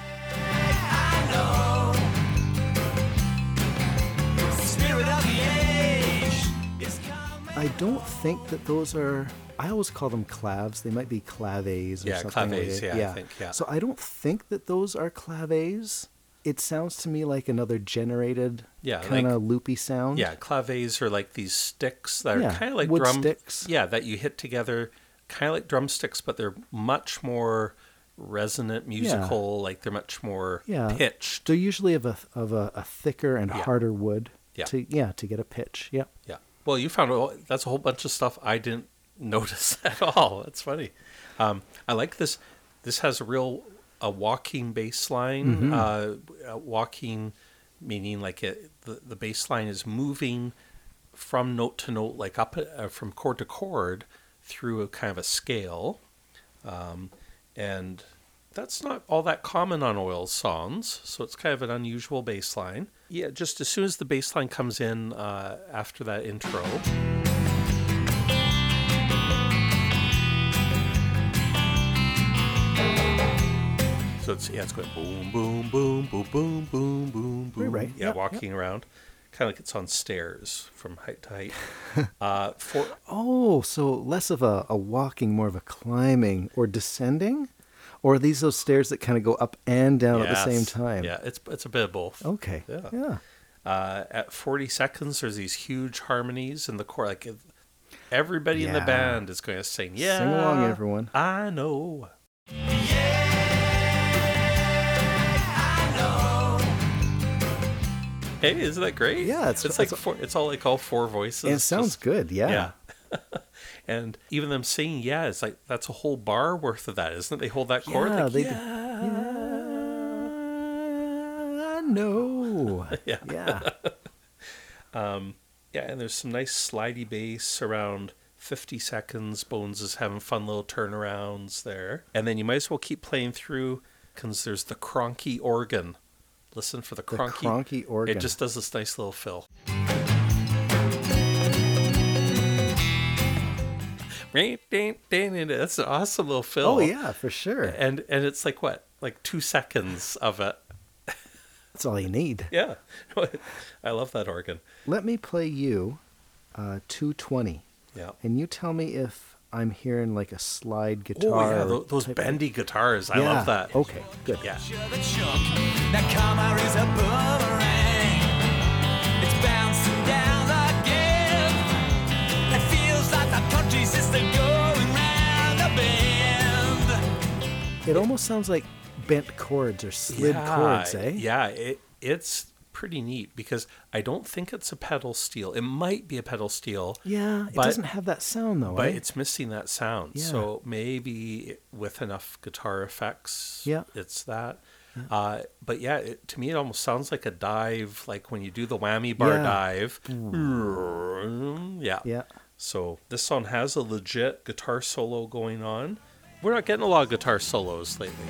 [SPEAKER 2] Spirit of the age is coming.
[SPEAKER 5] I don't think that those are. I always call them claves. They might be claves or
[SPEAKER 4] Yeah,
[SPEAKER 5] something. like
[SPEAKER 4] claves,
[SPEAKER 5] that.
[SPEAKER 4] yeah, I think, yeah.
[SPEAKER 5] So I don't think that those are claves. It sounds to me like another generated,
[SPEAKER 4] Yeah,
[SPEAKER 5] kind of
[SPEAKER 4] like-
[SPEAKER 5] loopy sound.
[SPEAKER 4] Yeah, claves are like these sticks that are
[SPEAKER 5] Yeah,
[SPEAKER 4] kind of like
[SPEAKER 5] wood
[SPEAKER 4] drum
[SPEAKER 5] sticks.
[SPEAKER 4] Yeah, that you hit together, kind of like drumsticks, but they're much more resonant, musical. Like they're much more
[SPEAKER 5] Yeah.
[SPEAKER 4] pitched.
[SPEAKER 5] They're usually of a of a, a thicker and harder wood.
[SPEAKER 4] Yeah.
[SPEAKER 5] To yeah, to get a pitch. Yeah.
[SPEAKER 4] Yeah. Well, you found all- that's a whole bunch of stuff I didn't notice at all. That's funny. Um, I like this. This has a real a walking bass line. Uh, a walking meaning like it, the the bass line is moving from note to note, like up uh, from chord to chord through a kind of a scale, um, and that's not all that common on Oil's songs, so it's kind of an unusual bass line. Yeah, just as soon as the bass line comes in uh, after that intro, so it's yeah, it's going boom, boom, boom, boom, boom, boom, boom, boom.
[SPEAKER 5] right.
[SPEAKER 4] Yeah,
[SPEAKER 5] Yep,
[SPEAKER 4] walking around, kind of like it's on stairs from height to height. uh, for
[SPEAKER 5] Oh, so less of a, a walking, more of a climbing or descending, or are these those stairs that kind of go up and down at the same
[SPEAKER 4] Yes.
[SPEAKER 5] time?
[SPEAKER 4] Yeah, it's it's a bit of both.
[SPEAKER 5] Okay.
[SPEAKER 4] Yeah.
[SPEAKER 5] yeah.
[SPEAKER 4] uh, at 40 seconds there's these huge harmonies in the core like if- everybody in the
[SPEAKER 5] Yeah.
[SPEAKER 4] band is going to sing yeah
[SPEAKER 5] Sing along, everyone.
[SPEAKER 4] i know hey isn't that great
[SPEAKER 5] Yeah, it's-
[SPEAKER 4] it's like
[SPEAKER 5] it's-
[SPEAKER 4] four, it's all like all four voices
[SPEAKER 5] And it sounds
[SPEAKER 4] just-
[SPEAKER 5] good.
[SPEAKER 4] yeah and even them singing yeah it's like that's a whole bar worth of that isn't it they hold that chord
[SPEAKER 5] Yeah,
[SPEAKER 4] like,
[SPEAKER 5] they do.
[SPEAKER 4] yeah,
[SPEAKER 5] Uh, I no. yeah.
[SPEAKER 4] Yeah, and there's some nice slidey bass around 50 seconds. Bones is having fun little turnarounds there. And then you might as well keep playing through because there's the cronky organ. Listen for the
[SPEAKER 5] The
[SPEAKER 4] cronky,
[SPEAKER 5] cronky organ.
[SPEAKER 4] It just does this nice little fill. That's an awesome little fill.
[SPEAKER 5] Oh yeah, for sure.
[SPEAKER 4] And and it's like what? Like two seconds of it.
[SPEAKER 5] That's all you need.
[SPEAKER 4] Yeah. I love that organ.
[SPEAKER 5] Let me play you uh 220
[SPEAKER 4] Yeah.
[SPEAKER 5] and you tell me if I'm hearing like a slide
[SPEAKER 4] Oh,
[SPEAKER 5] guitar.
[SPEAKER 4] yeah, tho- those
[SPEAKER 5] type-
[SPEAKER 4] bendy guitars. I
[SPEAKER 5] Yeah, Oh,
[SPEAKER 4] love that.
[SPEAKER 5] Okay, good.
[SPEAKER 4] Yeah.
[SPEAKER 2] Sure that shook. That karma is a boomerang. It's bouncing down again. It feels like the country's just a going round a bend.
[SPEAKER 5] It almost sounds like bent chords or slid
[SPEAKER 4] yeah,
[SPEAKER 5] chords, eh?
[SPEAKER 4] Yeah, it, it's pretty neat because I don't think it's a pedal steel. It might be a pedal steel.
[SPEAKER 5] Yeah, it
[SPEAKER 4] But-
[SPEAKER 5] doesn't have that sound though,
[SPEAKER 4] But
[SPEAKER 5] eh?
[SPEAKER 4] it's missing that sound.
[SPEAKER 5] Yeah.
[SPEAKER 4] So maybe with enough guitar effects,
[SPEAKER 5] Yeah.
[SPEAKER 4] it's that. Uh, but yeah, it, to me, it almost sounds like a dive, like when you do the whammy bar
[SPEAKER 5] Yeah.
[SPEAKER 4] dive. Yeah.
[SPEAKER 5] Yeah.
[SPEAKER 4] So this song has a legit guitar solo going on. We're not getting a lot of guitar solos lately.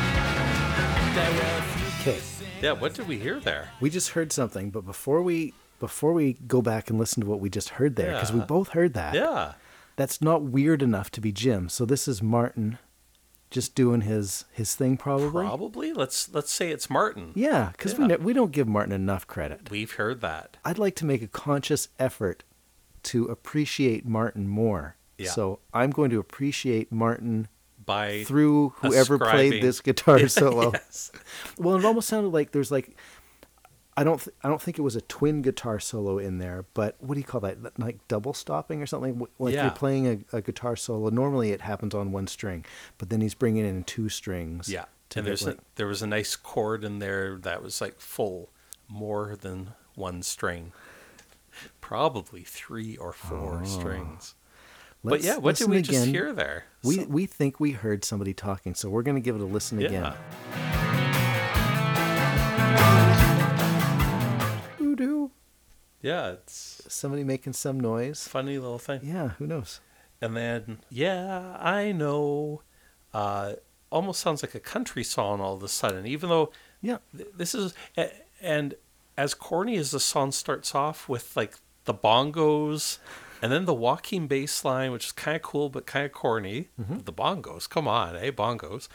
[SPEAKER 2] There were a few
[SPEAKER 5] Okay.
[SPEAKER 4] Yeah, what did we hear there?
[SPEAKER 5] We just heard something, but before we before we go back and listen to what we just heard there, because we
[SPEAKER 4] Yeah.
[SPEAKER 5] both heard that.
[SPEAKER 4] Yeah.
[SPEAKER 5] That's not weird enough to be Jim. So this is Martin, just doing his his thing, probably.
[SPEAKER 4] Probably. Let's let's say it's Martin.
[SPEAKER 5] Yeah, because we
[SPEAKER 4] Yeah.
[SPEAKER 5] ne- we don't give Martin enough credit.
[SPEAKER 4] We've heard that.
[SPEAKER 5] I'd like to make a conscious effort to appreciate Martin more.
[SPEAKER 4] Yeah.
[SPEAKER 5] So I'm going to appreciate Martin
[SPEAKER 4] By
[SPEAKER 5] through whoever
[SPEAKER 4] ascribing-
[SPEAKER 5] played this guitar solo.
[SPEAKER 4] Yes.
[SPEAKER 5] Well, it almost sounded like there's like I don't th- I don't think it was a twin guitar solo in there, but what do you call that? Like double stopping or something? Wh- Like
[SPEAKER 4] Yeah.
[SPEAKER 5] you're playing a, a guitar solo. Normally it happens on one string, but then he's bringing in two strings.
[SPEAKER 4] Yeah.
[SPEAKER 5] to get,
[SPEAKER 4] And there's a,
[SPEAKER 5] like-
[SPEAKER 4] there was a nice chord in there that was like full more than one string. Probably three or four strings. But
[SPEAKER 5] Oh. Let's
[SPEAKER 4] yeah, what did
[SPEAKER 5] listen
[SPEAKER 4] we just
[SPEAKER 5] again.
[SPEAKER 4] hear there?
[SPEAKER 5] We
[SPEAKER 4] So-
[SPEAKER 5] we think we heard somebody talking, so we're gonna give it a listen again.
[SPEAKER 4] yeah.
[SPEAKER 5] Voodoo.
[SPEAKER 4] Yeah, it's
[SPEAKER 5] Somebody making some
[SPEAKER 4] a
[SPEAKER 5] noise.
[SPEAKER 4] funny little thing.
[SPEAKER 5] Yeah, who knows?
[SPEAKER 4] And then, yeah, I know. Uh, almost sounds like a country song all of a sudden, even though
[SPEAKER 5] Yeah.
[SPEAKER 4] th- this is. a- And as corny as the song starts off with like the bongos and then the walking bass line, which is kind of cool but kind of corny. The bongos, come on, eh, bongos.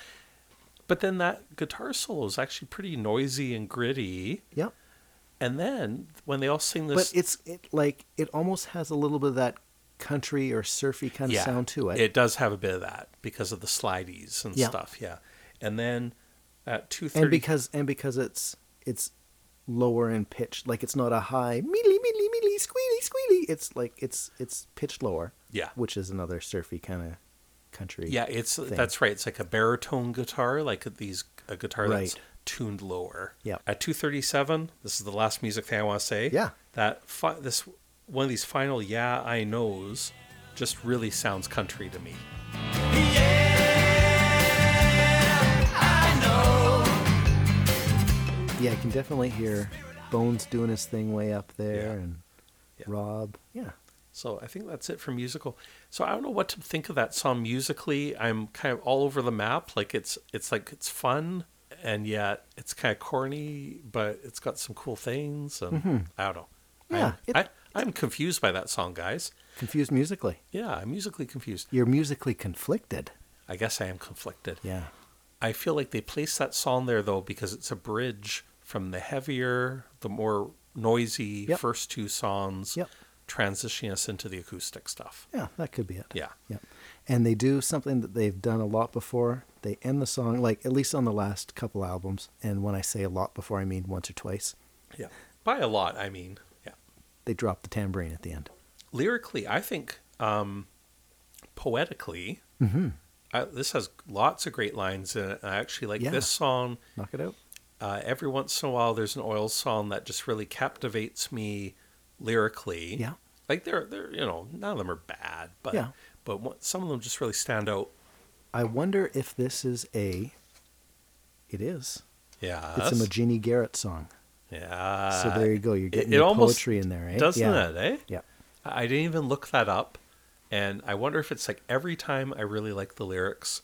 [SPEAKER 4] But then that guitar solo is actually pretty noisy and gritty.
[SPEAKER 5] Yep.
[SPEAKER 4] And then when they all sing this,
[SPEAKER 5] But it's it like it almost has a little bit of that country or surfy kind of sound to it.
[SPEAKER 4] It does have a bit of that because of the slideys and
[SPEAKER 5] Yeah.
[SPEAKER 4] stuff. Yeah, and then at two
[SPEAKER 5] and
[SPEAKER 4] thirty,
[SPEAKER 5] because and because it's it's lower in pitch, like it's not a high mealy mealy mealy squealy squealy. It's like it's it's pitched lower.
[SPEAKER 4] Yeah.
[SPEAKER 5] Which is another surfy kind of country.
[SPEAKER 4] yeah, it's
[SPEAKER 5] thing.
[SPEAKER 4] that's right. It's like a baritone guitar, like these a guitar that's
[SPEAKER 5] Right.
[SPEAKER 4] tuned lower.
[SPEAKER 5] Yeah.
[SPEAKER 4] At two thirty-seven, this is the last music thing I want to say.
[SPEAKER 5] Yeah.
[SPEAKER 4] that fi- this one of these final yeah I knows just really sounds country to me.
[SPEAKER 5] Yeah, you can definitely hear Bones doing his thing way up there
[SPEAKER 4] Yeah.
[SPEAKER 5] and
[SPEAKER 4] Yeah.
[SPEAKER 5] Rob. Yeah.
[SPEAKER 4] So I think that's it for musical. So I don't know what to think of that song musically. I'm kind of all over the map. Like it's it's like it's fun and yet it's kind of corny, but it's got some cool things. And I don't know.
[SPEAKER 5] Mm-hmm. Yeah,
[SPEAKER 4] I'm,
[SPEAKER 5] it-
[SPEAKER 4] I, I'm confused by that song, guys.
[SPEAKER 5] Confused musically.
[SPEAKER 4] Yeah, I'm musically confused.
[SPEAKER 5] You're musically conflicted.
[SPEAKER 4] I guess I am conflicted.
[SPEAKER 5] Yeah.
[SPEAKER 4] I feel like they placed that song there though because it's a bridge from the heavier, the more noisy
[SPEAKER 5] Yep.
[SPEAKER 4] first two songs,
[SPEAKER 5] Yep.
[SPEAKER 4] transitioning us into the acoustic stuff.
[SPEAKER 5] Yeah, that could be it.
[SPEAKER 4] Yeah.
[SPEAKER 5] Yep. And they do something that they've done a lot before. They end the song, like at least on the last couple albums. And when I say a lot before, I mean once or twice.
[SPEAKER 4] Yeah. By a lot, I mean, yeah.
[SPEAKER 5] they drop the tambourine at the end.
[SPEAKER 4] Lyrically, I think um, poetically,
[SPEAKER 5] Mm-hmm.
[SPEAKER 4] I, this has lots of great lines in it. And I actually like
[SPEAKER 5] Yeah.
[SPEAKER 4] this song.
[SPEAKER 5] Knock it out.
[SPEAKER 4] Uh, every once in a while, there's an oil song that just really captivates me lyrically.
[SPEAKER 5] Yeah.
[SPEAKER 4] like they're they're you know none of them are bad, but
[SPEAKER 5] Yeah.
[SPEAKER 4] but what, some of them just really stand out.
[SPEAKER 5] I wonder if this is a. It is.
[SPEAKER 4] Yeah,
[SPEAKER 5] It's a Magini Garrett song.
[SPEAKER 4] yeah.
[SPEAKER 5] So there you go. You're getting
[SPEAKER 4] Uh, it
[SPEAKER 5] the
[SPEAKER 4] almost
[SPEAKER 5] poetry in there, right?
[SPEAKER 4] doesn't
[SPEAKER 5] yeah.
[SPEAKER 4] it? Eh?
[SPEAKER 5] Yeah.
[SPEAKER 4] I I didn't even look that up, and I wonder if it's like every time I really like the lyrics,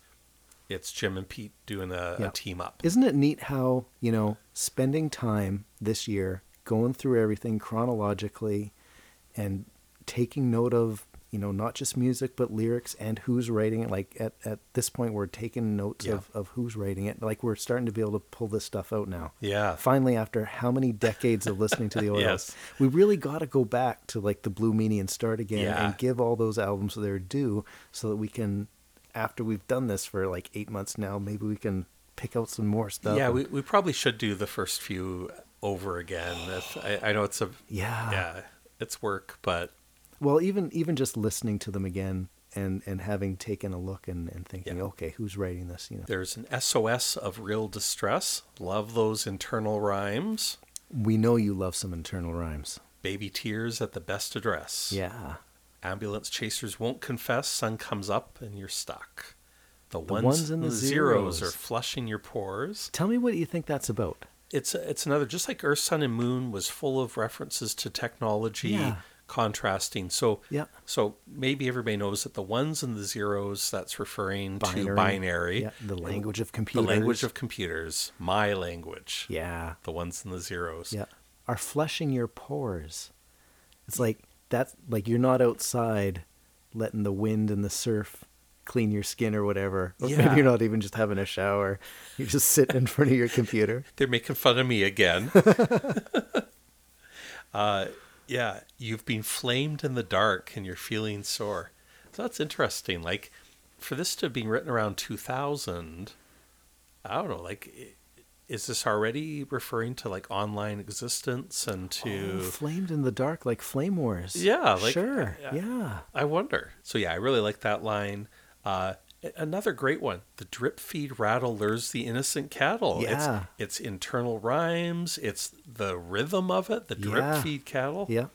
[SPEAKER 4] it's Jim and Pete doing a,
[SPEAKER 5] Yeah.
[SPEAKER 4] a team up.
[SPEAKER 5] Isn't it neat how, you know, spending time this year going through everything chronologically and taking note of, you know, not just music but lyrics and who's writing it. Like at, at this point we're taking notes
[SPEAKER 4] Yeah.
[SPEAKER 5] of, of who's writing it. Like we're starting to be able to pull this stuff out now.
[SPEAKER 4] Yeah.
[SPEAKER 5] Finally after how many decades of listening to the oils.
[SPEAKER 4] Yes.
[SPEAKER 5] We really gotta go back to like the blue meanie and start again
[SPEAKER 4] Yeah.
[SPEAKER 5] and give all those albums their due so that we can after we've done this for like eight months now, maybe we can pick out some more stuff.
[SPEAKER 4] Yeah,
[SPEAKER 5] and-
[SPEAKER 4] we, we probably should do the first few over again. If, I, I know it's a
[SPEAKER 5] yeah.
[SPEAKER 4] yeah, it's work, but
[SPEAKER 5] Well, even even just listening to them again and and having taken a look and and thinking,
[SPEAKER 4] Yeah.
[SPEAKER 5] okay, who's writing this? You know,
[SPEAKER 4] there's an SOS of real distress. Love those internal rhymes.
[SPEAKER 5] we know you love some internal rhymes.
[SPEAKER 4] Baby tears at the best address.
[SPEAKER 5] Yeah.
[SPEAKER 4] Ambulance chasers won't confess. Sun comes up and you're stuck. The ones,
[SPEAKER 5] ones and the
[SPEAKER 4] zeros.
[SPEAKER 5] zeros.
[SPEAKER 4] are flushing your pores.
[SPEAKER 5] Tell me what you think that's about.
[SPEAKER 4] It's it's another just like Earth, Sun, and Moon was full of references to technology
[SPEAKER 5] Yeah.
[SPEAKER 4] contrasting. So
[SPEAKER 5] Yeah.
[SPEAKER 4] So maybe everybody knows that the ones and the zeros that's referring to binary,
[SPEAKER 5] Yeah, the language of
[SPEAKER 4] the
[SPEAKER 5] computers.
[SPEAKER 4] language of computers, my language.
[SPEAKER 5] yeah,
[SPEAKER 4] The ones and the zeros.
[SPEAKER 5] yeah, are flushing your pores. It's like that's like you're not outside letting the wind and the surf clean your skin or whatever. Or
[SPEAKER 4] Yeah.
[SPEAKER 5] Maybe you're not even just having a shower. You just sit in front of your computer.
[SPEAKER 4] They're making fun of me again. uh, yeah, you've been flamed in the dark and you're feeling sore. So that's interesting. Like, for this to have been written around 2000, I don't know, like, i- is this already referring to like online existence and to.
[SPEAKER 5] Oh, flamed in the dark, like flame wars.
[SPEAKER 4] Yeah, like-
[SPEAKER 5] sure,
[SPEAKER 4] yeah.
[SPEAKER 5] yeah.
[SPEAKER 4] I wonder. So yeah, I really like that line. Uh, a- another great one. The drip feed rattle lures the innocent cattle.
[SPEAKER 5] Yeah.
[SPEAKER 4] It's, it's internal rhymes. It's the rhythm of it. The drip
[SPEAKER 5] Yeah.
[SPEAKER 4] feed cattle.
[SPEAKER 5] yeah.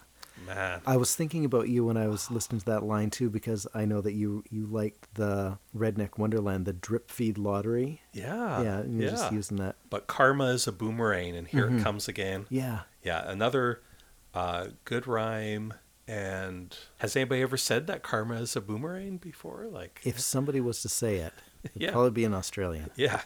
[SPEAKER 4] Man.
[SPEAKER 5] I was thinking about you when I was listening to that line too, because I know that you you liked the Redneck Wonderland, the drip feed lottery.
[SPEAKER 4] Uh, yeah.
[SPEAKER 5] yeah, and you're just Mm-hmm. using that.
[SPEAKER 4] But karma is a boomerang, and here it comes again.
[SPEAKER 5] Yeah,
[SPEAKER 4] Yeah, Another uh, good rhyme. And has anybody ever said that karma is a boomerang before? Like,
[SPEAKER 5] if somebody was to say it, it'd
[SPEAKER 4] Yeah.
[SPEAKER 5] probably be an Australian.
[SPEAKER 4] Yeah.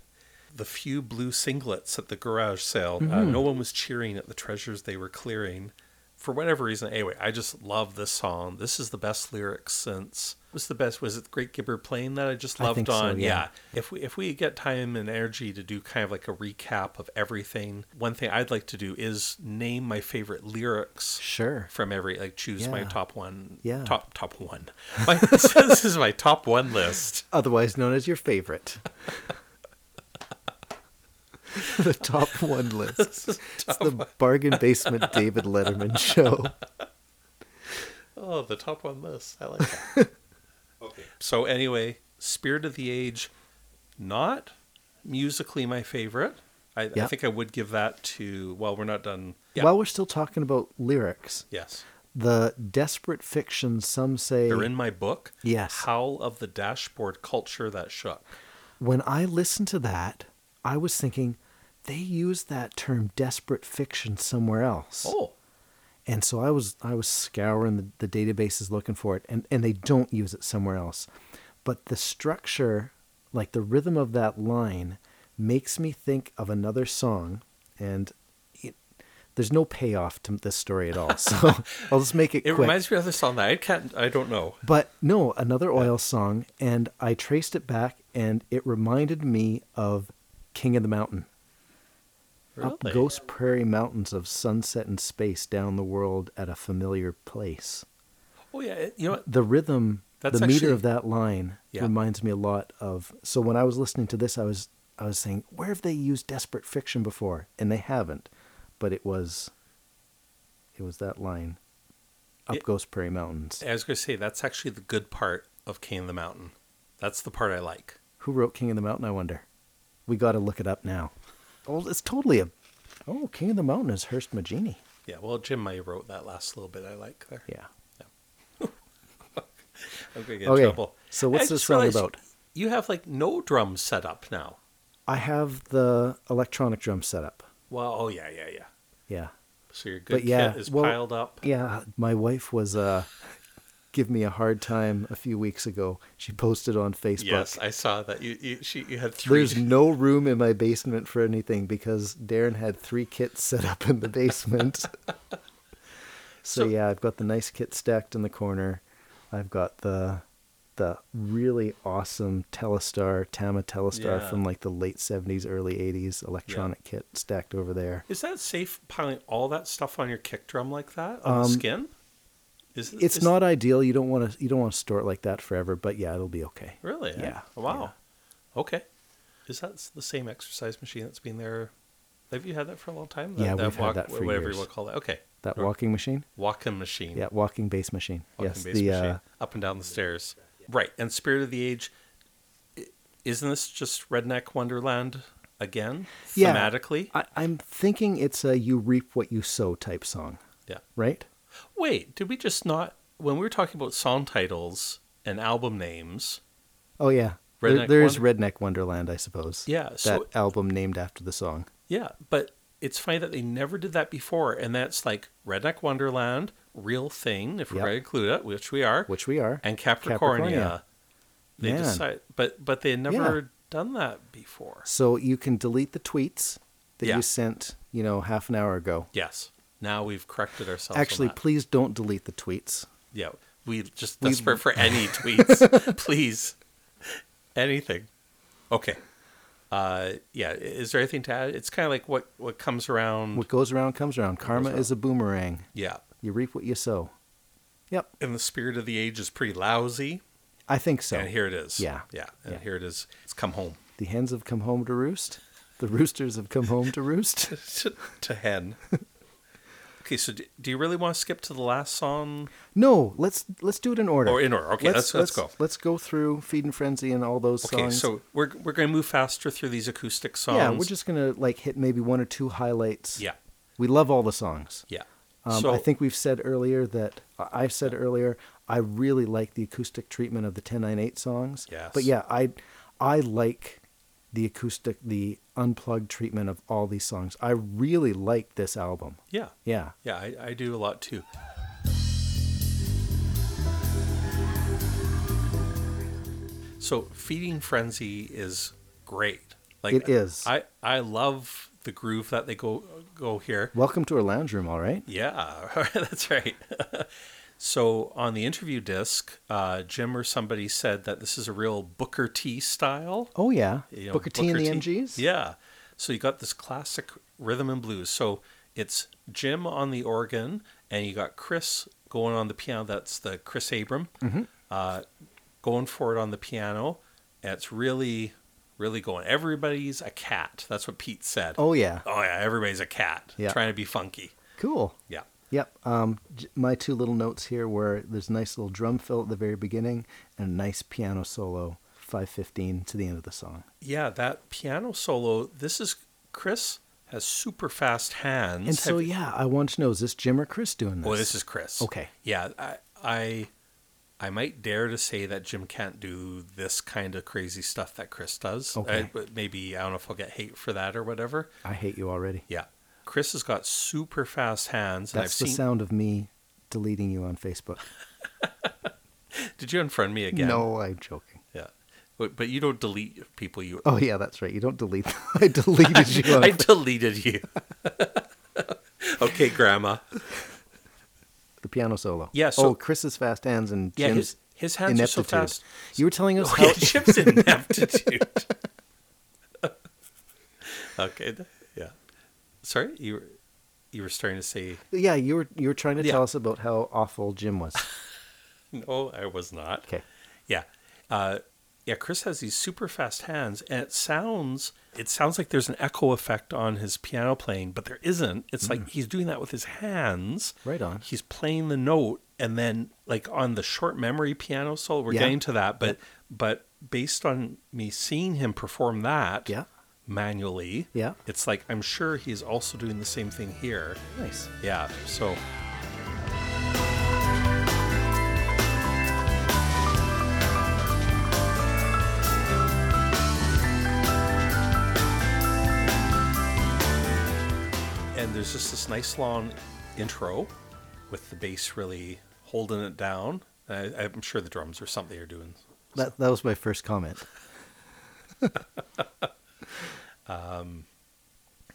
[SPEAKER 4] the few blue singlets at the garage sale. Uh,
[SPEAKER 5] Mm-hmm.
[SPEAKER 4] no one was cheering at the treasures they were clearing. For whatever reason, anyway, I just love this song. This is the best lyrics since was the best. Was it Great Gibber playing that I just
[SPEAKER 5] I
[SPEAKER 4] loved
[SPEAKER 5] think so,
[SPEAKER 4] on?
[SPEAKER 5] yeah.
[SPEAKER 4] If we if we get time and energy to do kind of like a recap of everything, one thing I'd like to do is name my favorite lyrics
[SPEAKER 5] Sure.
[SPEAKER 4] from every like choose my
[SPEAKER 5] Yeah.
[SPEAKER 4] top one.
[SPEAKER 5] Yeah.
[SPEAKER 4] Top top one. My, this is my top one list.
[SPEAKER 5] Otherwise known as your favorite. the top one list. it's the bargain basement David Letterman show.
[SPEAKER 4] Oh, the top one list. I like that. okay. So anyway, Spirit of the Age, not musically my favorite. I, I
[SPEAKER 5] Yeah.
[SPEAKER 4] think I would give that to. Well, we're not done. Yeah.
[SPEAKER 5] While we're still talking about lyrics,
[SPEAKER 4] yes,
[SPEAKER 5] the desperate fiction some say
[SPEAKER 4] they're in my book.
[SPEAKER 5] Yes.
[SPEAKER 4] Howl of the Dashboard Culture that shook.
[SPEAKER 5] when i listened to that i was thinking they used that term desperate fiction somewhere else
[SPEAKER 4] Oh,
[SPEAKER 5] and so i was i was scouring the, the databases looking for it and, and they don't use it somewhere else but the structure like the rhythm of that line makes me think of another song and it, there's no payoff to this story at all so i'll just make it,
[SPEAKER 4] it
[SPEAKER 5] quick
[SPEAKER 4] reminds me of the song that I can't. I don't know.
[SPEAKER 5] But no, another oil song, and I traced it back, and it reminded me of King of the Mountain. Up
[SPEAKER 4] Really?
[SPEAKER 5] Ghost Prairie Mountains of sunset and space down the world at a familiar place.
[SPEAKER 4] Oh yeah. it- You know what?
[SPEAKER 5] The rhythm,
[SPEAKER 4] That's
[SPEAKER 5] the
[SPEAKER 4] actually-
[SPEAKER 5] meter of that line
[SPEAKER 4] Yeah.
[SPEAKER 5] reminds me a lot of. So when I was listening to this, I was I was saying, where have they used desperate fiction before? And they haven't, but it was It was that line. Up
[SPEAKER 4] It-
[SPEAKER 5] goes Prairie Mountains.
[SPEAKER 4] I was going to say, that's actually the good part of King of the Mountain. That's the part I like.
[SPEAKER 5] Who wrote King of the Mountain, I wonder? We got to look it up now. Oh, it's totally a. Oh, King of the Mountain is Hearst Magini.
[SPEAKER 4] Yeah, well, Jim May wrote that last little bit I like there.
[SPEAKER 5] Yeah.
[SPEAKER 4] I'm going to get
[SPEAKER 5] Okay,
[SPEAKER 4] in trouble.
[SPEAKER 5] so what's
[SPEAKER 4] I
[SPEAKER 5] this
[SPEAKER 4] just
[SPEAKER 5] song
[SPEAKER 4] realized
[SPEAKER 5] about?
[SPEAKER 4] You have like no drum set up now.
[SPEAKER 5] I have the electronic drum setup.
[SPEAKER 4] Well, oh, yeah, yeah, yeah.
[SPEAKER 5] Yeah.
[SPEAKER 4] So your good
[SPEAKER 5] But yeah,
[SPEAKER 4] kit is
[SPEAKER 5] well-
[SPEAKER 4] piled up.
[SPEAKER 5] Yeah, my wife was uh give me a hard time a few weeks ago. She posted on Facebook.
[SPEAKER 4] Yes, I saw that. You, you, she, you had three.
[SPEAKER 5] There's no room in my basement for anything because Darren had three kits set up in the basement. so,
[SPEAKER 4] So-
[SPEAKER 5] yeah, I've got the nice kit stacked in the corner. I've got the the really awesome Telestar, Tama Telestar
[SPEAKER 4] Yeah.
[SPEAKER 5] from like the late 70s, early 80s electronic kit stacked over there.
[SPEAKER 4] Is that safe piling all that stuff on your kick drum like that on the skin? Is
[SPEAKER 5] Um, It's
[SPEAKER 4] is-
[SPEAKER 5] not ideal. You don't want to you don't want to store it like that forever, but yeah, it'll be okay.
[SPEAKER 4] really. eh?
[SPEAKER 5] Yeah,
[SPEAKER 4] Wow. Okay. Is that s- the same exercise machine that's been there? Have you had that for a long time?
[SPEAKER 5] Yeah,
[SPEAKER 4] that
[SPEAKER 5] we've had
[SPEAKER 4] walk-
[SPEAKER 5] that for
[SPEAKER 4] whatever
[SPEAKER 5] years.
[SPEAKER 4] you want to call that. Okay.
[SPEAKER 5] That
[SPEAKER 4] Or
[SPEAKER 5] walking machine?
[SPEAKER 4] walking machine.
[SPEAKER 5] Yeah, walking bass machine.
[SPEAKER 4] Walking
[SPEAKER 5] yes,
[SPEAKER 4] bass
[SPEAKER 5] the
[SPEAKER 4] machine.
[SPEAKER 5] uh
[SPEAKER 4] up and down the stairs. Right. And Spirit of the Age. i- Isn't this just Redneck Wonderland again?
[SPEAKER 5] Yeah.
[SPEAKER 4] Thematically.
[SPEAKER 5] I, I'm thinking it's a "you reap what you sow" type song,
[SPEAKER 4] yeah.
[SPEAKER 5] right?
[SPEAKER 4] Wait, did we just not when we were talking about song titles and album names?
[SPEAKER 5] Oh yeah,
[SPEAKER 4] Redneck
[SPEAKER 5] there, there is
[SPEAKER 4] Wonder-
[SPEAKER 5] Redneck Wonderland, I suppose.
[SPEAKER 4] Yeah, so-
[SPEAKER 5] that album named after the song.
[SPEAKER 4] Yeah, but it's funny that they never did that before, and that's like Redneck Wonderland, Real Thing, if we're
[SPEAKER 5] Yep.
[SPEAKER 4] going to include it, which we are,
[SPEAKER 5] Which we are.
[SPEAKER 4] and Capricornia.
[SPEAKER 5] Capricornia.
[SPEAKER 4] They
[SPEAKER 5] Man.
[SPEAKER 4] decide, but but they had never done that before.
[SPEAKER 5] So you can delete the tweets that
[SPEAKER 4] Yeah.
[SPEAKER 5] you sent, you know, half an hour ago.
[SPEAKER 4] Yes, now we've corrected ourselves. on
[SPEAKER 5] Actually,
[SPEAKER 4] that.
[SPEAKER 5] please don't delete the tweets.
[SPEAKER 4] yeah, we just
[SPEAKER 5] We-
[SPEAKER 4] desperate for any tweets, please, anything. Okay, uh, yeah. Is there anything to add? It's kind of like what what comes around.
[SPEAKER 5] What goes around comes around. Karma is a boomerang.
[SPEAKER 4] yeah,
[SPEAKER 5] You reap what you sow. Yep,
[SPEAKER 4] and the spirit of the age is pretty lousy.
[SPEAKER 5] I think so.
[SPEAKER 4] And here it is.
[SPEAKER 5] Yeah.
[SPEAKER 4] Yeah. And
[SPEAKER 5] Yeah.
[SPEAKER 4] here it is. It's come home
[SPEAKER 5] The hens have come home to roost. The roosters have come home to roost.
[SPEAKER 4] to, to hen. okay. So do, do you really want to skip to the last song?
[SPEAKER 5] No, let's let's do it in order.
[SPEAKER 4] Or Oh, in order. Okay, let's- let's go.
[SPEAKER 5] Let's go through Feed and Frenzy and all those
[SPEAKER 4] Okay.
[SPEAKER 5] songs.
[SPEAKER 4] So we're, we're going to move faster through these acoustic songs.
[SPEAKER 5] yeah, we're just gonna like hit maybe one or two highlights.
[SPEAKER 4] Yeah.
[SPEAKER 5] we love all the songs.
[SPEAKER 4] Yeah.
[SPEAKER 5] Um,
[SPEAKER 4] so
[SPEAKER 5] I think we've said earlier that I- I've said earlier I really like the acoustic treatment of the 1098 songs.
[SPEAKER 4] Yes.
[SPEAKER 5] But yeah, I I like the acoustic the unplugged treatment of all these songs. I really like this album.
[SPEAKER 4] Yeah.
[SPEAKER 5] Yeah.
[SPEAKER 4] Yeah. I, I do a lot too. So feeding frenzy is great. Like
[SPEAKER 5] It is.
[SPEAKER 4] I I love the groove that they go go here.
[SPEAKER 5] Welcome to our lounge room, all right?
[SPEAKER 4] Yeah, that's right. so on the interview disc, uh, Jim or somebody said that this is a real Booker T style.
[SPEAKER 5] Oh yeah.
[SPEAKER 4] You know,
[SPEAKER 5] Booker T and the MGs?
[SPEAKER 4] Yeah. So you got this classic rhythm and blues. So it's Jim on the organ, and you got Chris going on the piano. That's the Chris Abram
[SPEAKER 5] Mm-hmm.
[SPEAKER 4] uh, going for it on the piano. And it's really, really going. Everybody's a cat. That's what Pete said.
[SPEAKER 5] Oh yeah.
[SPEAKER 4] Oh, yeah. Everybody's a cat
[SPEAKER 5] Yeah.
[SPEAKER 4] trying to be funky.
[SPEAKER 5] Cool.
[SPEAKER 4] Yeah.
[SPEAKER 5] Yep. Um, j- my two little notes here were there's a nice little drum fill at the very beginning and a nice piano solo, 515 to the end of the song.
[SPEAKER 4] Yeah, that piano solo. This is Chris has super fast hands.
[SPEAKER 5] And so,
[SPEAKER 4] Have-
[SPEAKER 5] yeah, I want to know is this Jim or Chris doing this?
[SPEAKER 4] oh, this is Chris.
[SPEAKER 5] Okay.
[SPEAKER 4] Yeah, I, I, I might dare to say that Jim can't do this kind of crazy stuff that Chris does.
[SPEAKER 5] Okay.
[SPEAKER 4] I, but maybe I don't know if I'll get hate for that or whatever.
[SPEAKER 5] I hate you already.
[SPEAKER 4] Yeah, Chris has got super fast hands. and I've
[SPEAKER 5] That's the
[SPEAKER 4] seen-
[SPEAKER 5] sound of me deleting you on Facebook.
[SPEAKER 4] Did you unfriend me again?
[SPEAKER 5] No, I'm joking.
[SPEAKER 4] Yeah, but, but you don't delete people. You
[SPEAKER 5] Oh, yeah, that's right. You don't delete. I deleted you on
[SPEAKER 4] I deleted you. okay, Grandma.
[SPEAKER 5] the piano solo.
[SPEAKER 4] Yeah, so-
[SPEAKER 5] oh, Chris's fast hands and
[SPEAKER 4] Yeah,
[SPEAKER 5] Jim's
[SPEAKER 4] his, his hands
[SPEAKER 5] ineptitude.
[SPEAKER 4] are so fast.
[SPEAKER 5] You were telling us
[SPEAKER 4] Oh,
[SPEAKER 5] how.
[SPEAKER 4] yeah, Jim's ineptitude. okay, th- yeah. Sorry, you were you were starting to say
[SPEAKER 5] Yeah, you were you were trying to
[SPEAKER 4] Yeah.
[SPEAKER 5] tell us about how awful Jim was.
[SPEAKER 4] no, I was not.
[SPEAKER 5] Okay.
[SPEAKER 4] Yeah, uh, Yeah, Chris has these super fast hands, and it sounds it sounds like there's an echo effect on his piano playing, but there isn't. It's like he's doing that with his hands.
[SPEAKER 5] Mm. Right on.
[SPEAKER 4] He's playing the note, and then like on the short memory piano solo, we're
[SPEAKER 5] Yeah.
[SPEAKER 4] getting to that, but but based on me seeing him perform that,
[SPEAKER 5] Yeah.
[SPEAKER 4] manually,
[SPEAKER 5] Yeah.
[SPEAKER 4] it's like I'm sure he's also doing the same thing here.
[SPEAKER 5] Nice.
[SPEAKER 4] Yeah, so and there's just this nice long intro with the bass really holding it down. I, I'm sure the drums or something are doing.
[SPEAKER 5] That that was my first comment.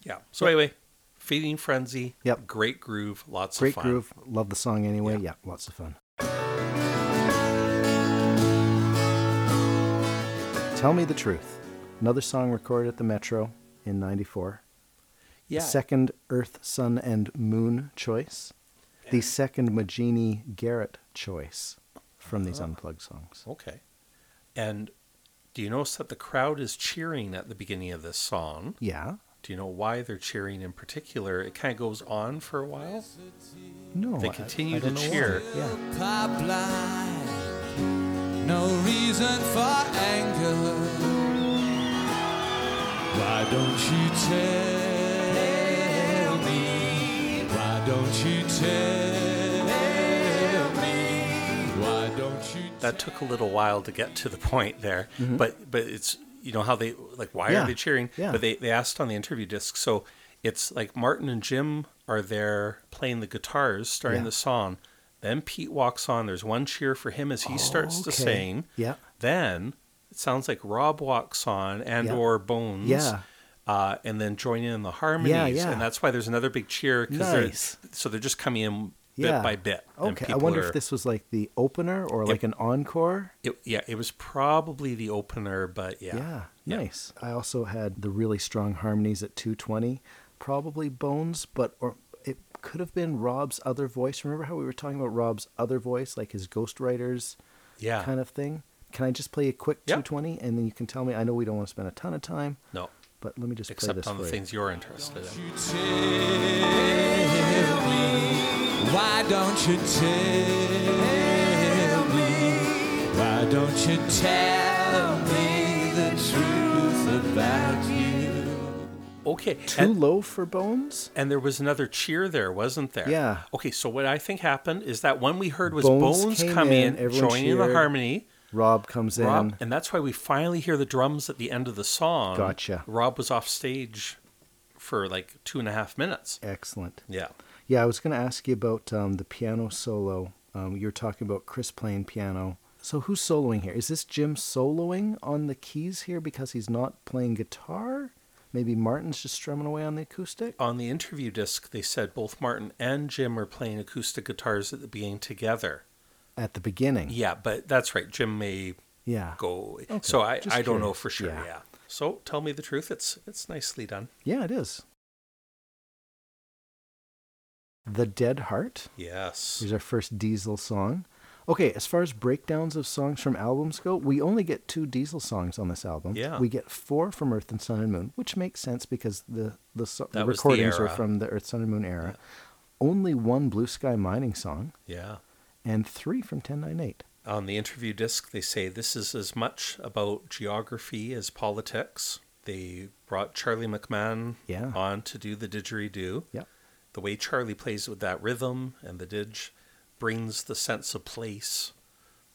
[SPEAKER 4] Yeah. So anyway, feeding frenzy.
[SPEAKER 5] Yep.
[SPEAKER 4] Great groove. Lots
[SPEAKER 5] Great
[SPEAKER 4] of fun.
[SPEAKER 5] groove. Love the song anyway.
[SPEAKER 4] Yeah.
[SPEAKER 5] Yeah. lots of fun. Tell me the truth. Another song recorded at the Metro in '94.
[SPEAKER 4] Yeah.
[SPEAKER 5] Second Earth, Sun, and Moon choice. The second Magini Garrett choice from these unplugged songs.
[SPEAKER 4] Okay. And do you notice that the crowd is cheering at the beginning of this song?
[SPEAKER 5] Yeah.
[SPEAKER 4] Do you know why they're cheering in particular? It kind of goes on for a while.
[SPEAKER 5] No.
[SPEAKER 4] They
[SPEAKER 5] I-
[SPEAKER 4] continue
[SPEAKER 5] I
[SPEAKER 4] to
[SPEAKER 5] don't know why.
[SPEAKER 4] cheer.
[SPEAKER 5] Yeah.
[SPEAKER 2] pipeline. No reason for anger. Why don't you tell me? Why don't you tell me? Why don't you
[SPEAKER 4] That took a little while to get to the point there, but but it's you know how they like why
[SPEAKER 5] Mm-hmm. Yeah.
[SPEAKER 4] are they cheering?
[SPEAKER 5] Yeah.
[SPEAKER 4] But they they asked on the interview disc, so it's like Martin and Jim are there playing the guitars, starting
[SPEAKER 5] Yeah.
[SPEAKER 4] the song. Then Pete walks on. There's one cheer for him as he starts to
[SPEAKER 5] Okay.
[SPEAKER 4] sing.
[SPEAKER 5] Yeah.
[SPEAKER 4] Then it sounds like Rob walks on and
[SPEAKER 5] Yeah.
[SPEAKER 4] or Bones.
[SPEAKER 5] Yeah.
[SPEAKER 4] Uh, and then join in the harmonies,
[SPEAKER 5] yeah.
[SPEAKER 4] and that's why there's another big cheer. 'cause
[SPEAKER 5] Nice.
[SPEAKER 4] They're, so they're just coming in bit
[SPEAKER 5] yeah.
[SPEAKER 4] by bit. and
[SPEAKER 5] Okay. I
[SPEAKER 4] people
[SPEAKER 5] wonder
[SPEAKER 4] are-
[SPEAKER 5] if this was like the opener or like an encore.
[SPEAKER 4] it, yeah, it was probably the opener, but yeah.
[SPEAKER 5] Yeah.
[SPEAKER 4] Yeah.
[SPEAKER 5] Nice. I also had the really strong harmonies at 220. Probably Bones, but or it could have been Rob's other voice. Remember how we were talking about Rob's other voice, like his ghostwriters?
[SPEAKER 4] Yeah.
[SPEAKER 5] kind of thing. Can I just play a quick
[SPEAKER 4] Yeah.
[SPEAKER 5] 220 and then you can tell me? I know we don't want to spend a ton of time,
[SPEAKER 4] No,
[SPEAKER 5] but let me just play
[SPEAKER 4] except
[SPEAKER 5] this
[SPEAKER 4] on the
[SPEAKER 5] for you.
[SPEAKER 4] things you're interested in.
[SPEAKER 2] you tell me? Why don't you tell me? Why don't you tell me the truth about you?
[SPEAKER 4] Okay.
[SPEAKER 5] Too
[SPEAKER 4] And,
[SPEAKER 5] low for Bones?
[SPEAKER 4] and there was another cheer there, wasn't there?
[SPEAKER 5] Yeah.
[SPEAKER 4] Okay, so what I think happened is that one we heard was
[SPEAKER 5] Bones
[SPEAKER 4] Bones,
[SPEAKER 5] came
[SPEAKER 4] come
[SPEAKER 5] in,
[SPEAKER 4] in,
[SPEAKER 5] everyone
[SPEAKER 4] joining
[SPEAKER 5] cheered.
[SPEAKER 4] the harmony.
[SPEAKER 5] Rob comes in.
[SPEAKER 4] Rob, and that's why we finally hear the drums at the end of the song.
[SPEAKER 5] Gotcha.
[SPEAKER 4] Rob was off stage for like two and a half minutes.
[SPEAKER 5] Excellent.
[SPEAKER 4] Yeah.
[SPEAKER 5] Yeah, I was going to ask you about um, the piano solo. Um, you were talking about Chris playing piano. So who's soloing here? Is this Jim soloing on the keys here because he's not playing guitar? Maybe Martin's just strumming away on the acoustic?
[SPEAKER 4] On the interview disc, they said both Martin and Jim are playing acoustic guitars at the beginning together.
[SPEAKER 5] At the beginning.
[SPEAKER 4] Yeah, but that's right. Jim may
[SPEAKER 5] Yeah.
[SPEAKER 4] go. So I,
[SPEAKER 5] just
[SPEAKER 4] I don't know
[SPEAKER 5] curious.
[SPEAKER 4] for sure.
[SPEAKER 5] Yeah.
[SPEAKER 4] Yeah. So tell me the truth. It's it's nicely done.
[SPEAKER 5] Yeah, it is. The Dead Heart.
[SPEAKER 4] Yes.
[SPEAKER 5] Here's our first Diesel song. Okay, as far as breakdowns of songs from albums go, we only get two Diesel songs on this album.
[SPEAKER 4] Yeah.
[SPEAKER 5] We get four from Earth and Sun and Moon, which makes sense because the the, so- the
[SPEAKER 4] That was the
[SPEAKER 5] recordings are
[SPEAKER 4] era.
[SPEAKER 5] from the Earth, Sun and Moon era. Only one Blue Sky Mining song
[SPEAKER 4] Yeah.
[SPEAKER 5] and three from 1098.
[SPEAKER 4] On the interview disc, they say this is as much about geography as politics. They brought Charlie McMahon
[SPEAKER 5] Yeah.
[SPEAKER 4] on to do the didgeridoo.
[SPEAKER 5] Yep.
[SPEAKER 4] The way Charlie plays with that rhythm and the didge brings the sense of place.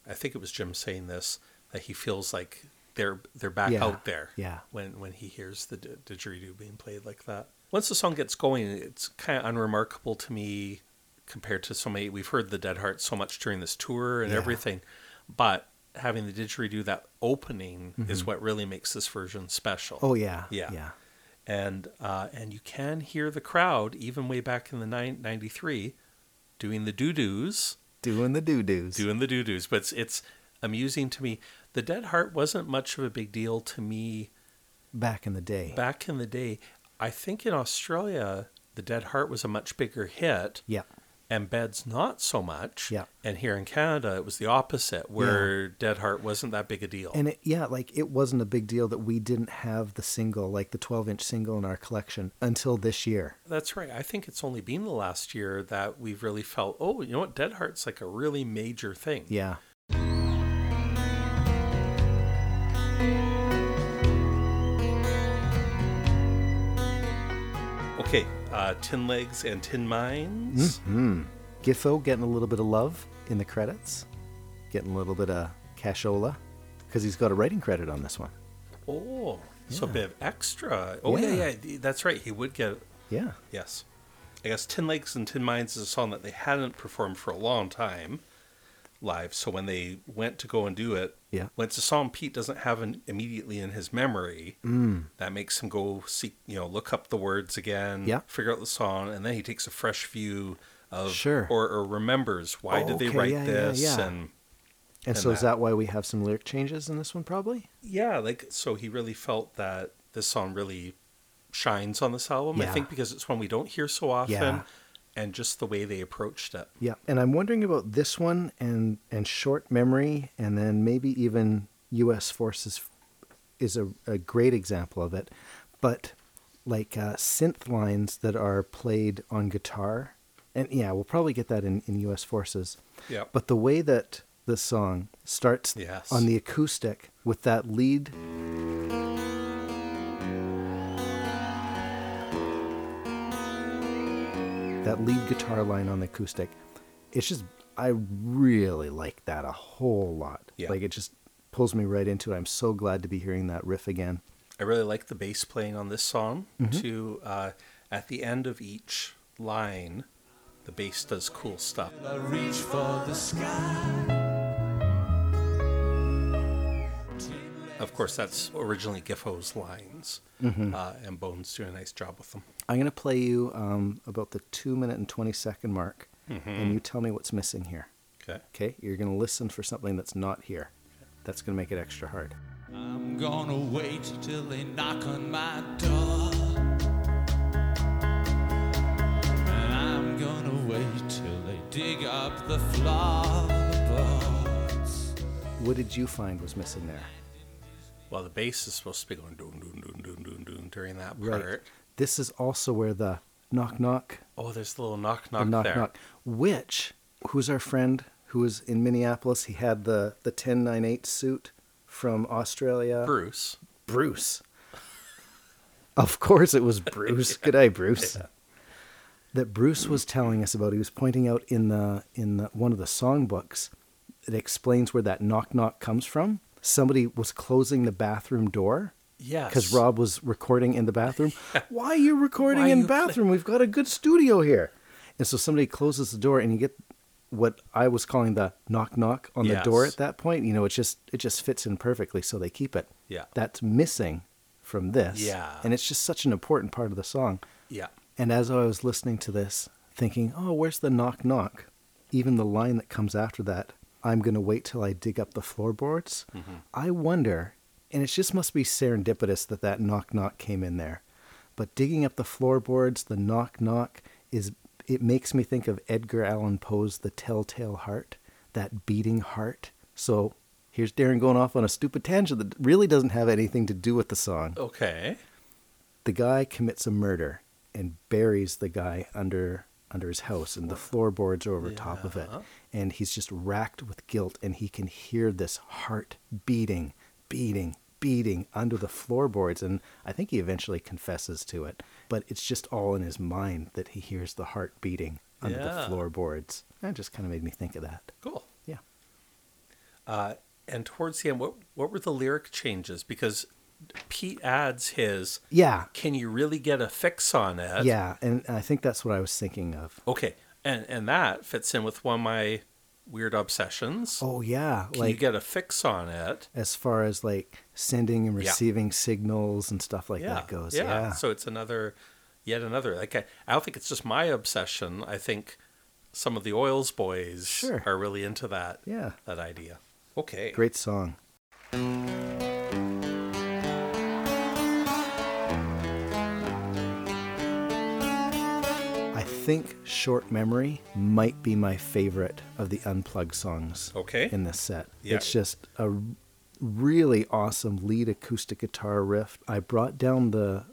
[SPEAKER 4] I think it was Jim saying this that he feels like they're they're back
[SPEAKER 5] Yeah,
[SPEAKER 4] out there.
[SPEAKER 5] yeah.
[SPEAKER 4] When when he hears the di- didgeridoo being played like that. Once the song gets going, it's kind of unremarkable to me compared to so many. We've heard the Dead Heart so much during this tour and
[SPEAKER 5] Yeah.
[SPEAKER 4] everything, but having the didgeridoo that opening is what really makes this version special
[SPEAKER 5] Mm-hmm. Oh, yeah.
[SPEAKER 4] Yeah.
[SPEAKER 5] Yeah.
[SPEAKER 4] and uh, and you can hear the crowd even way back in the nine ninety three, doing the doo doos,
[SPEAKER 5] Doing the doo doos.
[SPEAKER 4] doing the doo doos. But it's, it's amusing to me. The Dead Heart wasn't much of a big deal to me
[SPEAKER 5] Back in the day.
[SPEAKER 4] back in the day. I think in Australia, the Dead Heart was a much bigger hit,
[SPEAKER 5] yeah.
[SPEAKER 4] and beds not so much.
[SPEAKER 5] Yeah.
[SPEAKER 4] And here in Canada, it was the opposite, where Dead Heart wasn't that big a deal.
[SPEAKER 5] And it, yeah, like it wasn't a big deal that we didn't have the single, like the 12 inch single in our collection until this year.
[SPEAKER 4] That's right. I think it's only been the last year that we've really felt, oh, you know what, Dead Heart's like a really major thing.
[SPEAKER 5] Yeah.
[SPEAKER 4] Okay, uh, Tin Legs and Tin Mines.
[SPEAKER 5] Giffo Hmm. getting a little bit of love in the credits, getting a little bit of cashola because he's got a writing credit on this one.
[SPEAKER 4] Oh, so a bit of extra. Oh, yeah. yeah,
[SPEAKER 5] Mm-hmm. Yeah.
[SPEAKER 4] That's right. He would get,
[SPEAKER 5] Yeah.
[SPEAKER 4] yes. I guess Tin Legs and Tin Mines is a song that they hadn't performed for a long time live. So when they went to go and do it,
[SPEAKER 5] Yeah.
[SPEAKER 4] when it's a song Pete doesn't have an, immediately in his memory,
[SPEAKER 5] Mm.
[SPEAKER 4] that makes him go seek, you know, look up the words again,
[SPEAKER 5] Yeah.
[SPEAKER 4] figure out the song, and then he takes a fresh view of,
[SPEAKER 5] Sure. Oh,
[SPEAKER 4] or, or remembers why did they
[SPEAKER 5] Okay,
[SPEAKER 4] write
[SPEAKER 5] yeah, yeah,
[SPEAKER 4] this,
[SPEAKER 5] yeah.
[SPEAKER 4] and
[SPEAKER 5] And,
[SPEAKER 4] And
[SPEAKER 5] so is
[SPEAKER 4] that-
[SPEAKER 5] that why we have some lyric changes in this one, probably?
[SPEAKER 4] yeah, like so he really felt that this song really shines on this album. I
[SPEAKER 5] Yeah.
[SPEAKER 4] think because it's one we don't hear so often,
[SPEAKER 5] Yeah.
[SPEAKER 4] and just the way they approached it.
[SPEAKER 5] Yeah. And I'm wondering about this one and and short memory, and then maybe even U.S. forces is a, a great example of it, but like uh, synth lines that are played on guitar, and yeah, we'll probably get that in, in U.S. forces.
[SPEAKER 4] Yeah,
[SPEAKER 5] But the way that the song starts
[SPEAKER 4] Yes.
[SPEAKER 5] on the acoustic with that lead. That lead guitar line on the acoustic. It's just, I really like that a whole lot.
[SPEAKER 4] Yeah.
[SPEAKER 5] Like it just pulls me right into it. I'm so glad to be hearing that riff again.
[SPEAKER 4] I really like the bass playing on this song
[SPEAKER 5] Mm-hmm.
[SPEAKER 4] too. Uh, at the end of each line, the bass does cool stuff.
[SPEAKER 2] I reach for the sky.
[SPEAKER 4] Of course, that's originally Giffo's lines,
[SPEAKER 5] Mm-hmm.
[SPEAKER 4] uh, and Bones do a nice job with them.
[SPEAKER 5] I'm going to play you um, about the two minute and 20 second mark,
[SPEAKER 4] Mm-hmm.
[SPEAKER 5] and you tell me what's missing here.
[SPEAKER 4] Okay.
[SPEAKER 5] Okay, you're going to listen for something that's not here. That's going to make it extra hard.
[SPEAKER 2] I'm gonna wait till they knock on my door. And I'm gonna wait till they dig up the floorboards.
[SPEAKER 5] What did you find was missing there?
[SPEAKER 4] Well, the bass is supposed to be going doon doon doon doon doon doon during that part.
[SPEAKER 5] Right. This is also where the knock knock
[SPEAKER 4] Oh, there's the little knock
[SPEAKER 5] the
[SPEAKER 4] knock,
[SPEAKER 5] knock
[SPEAKER 4] there.
[SPEAKER 5] knock, which who's our friend who was in Minneapolis? He had the the ten nine eight suit from Australia.
[SPEAKER 4] Bruce.
[SPEAKER 5] Bruce. Of course, it was Bruce. Good eye, Bruce. That Bruce was telling us about. He was pointing out in the in the, one of the songbooks. It explains where that knock knock comes from. Somebody was closing the bathroom door
[SPEAKER 4] Yes.
[SPEAKER 5] because Rob was recording in the bathroom. Why are you recording
[SPEAKER 4] Why
[SPEAKER 5] in
[SPEAKER 4] you play-
[SPEAKER 5] bathroom? We've got a good studio here. And so somebody closes the door, and you get what I was calling the knock knock on the door
[SPEAKER 4] Yes.
[SPEAKER 5] at that point. You know, it just it just fits in perfectly, so they keep it.
[SPEAKER 4] Yeah.
[SPEAKER 5] that's missing from this.
[SPEAKER 4] Yeah.
[SPEAKER 5] and it's just such an important part of the song.
[SPEAKER 4] Yeah.
[SPEAKER 5] And as I was listening to this, thinking, oh, where's the knock knock? Even the line that comes after that, I'm going to wait till I dig up the floorboards. I wonder, and it just must be serendipitous that that knock knock came in there. But digging up the floorboards, the knock knock is, it makes me think of Edgar Allan Poe's The Telltale Heart, that beating heart. So here's Darren going off on a stupid tangent that really doesn't have anything to do with the song
[SPEAKER 4] Okay.
[SPEAKER 5] the guy commits a murder and buries the guy under under his house and the floorboards are over top of it and he's just racked with guilt and he can hear this heart beating beating beating under the floorboards and i think he eventually confesses to it but it's just all in his mind that he hears the heart beating under the
[SPEAKER 4] Yeah.
[SPEAKER 5] floorboards that just kind of made me think of that
[SPEAKER 4] Cool. Uh,
[SPEAKER 5] yeah
[SPEAKER 4] And towards the end, what what were the lyric changes? Because Pete adds his.
[SPEAKER 5] yeah
[SPEAKER 4] Can you really get a fix on it?
[SPEAKER 5] yeah and i think that's what i was thinking of
[SPEAKER 4] Okay. And and that fits in with one of my weird obsessions.
[SPEAKER 5] oh yeah
[SPEAKER 4] Can you get a fix on it?
[SPEAKER 5] as far as like sending and
[SPEAKER 4] Yeah.
[SPEAKER 5] receiving signals and stuff like that goes. Yeah.
[SPEAKER 4] So it's another, yet another. Like I, I don't think it's just my obsession. I think some of the oils boys
[SPEAKER 5] Sure.
[SPEAKER 4] are really into that.
[SPEAKER 5] Yeah.
[SPEAKER 4] That idea. Okay.
[SPEAKER 5] Great song. I think Short Memory might be my favorite of the unplugged songs
[SPEAKER 4] Okay.
[SPEAKER 5] in this set.
[SPEAKER 4] Yeah.
[SPEAKER 5] It's just a really awesome lead acoustic guitar riff. I brought down the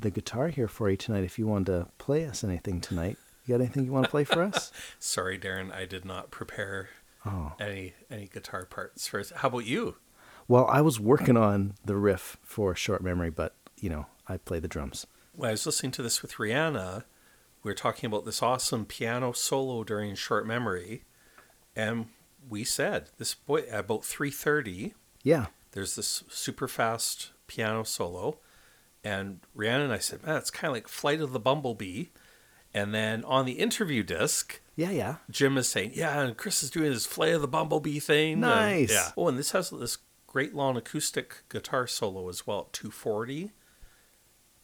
[SPEAKER 5] the guitar here for you tonight if you wanted to play us anything tonight. You got anything you want to play for us?
[SPEAKER 4] Sorry, Darren, I did not prepare
[SPEAKER 5] Oh.
[SPEAKER 4] any any guitar parts for. How about you?
[SPEAKER 5] Well, I was working on the riff for Short Memory, but you know, I play the drums.
[SPEAKER 4] When I was listening to this with Rihanna, we were talking about this awesome piano solo during Short Memory, and we said this boy at about three thirty.
[SPEAKER 5] Yeah.
[SPEAKER 4] There's this super fast piano solo, and Rihanna and I said, "Man, it's kind of like Flight of the Bumblebee." And then on the interview disc,
[SPEAKER 5] Yeah, yeah.
[SPEAKER 4] Jim is saying, "Yeah," and Chris is doing his "Flay of the Bumblebee" thing. and-
[SPEAKER 5] Nice.
[SPEAKER 4] yeah. Oh, and this has this great long acoustic guitar solo as well at 240.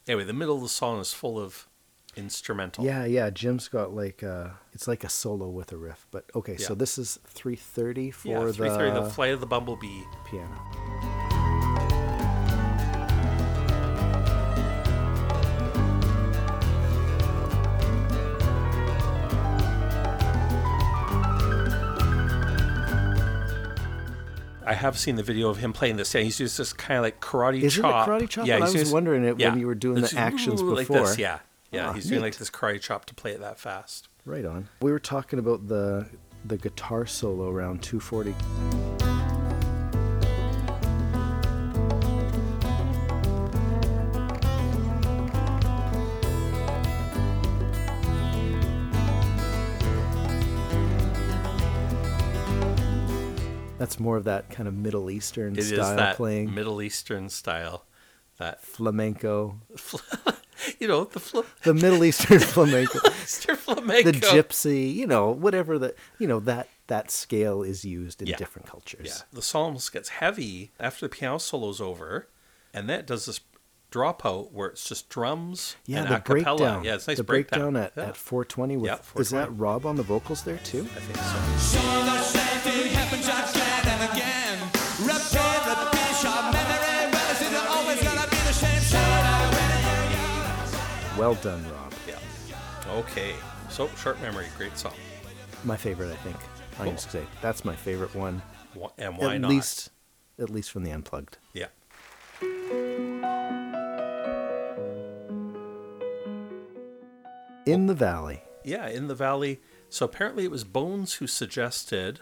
[SPEAKER 4] Anyway, the middle of the song is full of instrumental.
[SPEAKER 5] Yeah, yeah. Jim's got like a, it's like a solo with a riff. But okay, so
[SPEAKER 4] Yeah.
[SPEAKER 5] this is 330 for
[SPEAKER 4] yeah.
[SPEAKER 5] the,
[SPEAKER 4] 330, the "Flay of the Bumblebee."
[SPEAKER 5] piano.
[SPEAKER 4] I have seen the video of him playing this. Yeah, he's just this kind of like karate
[SPEAKER 5] Is it a
[SPEAKER 4] chop.
[SPEAKER 5] karate chop?
[SPEAKER 4] Yeah,
[SPEAKER 5] I
[SPEAKER 4] he's
[SPEAKER 5] was
[SPEAKER 4] just-
[SPEAKER 5] wondering it when
[SPEAKER 4] yeah.
[SPEAKER 5] you were doing
[SPEAKER 4] It's
[SPEAKER 5] the actions
[SPEAKER 4] like
[SPEAKER 5] before.
[SPEAKER 4] this, yeah, yeah.
[SPEAKER 5] Ah,
[SPEAKER 4] he's doing like
[SPEAKER 5] neat.
[SPEAKER 4] this karate chop to play it that fast.
[SPEAKER 5] Right on. We were talking about the the guitar solo around 240. That's more of that kind of Middle Eastern
[SPEAKER 4] It is
[SPEAKER 5] style
[SPEAKER 4] that
[SPEAKER 5] playing,
[SPEAKER 4] Middle Eastern style. That
[SPEAKER 5] flamenco.
[SPEAKER 4] you know the flip.
[SPEAKER 5] The Middle Eastern flamenco.
[SPEAKER 4] Mr. Flamenco.
[SPEAKER 5] the gypsy, you know, whatever that you know that that scale is used in
[SPEAKER 4] Yeah.
[SPEAKER 5] different
[SPEAKER 4] Yeah.
[SPEAKER 5] cultures.
[SPEAKER 4] The Psalms gets heavy after the piano solo's over, and that does this dropout where it's just drums
[SPEAKER 5] Yeah,
[SPEAKER 4] and
[SPEAKER 5] the
[SPEAKER 4] a cappella.
[SPEAKER 5] breakdown.
[SPEAKER 4] Yeah, it's a nice
[SPEAKER 5] the breakdown, at,
[SPEAKER 4] yeah.
[SPEAKER 5] at 420 with
[SPEAKER 4] Yeah,
[SPEAKER 5] is that
[SPEAKER 4] 420.
[SPEAKER 5] Rob on the vocals there too?
[SPEAKER 4] I think so.
[SPEAKER 2] Sure, the same thing happens again and again. Repair the dish of memory. Well, is it always gonna be the same? Should I
[SPEAKER 5] Well done, Rob.
[SPEAKER 4] Yeah. Okay. So short memory, great song.
[SPEAKER 5] My favorite, I think. I'm
[SPEAKER 4] Cool.
[SPEAKER 5] just gonna say that's my favorite one.
[SPEAKER 4] Wh- And why
[SPEAKER 5] at
[SPEAKER 4] not?
[SPEAKER 5] least, at least from the unplugged.
[SPEAKER 4] Yeah.
[SPEAKER 5] In the Valley.
[SPEAKER 4] Yeah. In the Valley. So apparently it was Bones who suggested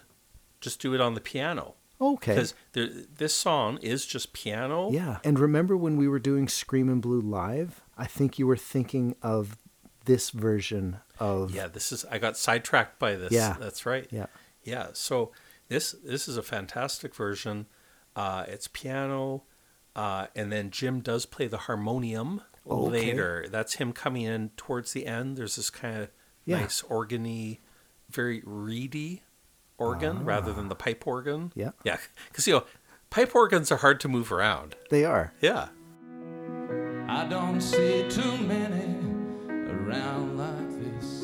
[SPEAKER 4] just do it on the piano
[SPEAKER 5] Okay.
[SPEAKER 4] because there, this song is just piano.
[SPEAKER 5] Yeah. And remember when we were doing Screamin' Blue live? I think you were thinking of this version of
[SPEAKER 4] Yeah, this is I got sidetracked by this.
[SPEAKER 5] Yeah.
[SPEAKER 4] That's right.
[SPEAKER 5] Yeah.
[SPEAKER 4] Yeah. So this this is a fantastic version. Uh it's piano, uh, and then Jim does play the harmonium
[SPEAKER 5] Okay.
[SPEAKER 4] later. That's him coming in towards the end. There's this kind of
[SPEAKER 5] Yeah.
[SPEAKER 4] nice organy, very reedy organ rather than the pipe organ.
[SPEAKER 5] Ah. Yeah.
[SPEAKER 4] Yeah. Because you know, pipe organs are hard to move around.
[SPEAKER 5] They are.
[SPEAKER 4] Yeah.
[SPEAKER 2] I don't see too many around like this.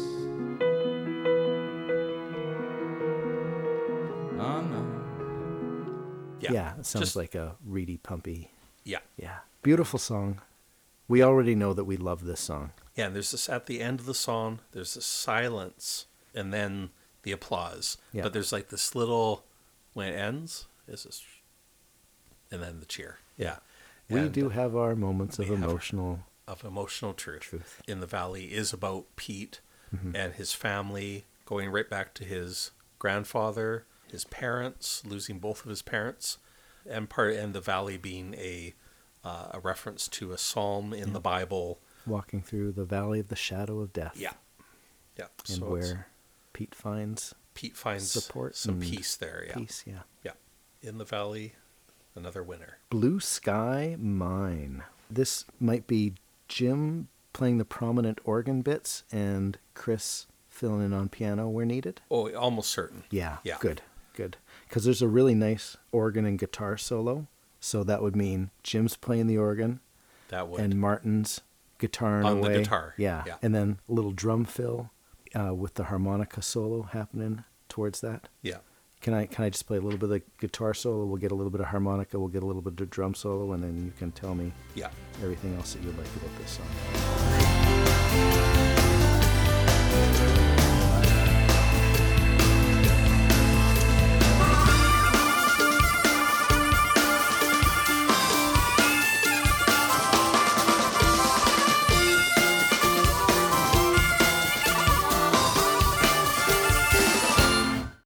[SPEAKER 2] Oh no.
[SPEAKER 4] Yeah.
[SPEAKER 5] yeah it sounds
[SPEAKER 4] Just-
[SPEAKER 5] like a reedy, pumpy
[SPEAKER 4] Yeah.
[SPEAKER 5] Yeah. Beautiful song. We already know that we love this song.
[SPEAKER 4] Yeah, and there's this at the end of the song, there's this silence and then the applause.
[SPEAKER 5] Yeah.
[SPEAKER 4] But there's like this little when it ends, is this and then the cheer. Yeah.
[SPEAKER 5] We
[SPEAKER 4] And
[SPEAKER 5] do have our moments of
[SPEAKER 4] we have-
[SPEAKER 5] emotional.
[SPEAKER 4] of emotional truth.
[SPEAKER 5] Truth. Mm-hmm.
[SPEAKER 4] In the Valley is about Pete and his family going right back to his grandfather, his parents, losing both of his parents, and part and the Valley being a uh, a reference to a psalm in the
[SPEAKER 5] Mm.
[SPEAKER 4] Bible.
[SPEAKER 5] Walking through the valley of the shadow of death.
[SPEAKER 4] Yeah. Yeah.
[SPEAKER 5] And
[SPEAKER 4] so it's-
[SPEAKER 5] where Pete finds
[SPEAKER 4] Pete finds
[SPEAKER 5] Support
[SPEAKER 4] some
[SPEAKER 5] and
[SPEAKER 4] peace there. Yeah.
[SPEAKER 5] peace. Yeah.
[SPEAKER 4] Yeah. In the valley, another winner.
[SPEAKER 5] Blue Sky Mine. This might be Jim playing the prominent organ bits and Chris filling in on piano where needed.
[SPEAKER 4] Oh, almost certain.
[SPEAKER 5] Yeah.
[SPEAKER 4] Yeah.
[SPEAKER 5] Good. Good. Because there's a really nice organ and guitar solo. So that would mean Jim's playing the organ,
[SPEAKER 4] That would.
[SPEAKER 5] and Martin's guitar in
[SPEAKER 4] On
[SPEAKER 5] a
[SPEAKER 4] the
[SPEAKER 5] way.
[SPEAKER 4] guitar,
[SPEAKER 5] Yeah.
[SPEAKER 4] yeah.
[SPEAKER 5] and then a little drum fill uh, with the harmonica solo happening towards that.
[SPEAKER 4] yeah.
[SPEAKER 5] Can I can I just play a little bit of the guitar solo? We'll get a little bit of harmonica. We'll get a little bit of drum solo, and then you can tell me
[SPEAKER 4] Yeah.
[SPEAKER 5] everything else that you like about this song.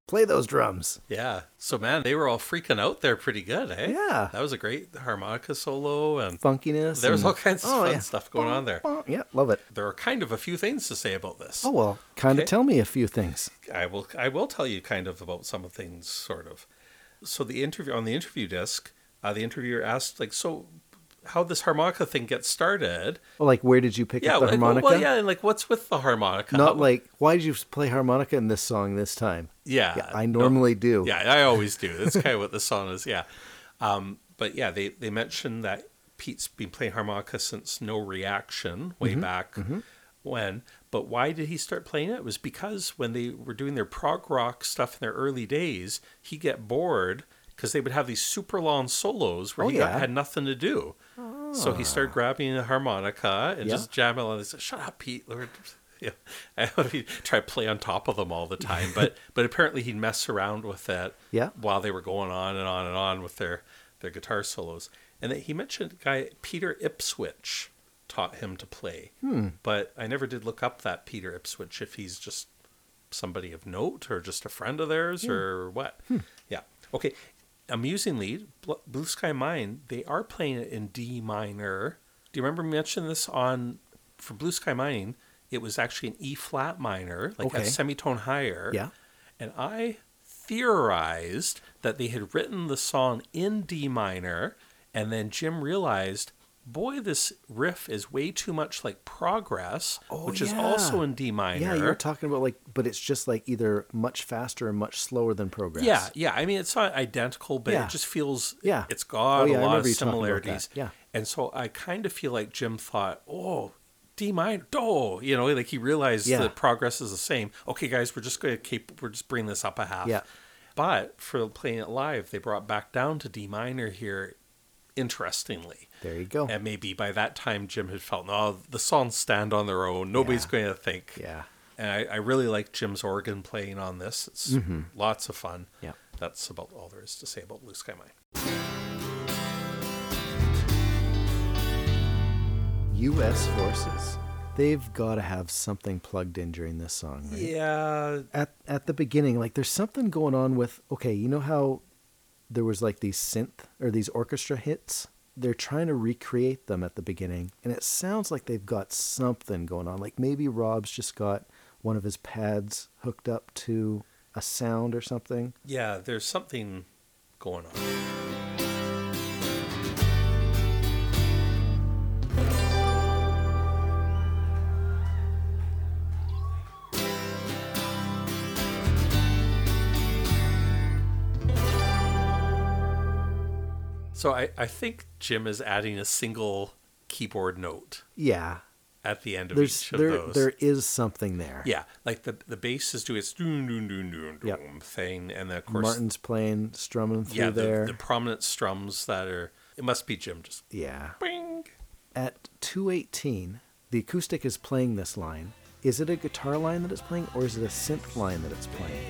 [SPEAKER 5] Play those drums.
[SPEAKER 4] Yeah. So man, they were all freaking out there pretty good, eh?
[SPEAKER 5] Yeah.
[SPEAKER 4] That was a great harmonica solo and
[SPEAKER 5] Funkiness.
[SPEAKER 4] there's
[SPEAKER 5] and-
[SPEAKER 4] all kinds of
[SPEAKER 5] Oh,
[SPEAKER 4] fun
[SPEAKER 5] yeah.
[SPEAKER 4] stuff going on there.
[SPEAKER 5] Bonk. Yeah, love it.
[SPEAKER 4] There are kind of a few things to say about this.
[SPEAKER 5] Oh, well, kind of
[SPEAKER 4] Okay.
[SPEAKER 5] tell me a few things.
[SPEAKER 4] I will I will tell you kind of about some of things sort of. So the interview on the interview disc, uh, the interviewer asked like so how this harmonica thing gets started.
[SPEAKER 5] Well, like, where did you pick
[SPEAKER 4] Yeah,
[SPEAKER 5] up the
[SPEAKER 4] like, well,
[SPEAKER 5] harmonica?
[SPEAKER 4] well, yeah, and like what's with the harmonica? How-
[SPEAKER 5] Not like, why did you play harmonica in this song this time?
[SPEAKER 4] Yeah.
[SPEAKER 5] Yeah, I
[SPEAKER 4] Uh, no.
[SPEAKER 5] normally do.
[SPEAKER 4] Yeah, I always do. That's kind of what the song is. Yeah. Um, but yeah, they, they mentioned that Pete's been playing harmonica since No Reaction way
[SPEAKER 5] Mm-hmm,
[SPEAKER 4] back when. But why did he start playing it? It was because when they were doing their prog rock stuff in their early days, he get bored because they would have these super long solos where
[SPEAKER 5] Oh,
[SPEAKER 4] he got-
[SPEAKER 5] yeah.
[SPEAKER 4] had nothing to do. So he started grabbing a harmonica
[SPEAKER 5] Ah.
[SPEAKER 4] and
[SPEAKER 5] Yeah.
[SPEAKER 4] just jamming on. He said, "Shut up, Pete." Lord. Yeah, I hope he try to play on top of them all the time, but but apparently he'd mess around with that.
[SPEAKER 5] Yeah.
[SPEAKER 4] While they were going on and on and on with their their guitar solos, and that he mentioned a guy Peter Ipswich taught him to play.
[SPEAKER 5] Hmm.
[SPEAKER 4] But I never did look up that Peter Ipswich if he's just somebody of note or just a friend of theirs
[SPEAKER 5] Hmm.
[SPEAKER 4] or what. Yeah. Okay. Amusingly, Bl- Blue Sky Mine, they are playing it in D minor. Do you remember me mentioning this on for Blue Sky Mine? It was actually an E flat minor, like
[SPEAKER 5] Okay.
[SPEAKER 4] a semitone higher.
[SPEAKER 5] Yeah.
[SPEAKER 4] And I theorized that they had written the song in D minor, and then Jim realized, boy, this riff is way too much like Progress,
[SPEAKER 5] Oh,
[SPEAKER 4] which is
[SPEAKER 5] yeah.
[SPEAKER 4] also in D minor.
[SPEAKER 5] Yeah, you're talking about like, but it's just like either much faster or much slower than progress.
[SPEAKER 4] Yeah, yeah. I mean, it's not identical, but
[SPEAKER 5] Yeah.
[SPEAKER 4] it just feels
[SPEAKER 5] Yeah.
[SPEAKER 4] it's got
[SPEAKER 5] Oh, yeah, I
[SPEAKER 4] a lot of
[SPEAKER 5] remember you talking about that.
[SPEAKER 4] similarities.
[SPEAKER 5] Yeah.
[SPEAKER 4] and so I kind of feel like Jim thought, oh, D minor, do, you know, like he realized
[SPEAKER 5] Yeah.
[SPEAKER 4] that progress is the same. Okay, guys, we're just going to keep, we're just bringing this up a half.
[SPEAKER 5] Yeah.
[SPEAKER 4] But for playing it live, they brought back down to D minor here. Interestingly,
[SPEAKER 5] There you go.
[SPEAKER 4] and maybe by that time Jim had felt, no, the songs stand on their own. Nobody's
[SPEAKER 5] Yeah.
[SPEAKER 4] going to think.
[SPEAKER 5] yeah.
[SPEAKER 4] And I, I really like Jim's organ playing on this. It's lots of fun.
[SPEAKER 5] Yeah.
[SPEAKER 4] That's about all there is to say about Blue Sky Mine.
[SPEAKER 5] U.S. forces. They've got to have something plugged in during this song, right?
[SPEAKER 4] Yeah.
[SPEAKER 5] At at the beginning, like there's something going on with. Okay, you know how there was like these synth or these orchestra hits. They're trying to recreate them at the beginning, and it sounds like they've got something going on. Like maybe Rob's just got one of his pads hooked up to a sound or something.
[SPEAKER 4] Yeah, there's something going on. So I, I think Jim is adding a single keyboard note
[SPEAKER 5] Yeah,
[SPEAKER 4] at the end of
[SPEAKER 5] there's
[SPEAKER 4] each of
[SPEAKER 5] there
[SPEAKER 4] those.
[SPEAKER 5] there is something there.
[SPEAKER 4] Yeah, like the the bass is doing its doom doom doom doom
[SPEAKER 5] Yep.
[SPEAKER 4] doom thing, and then of course
[SPEAKER 5] Martin's playing strumming through
[SPEAKER 4] yeah,
[SPEAKER 5] there.
[SPEAKER 4] The, the prominent strums that are it must be Jim just
[SPEAKER 5] yeah.
[SPEAKER 4] bing.
[SPEAKER 5] At 218, the acoustic is playing this line. Is it a guitar line that it's playing or is it a synth line that it's playing?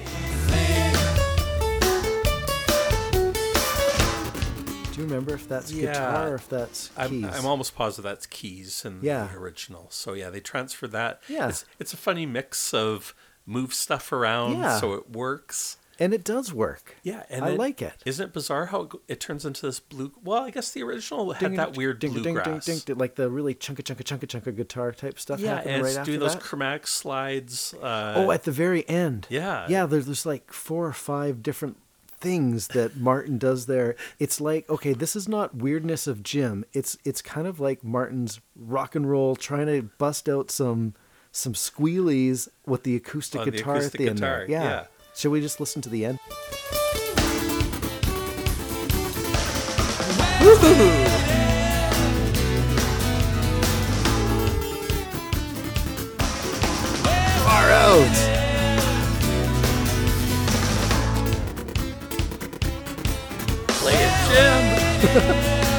[SPEAKER 5] Do you remember if that's
[SPEAKER 4] Yeah.
[SPEAKER 5] guitar or if that's keys?
[SPEAKER 4] I'm, I'm almost positive that's keys in
[SPEAKER 5] Yeah.
[SPEAKER 4] the original. So yeah, they transferred that.
[SPEAKER 5] Yeah.
[SPEAKER 4] It's, it's a funny mix of move stuff around
[SPEAKER 5] Yeah.
[SPEAKER 4] so it works.
[SPEAKER 5] and it does work.
[SPEAKER 4] Yeah, and
[SPEAKER 5] I
[SPEAKER 4] then-
[SPEAKER 5] like it.
[SPEAKER 4] Isn't it bizarre how it, go- it turns into this blue? Well, I guess the original had that weird
[SPEAKER 5] ding, ding,
[SPEAKER 4] bluegrass.
[SPEAKER 5] ding, ding, ding, like the really chunka chunka chunka chunka guitar type stuff
[SPEAKER 4] Yeah,
[SPEAKER 5] happening
[SPEAKER 4] and
[SPEAKER 5] right
[SPEAKER 4] it's
[SPEAKER 5] after
[SPEAKER 4] doing those
[SPEAKER 5] that.
[SPEAKER 4] chromatic slides. Uh,
[SPEAKER 5] oh, at the very end.
[SPEAKER 4] yeah.
[SPEAKER 5] Yeah, there's, there's like four or five different things that Martin does there. It's like, okay, this is not weirdness of Jim. It's it's kind of like Martin's rock and roll trying to bust out some some squealies with the acoustic
[SPEAKER 4] On the
[SPEAKER 5] guitar
[SPEAKER 4] acoustic
[SPEAKER 5] at the end. there.
[SPEAKER 4] guitar, yeah.
[SPEAKER 5] Should we just listen to the end? Far out.
[SPEAKER 4] play it, Jim.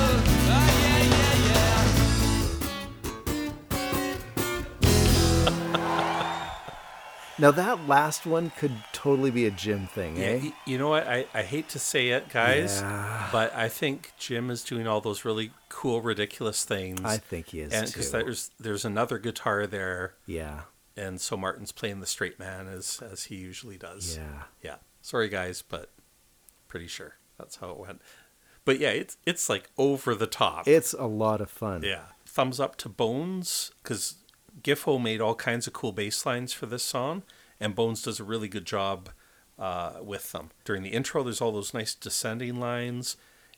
[SPEAKER 5] Now that last one could totally be a Jim thing,
[SPEAKER 4] Yeah,
[SPEAKER 5] eh?
[SPEAKER 4] y- you know what? I, I hate to say it, guys,
[SPEAKER 5] Yeah.
[SPEAKER 4] but I think Jim is doing all those really cool, ridiculous things.
[SPEAKER 5] I think he is
[SPEAKER 4] and
[SPEAKER 5] too.
[SPEAKER 4] because there's there's another guitar there,
[SPEAKER 5] yeah,
[SPEAKER 4] and so Martin's playing the straight man as as he usually does.
[SPEAKER 5] yeah.
[SPEAKER 4] Yeah. Sorry, guys, but pretty sure that's how it went. But yeah, it's it's like over the top.
[SPEAKER 5] It's a lot of fun.
[SPEAKER 4] Yeah. Thumbs up to Bones because Giffo made all kinds of cool bass lines for this song, and Bones does a really good job uh, with them. During the intro, there's all those nice descending lines,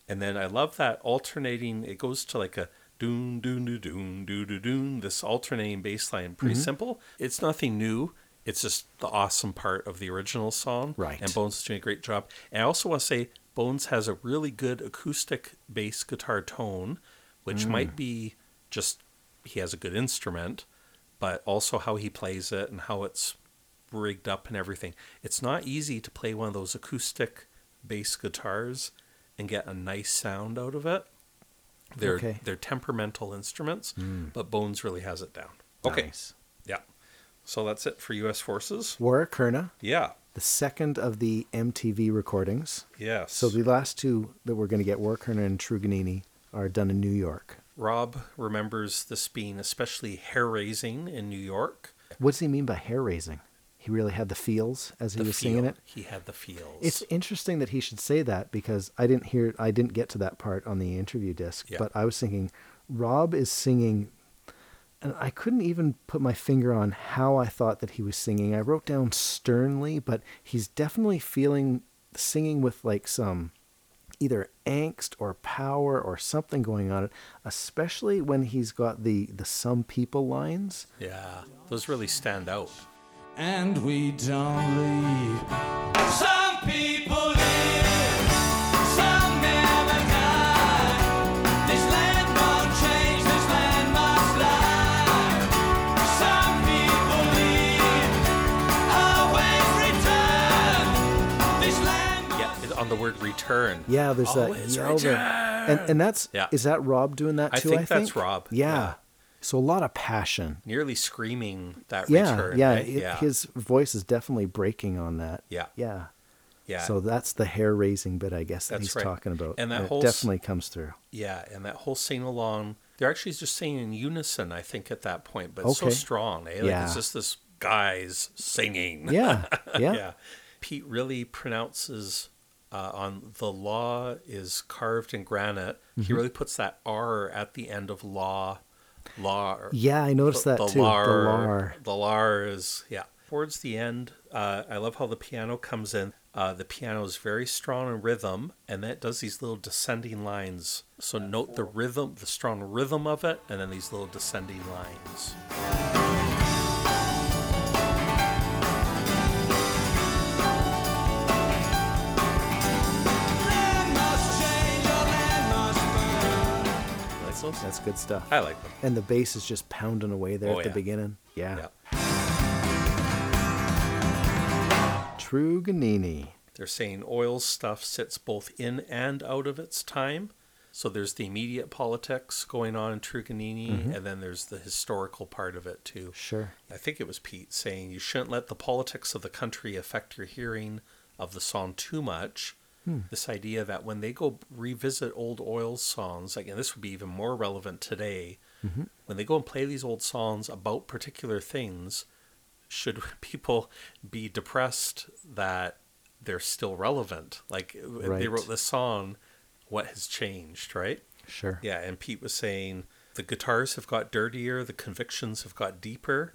[SPEAKER 4] and then I love that alternating. It goes to like a doon doon doo doon doo doo doon. This alternating bass line, pretty simple. It's nothing new. It's just the awesome part of the original song.
[SPEAKER 5] Right.
[SPEAKER 4] And Bones is doing a great job. And I also want to say Bones has a really good acoustic bass guitar tone, which
[SPEAKER 5] Mm.
[SPEAKER 4] might be just he has a good instrument, but also how he plays it and how it's rigged up and everything. It's not easy to play one of those acoustic bass guitars and get a nice sound out of it. They're
[SPEAKER 5] Okay. Mm.
[SPEAKER 4] they're temperamental instruments, but Bones really has it down. Okay.
[SPEAKER 5] Nice.
[SPEAKER 4] Yeah. So that's it for US forces.
[SPEAKER 5] Wara Kurna,
[SPEAKER 4] Yeah.
[SPEAKER 5] the second of the MTV recordings.
[SPEAKER 4] Yes.
[SPEAKER 5] So the last two that we're going to get, Wara Kurna and Truganini, are done in New York.
[SPEAKER 4] Rob remembers this being especially hair raising in New York.
[SPEAKER 5] What does he mean by hair raising? He really had the feels as he
[SPEAKER 4] The
[SPEAKER 5] was singing
[SPEAKER 4] feel.
[SPEAKER 5] it.
[SPEAKER 4] He had the feels.
[SPEAKER 5] It's interesting that he should say that because I didn't hear, I didn't get to that part on the interview disc.
[SPEAKER 4] Yeah.
[SPEAKER 5] But I was thinking, Rob is singing, and I couldn't even put my finger on how I thought that he was singing. I wrote down sternly, but he's definitely feeling singing with like some either angst or power or something going on, especially when he's got the the some people lines.
[SPEAKER 4] yeah. Those really stand out.
[SPEAKER 2] and we don't leave. Some people live, some never die. This land won't change, this land must lie. Some people leave, always return. This land
[SPEAKER 4] Yeah. it- On the word return.
[SPEAKER 5] Yeah, there's
[SPEAKER 4] Always
[SPEAKER 5] that yell there. And and that's
[SPEAKER 4] Yeah.
[SPEAKER 5] is that Rob doing that
[SPEAKER 4] I
[SPEAKER 5] too?
[SPEAKER 4] think that's Rob,
[SPEAKER 5] Yeah.
[SPEAKER 4] yeah.
[SPEAKER 5] So a lot of passion.
[SPEAKER 4] Nearly screaming that
[SPEAKER 5] Yeah,
[SPEAKER 4] return.
[SPEAKER 5] yeah,
[SPEAKER 4] right?
[SPEAKER 5] it-
[SPEAKER 4] yeah.
[SPEAKER 5] His voice is definitely breaking on that.
[SPEAKER 4] Yeah.
[SPEAKER 5] Yeah.
[SPEAKER 4] yeah.
[SPEAKER 5] So that's the hair raising bit, I guess, that
[SPEAKER 4] That's
[SPEAKER 5] he's
[SPEAKER 4] right.
[SPEAKER 5] talking about.
[SPEAKER 4] And that
[SPEAKER 5] it
[SPEAKER 4] whole s-
[SPEAKER 5] definitely comes through.
[SPEAKER 4] Yeah, and that whole sing along, they're actually just singing in unison, I think, at that point, but so
[SPEAKER 5] Okay.
[SPEAKER 4] strong. Eh? Like
[SPEAKER 5] Yeah.
[SPEAKER 4] it's just this guy's singing.
[SPEAKER 5] Yeah. Yeah.
[SPEAKER 4] yeah. Pete really pronounces uh, on the law is carved in granite.
[SPEAKER 5] Mm-hmm.
[SPEAKER 4] He really puts that R at the end of law. Law. or-
[SPEAKER 5] Yeah, I noticed that too. The lar.
[SPEAKER 4] the lar is yeah. Towards the end, uh, I love how the piano comes in. Uh, the piano is very strong in rhythm, and that does these little descending lines. So note the rhythm, the strong rhythm of it, and then these little descending lines.
[SPEAKER 2] land must change, your land must burn.
[SPEAKER 4] Nice little-
[SPEAKER 5] That's good stuff.
[SPEAKER 4] I like them.
[SPEAKER 5] And the bass is just pounding away there
[SPEAKER 4] Oh,
[SPEAKER 5] at the
[SPEAKER 4] yeah.
[SPEAKER 5] beginning. Yeah.
[SPEAKER 4] Yeah.
[SPEAKER 5] True Ganini.
[SPEAKER 4] They're saying oil stuff sits both in and out of its time. So there's the immediate politics going on in Truganini, and then there's the historical part of it too.
[SPEAKER 5] Sure.
[SPEAKER 4] I think it was Pete saying you shouldn't let the politics of the country affect your hearing of the song too much. This idea that when they go revisit old oil songs, like, and this would be even more relevant today, when they go and play these old songs about particular things, should people be depressed that they're still relevant? Like they
[SPEAKER 5] Right.
[SPEAKER 4] wrote this song, what has changed, right?
[SPEAKER 5] Sure.
[SPEAKER 4] Yeah, and Pete was saying the guitars have got dirtier, the convictions have got deeper.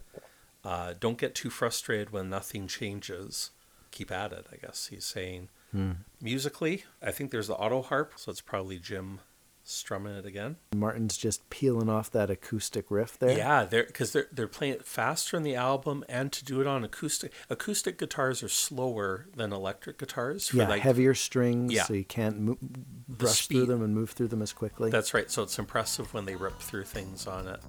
[SPEAKER 4] Uh, don't get too frustrated when nothing changes. Keep at it, I guess he's saying.
[SPEAKER 5] Hmm.
[SPEAKER 4] Musically, I think there's the auto harp, so it's probably Jim strumming it again.
[SPEAKER 5] Martin's just peeling off that acoustic riff there.
[SPEAKER 4] Yeah, they're because they're they're playing it faster in the album, and to do it on acoustic acoustic guitars are slower than electric guitars for
[SPEAKER 5] Yeah,
[SPEAKER 4] like
[SPEAKER 5] heavier strings,
[SPEAKER 4] Yeah.
[SPEAKER 5] so you can't mo- brush through
[SPEAKER 4] speed.
[SPEAKER 5] them and move through them as quickly.
[SPEAKER 4] That's right. So it's impressive when they rip through things on it.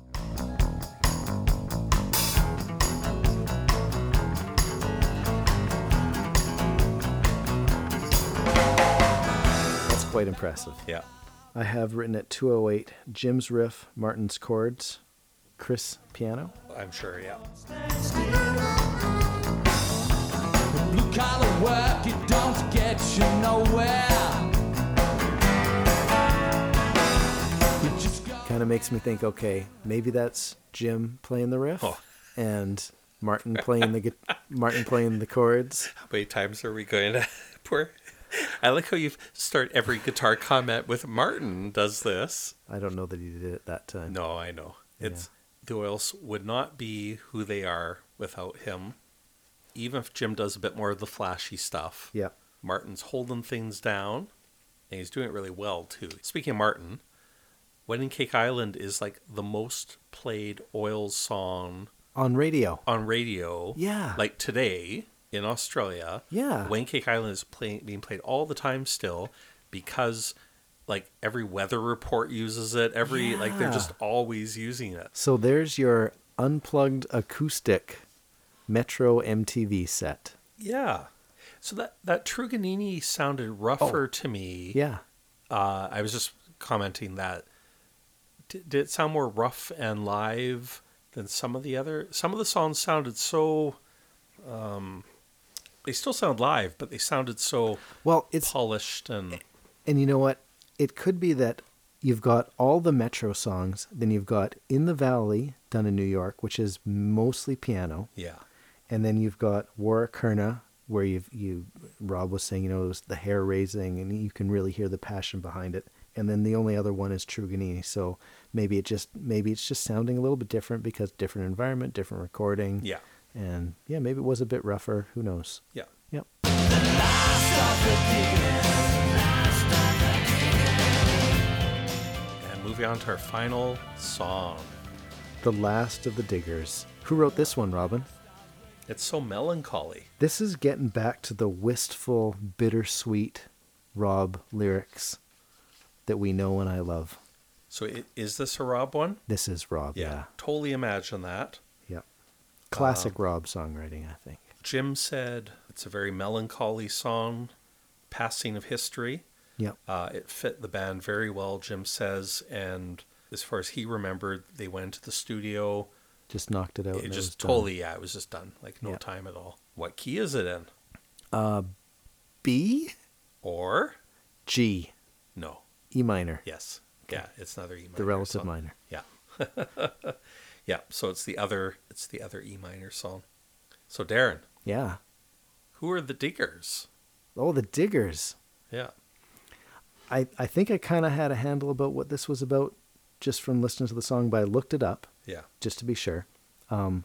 [SPEAKER 5] That's quite impressive.
[SPEAKER 4] Yeah.
[SPEAKER 5] I have written at 208 Jim's riff, Martin's chords, Chris piano.
[SPEAKER 4] I'm sure, yeah.
[SPEAKER 2] collar work, it don't get you nowhere. You just got
[SPEAKER 5] Kind of makes me think, okay, maybe that's Jim playing the riff
[SPEAKER 4] Oh.
[SPEAKER 5] and Martin playing the gu- Martin playing the chords.
[SPEAKER 4] How many times are we going to pour? I like how you start every guitar comment with Martin does this.
[SPEAKER 5] I don't know that he did it that time.
[SPEAKER 4] No, I know. It's the Oils would not be who they are without him. Even if Jim does a bit more of the flashy stuff.
[SPEAKER 5] Yeah.
[SPEAKER 4] Martin's holding things down, and he's doing it really well too. Speaking of Martin, Wedding Cake Island is like the most played Oils song
[SPEAKER 5] On radio.
[SPEAKER 4] on radio.
[SPEAKER 5] Yeah.
[SPEAKER 4] Like today in Australia.
[SPEAKER 5] Yeah.
[SPEAKER 4] Wayne Cake Island is playing being played all the time still because like every weather report uses it. Every like they're
[SPEAKER 5] Yeah.
[SPEAKER 4] just always using it.
[SPEAKER 5] So there's your unplugged acoustic Metro MTV set.
[SPEAKER 4] Yeah. So that that Truganini sounded rougher to me.
[SPEAKER 5] Oh. Yeah.
[SPEAKER 4] Uh, I was just commenting that D- did it sound more rough and live than some of the other? Some of the songs sounded so. Um, they still sound live, but they sounded so
[SPEAKER 5] Well, it's eh.
[SPEAKER 4] polished and
[SPEAKER 5] And you know what? It could be that you've got all the Metro songs, then you've got In the Valley done in New York, which is mostly piano,
[SPEAKER 4] yeah,
[SPEAKER 5] and then you've got War Kerna, where you've you Rob was saying, you know, it was the hair raising, and you can really hear the passion behind it. And then the only other one is Truganini, so maybe it just maybe it's just sounding a little bit different because different environment, different recording.
[SPEAKER 4] yeah,
[SPEAKER 5] And yeah, maybe it was a bit rougher. Who knows?
[SPEAKER 4] yeah.
[SPEAKER 5] Yep.
[SPEAKER 4] And moving on to our final song.
[SPEAKER 5] The Last of the Diggers. Who wrote this one, Robin?
[SPEAKER 4] It's so melancholy.
[SPEAKER 5] This is getting back to the wistful, bittersweet Rob lyrics that we know and I love.
[SPEAKER 4] So i- is this a Rob one?
[SPEAKER 5] This is Rob. Yeah.
[SPEAKER 4] totally imagine that.
[SPEAKER 5] Yep. Classic Rob songwriting, I think.
[SPEAKER 4] Jim said it's a very melancholy song, passing of history.
[SPEAKER 5] Yep.
[SPEAKER 4] Uh, it fit the band very well, Jim says. And as far as he remembered, they went to the studio.
[SPEAKER 5] Just knocked it out.
[SPEAKER 4] it
[SPEAKER 5] and was
[SPEAKER 4] just
[SPEAKER 5] done.
[SPEAKER 4] totally, yeah, it was just done. Like no
[SPEAKER 5] Yeah.
[SPEAKER 4] time at all. What key is it in?
[SPEAKER 5] B?
[SPEAKER 4] Or
[SPEAKER 5] G.
[SPEAKER 4] no?
[SPEAKER 5] E minor.
[SPEAKER 4] Yes. Yeah, it's another E minor.
[SPEAKER 5] the relative
[SPEAKER 4] song.
[SPEAKER 5] minor.
[SPEAKER 4] Yeah. yeah. So it's the other. It's the other E minor song. So Darren,
[SPEAKER 5] Yeah.
[SPEAKER 4] who are the Diggers?
[SPEAKER 5] Oh, the Diggers.
[SPEAKER 4] Yeah.
[SPEAKER 5] I, I think I kind of had a handle about what this was about just from listening to the song, but I looked it up.
[SPEAKER 4] Yeah.
[SPEAKER 5] just to be sure. Um,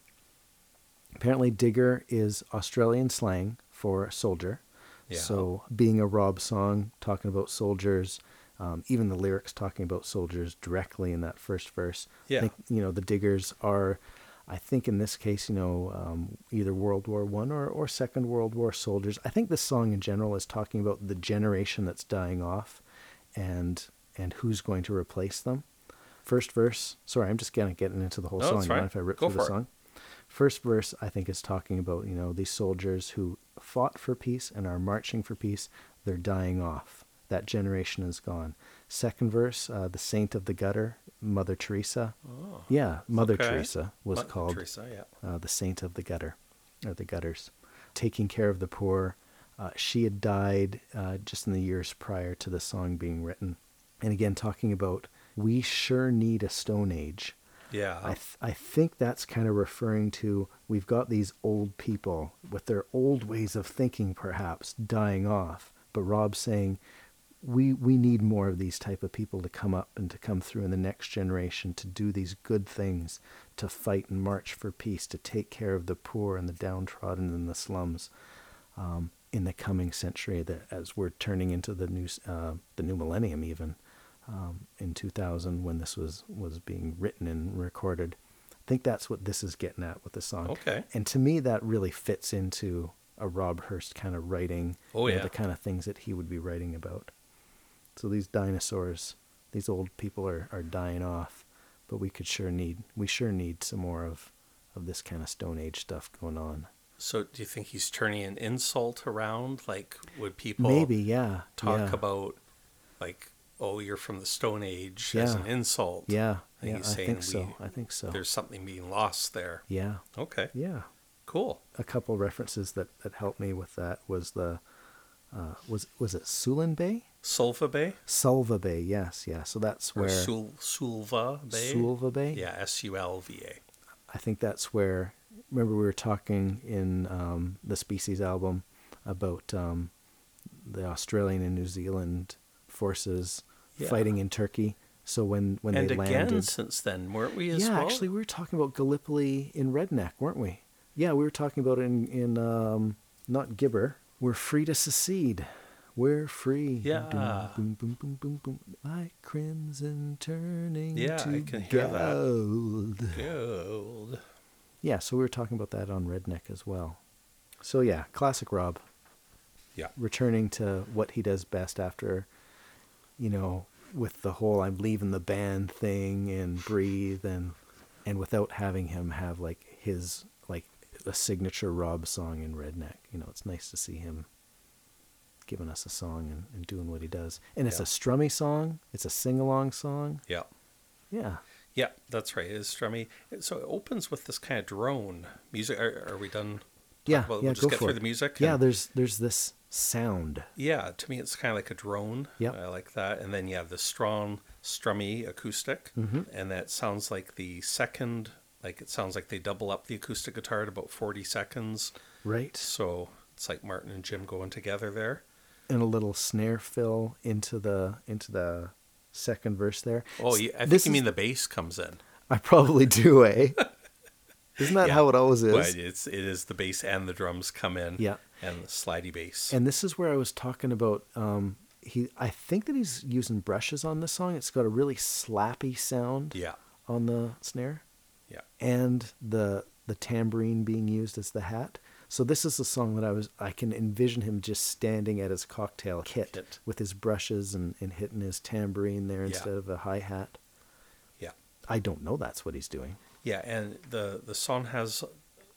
[SPEAKER 5] apparently, digger is Australian slang for soldier.
[SPEAKER 4] Yeah.
[SPEAKER 5] So, being a Rob song talking about soldiers, um, even the lyrics talking about soldiers directly in that first verse. I
[SPEAKER 4] Yeah.
[SPEAKER 5] think, you know, the diggers are, I think in this case, you know, um, either World War One or, or Second World War soldiers. I think this song in general is talking about the generation that's dying off and and who's going to replace them. First verse. Sorry, I'm just kind of getting into the whole
[SPEAKER 4] No,
[SPEAKER 5] song.
[SPEAKER 4] that's
[SPEAKER 5] You mind
[SPEAKER 4] fine.
[SPEAKER 5] if I rip
[SPEAKER 4] Go
[SPEAKER 5] through the
[SPEAKER 4] for it.
[SPEAKER 5] song? First verse, I think, is talking about you know these soldiers who fought for peace and are marching for peace. They're dying off. That generation is gone. Second verse, uh, the saint of the gutter, Mother Teresa. Oh, yeah, Mother
[SPEAKER 4] okay.
[SPEAKER 5] Teresa was
[SPEAKER 4] Mother
[SPEAKER 5] called
[SPEAKER 4] Teresa. Yeah.
[SPEAKER 5] uh, the saint of the gutter, or the gutters, taking care of the poor. Uh, she had died uh, just in the years prior to the song being written. And again, talking about we sure need a stone age.
[SPEAKER 4] Yeah.
[SPEAKER 5] I, th- I think that's kind of referring to we've got these old people with their old ways of thinking perhaps dying off but rob's saying we we need more of these type of people to come up and to come through in the next generation to do these good things to fight and march for peace to take care of the poor and the downtrodden and the slums um, in the coming century that as we're turning into the new s- uh, the new millennium even um, in 2000 when this was was being written and recorded. I think that's what this is getting at with the song.
[SPEAKER 4] Okay.
[SPEAKER 5] And to me, that really fits into a Rob Hurst kind of writing.
[SPEAKER 4] Oh,
[SPEAKER 5] you know,
[SPEAKER 4] yeah.
[SPEAKER 5] the kind of things that he would be writing about. So these dinosaurs, these old people are, are dying off, but we could sure need we sure need some more of of this kind of Stone Age stuff going on.
[SPEAKER 4] So do you think he's turning an insult around? Like, would people
[SPEAKER 5] Maybe, yeah.
[SPEAKER 4] Oh, talk
[SPEAKER 5] yeah,
[SPEAKER 4] about like, "Oh, you're from the Stone Age" as
[SPEAKER 5] Yeah.
[SPEAKER 4] an insult?
[SPEAKER 5] Yeah,
[SPEAKER 4] I think
[SPEAKER 5] yeah,
[SPEAKER 4] he's
[SPEAKER 5] I
[SPEAKER 4] saying
[SPEAKER 5] think
[SPEAKER 4] we-
[SPEAKER 5] so. I think so.
[SPEAKER 4] There's something being lost there.
[SPEAKER 5] Yeah,
[SPEAKER 4] Okay.
[SPEAKER 5] yeah.
[SPEAKER 4] Cool.
[SPEAKER 5] a couple references that, that helped me with that was the uh, was was it Sulan Bay?
[SPEAKER 4] Sulva Bay
[SPEAKER 5] Sulva Bay, yes, yeah. So that's
[SPEAKER 4] or
[SPEAKER 5] where
[SPEAKER 4] Sul- Sulva Bay?
[SPEAKER 5] Sulva Bay.
[SPEAKER 4] Yeah, S U L V A.
[SPEAKER 5] I think that's where. Remember, we were talking in um, the Species album about um, the Australian and New Zealand forces
[SPEAKER 4] Yeah.
[SPEAKER 5] fighting in Turkey. So when when
[SPEAKER 4] And
[SPEAKER 5] they
[SPEAKER 4] again,
[SPEAKER 5] landed,
[SPEAKER 4] since then, weren't we as
[SPEAKER 5] yeah,
[SPEAKER 4] well?
[SPEAKER 5] actually, we were talking about Gallipoli in Redneck, weren't we? Yeah, we were talking about it in in um, not Gibber. We're free to secede. We're free.
[SPEAKER 4] Yeah.
[SPEAKER 5] Boom, boom, boom, boom, boom, boom. Like crimson turning
[SPEAKER 4] Yeah,
[SPEAKER 5] to
[SPEAKER 4] I can hear that.
[SPEAKER 5] gold.
[SPEAKER 4] Gold.
[SPEAKER 5] Yeah, so we were talking about that on Redneck as well. So yeah, classic Rob
[SPEAKER 4] Yeah.
[SPEAKER 5] returning to what he does best after, you know, with the whole I'm leaving the band thing and breathe and and without having him have like his like a signature Rob song in Redneck. You know, it's nice to see him giving us a song and, and doing what he does. And it's
[SPEAKER 4] Yeah.
[SPEAKER 5] a strummy song, it's a sing along song.
[SPEAKER 4] Yeah.
[SPEAKER 5] Yeah.
[SPEAKER 4] Yeah, that's right. It's strummy. So it opens with this kind of drone music. Are, are we done? talking
[SPEAKER 5] Yeah,
[SPEAKER 4] about it?
[SPEAKER 5] yeah,
[SPEAKER 4] we'll just
[SPEAKER 5] go
[SPEAKER 4] get
[SPEAKER 5] for
[SPEAKER 4] through
[SPEAKER 5] it.
[SPEAKER 4] the music.
[SPEAKER 5] Yeah,
[SPEAKER 4] and-
[SPEAKER 5] there's there's this sound.
[SPEAKER 4] yeah. To me, it's kind of like a drone.
[SPEAKER 5] Yep.
[SPEAKER 4] I like that. And then you have the strong, strummy acoustic,
[SPEAKER 5] Mm-hmm.
[SPEAKER 4] and that sounds like the second. Like it sounds like they double up the acoustic guitar at about forty seconds.
[SPEAKER 5] Right.
[SPEAKER 4] So it's like Martin and Jim going together there.
[SPEAKER 5] and a little snare fill into the into the second verse there.
[SPEAKER 4] Oh,
[SPEAKER 5] S-
[SPEAKER 4] yeah, I think
[SPEAKER 5] this
[SPEAKER 4] you
[SPEAKER 5] is-
[SPEAKER 4] mean the bass comes in.
[SPEAKER 5] I probably do, eh? Isn't that
[SPEAKER 4] Yeah.
[SPEAKER 5] how it always is?
[SPEAKER 4] Well, it's it is the bass and the drums come in.
[SPEAKER 5] Yeah.
[SPEAKER 4] and the slidey bass.
[SPEAKER 5] And this is where I was talking about. Um, he, I think that he's using brushes on this song. It's got a really slappy sound
[SPEAKER 4] yeah,
[SPEAKER 5] on the snare,
[SPEAKER 4] yeah.
[SPEAKER 5] and the the tambourine being used as the hat. So this is the song that I was. I can envision him just standing at his cocktail kit,
[SPEAKER 4] Kit.
[SPEAKER 5] with his brushes and, and hitting his tambourine there instead of a hi hat.
[SPEAKER 4] Yeah,
[SPEAKER 5] I don't know that's what he's doing.
[SPEAKER 4] yeah, and the the song has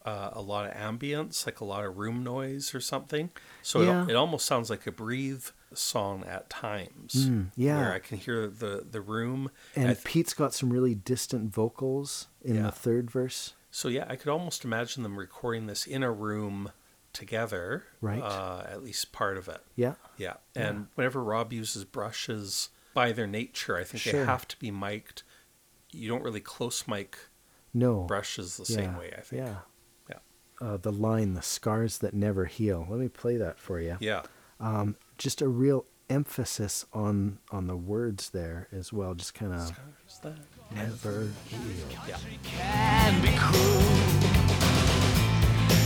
[SPEAKER 4] uh, a lot of ambience, like a lot of room noise or something. So
[SPEAKER 5] Yeah.
[SPEAKER 4] it, it almost sounds like a breathe song at times.
[SPEAKER 5] Mm, yeah.
[SPEAKER 4] where I can hear the the room.
[SPEAKER 5] And
[SPEAKER 4] I th-
[SPEAKER 5] Pete's got some really distant vocals in
[SPEAKER 4] Yeah.
[SPEAKER 5] the third verse.
[SPEAKER 4] so yeah, I could almost imagine them recording this in a room together.
[SPEAKER 5] Right.
[SPEAKER 4] uh, at least part of it.
[SPEAKER 5] Yeah.
[SPEAKER 4] Yeah. And whenever Rob uses brushes by their nature, I think
[SPEAKER 5] Sure.
[SPEAKER 4] they have to be mic'd. You don't really close mic
[SPEAKER 5] No.
[SPEAKER 4] brushes the
[SPEAKER 5] yeah.
[SPEAKER 4] same way, I think.
[SPEAKER 5] Yeah.
[SPEAKER 4] Yeah.
[SPEAKER 5] Uh, the line, the scars that never heal. Let me play that for you.
[SPEAKER 4] Yeah.
[SPEAKER 5] Just a real emphasis on on the words there as well. Just kind of never heal.
[SPEAKER 2] can be cruel.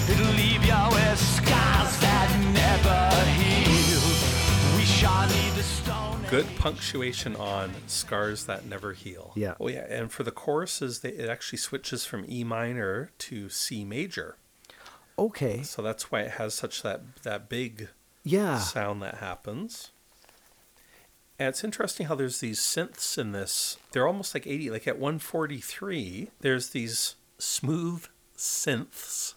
[SPEAKER 2] It'll leave you with scars that never heal. We shall need the stone.
[SPEAKER 4] Good punctuation on scars that never heal.
[SPEAKER 5] Yeah.
[SPEAKER 4] Oh yeah. And for the choruses, they, it actually switches from E minor to C major.
[SPEAKER 5] Okay.
[SPEAKER 4] So that's why it has such that that big
[SPEAKER 5] Yeah.
[SPEAKER 4] sound that happens. And it's interesting how there's these synths in this. They're almost like 80. Like at 143, there's these smooth synths,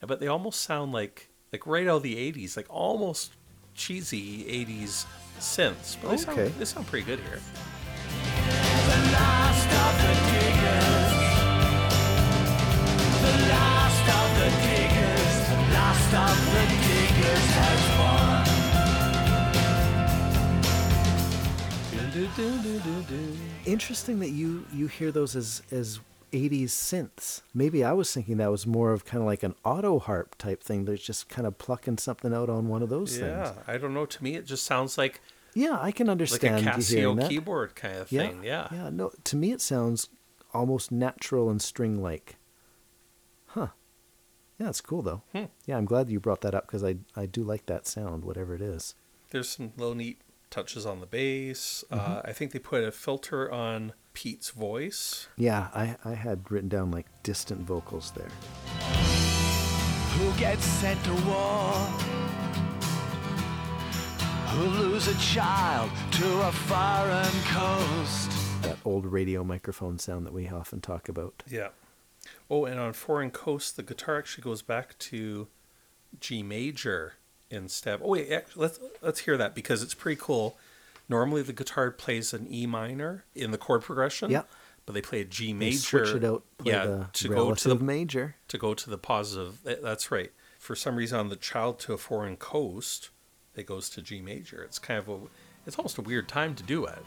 [SPEAKER 4] but they almost sound like like right out of the 80s, like almost cheesy 80s synths. But they,
[SPEAKER 5] Okay.
[SPEAKER 4] sound, they sound pretty good here.
[SPEAKER 2] The last of the diggers. The last of the diggers. The last of the diggers has won.
[SPEAKER 5] Interesting that you you hear those as as 80s synths. Maybe I was thinking that was more of kind of like an auto harp type thing. That's just kind of plucking something out on one of those
[SPEAKER 4] Yeah,
[SPEAKER 5] things.
[SPEAKER 4] I don't know. To me, it just sounds like
[SPEAKER 5] Yeah, I can
[SPEAKER 4] like a
[SPEAKER 5] understand you hearing
[SPEAKER 4] Casio
[SPEAKER 5] that.
[SPEAKER 4] keyboard kind of thing. Yeah.
[SPEAKER 5] Yeah. No, to me it sounds almost natural and string like. Huh. Yeah, it's cool though.
[SPEAKER 4] Hmm.
[SPEAKER 5] Yeah, I'm glad you brought that up because I I do like that sound, whatever it is.
[SPEAKER 4] there's some little neat touches on the bass. Uh,
[SPEAKER 5] Mm-hmm.
[SPEAKER 4] I think they put a filter on Pete's voice.
[SPEAKER 5] Yeah, I I had written down like distant vocals there.
[SPEAKER 2] Who gets sent to war? Who lose a child to a foreign coast?
[SPEAKER 5] That old radio microphone sound that we often talk about.
[SPEAKER 4] Yeah. Oh, and on Foreign Coast, the guitar actually goes back to G major instead. Oh wait, act- let's let's hear that because it's pretty cool. Normally, the guitar plays an E minor in the chord progression.
[SPEAKER 5] Yeah.
[SPEAKER 4] but they play a G
[SPEAKER 5] They
[SPEAKER 4] major.
[SPEAKER 5] Switch it out. Play
[SPEAKER 4] yeah,
[SPEAKER 5] the
[SPEAKER 4] to go
[SPEAKER 5] relative
[SPEAKER 4] to the
[SPEAKER 5] major.
[SPEAKER 4] to go to the positive. Th- That's right. For some reason, on the child to a foreign coast, it goes to G major. It's kind of a, it's almost a weird time to do it.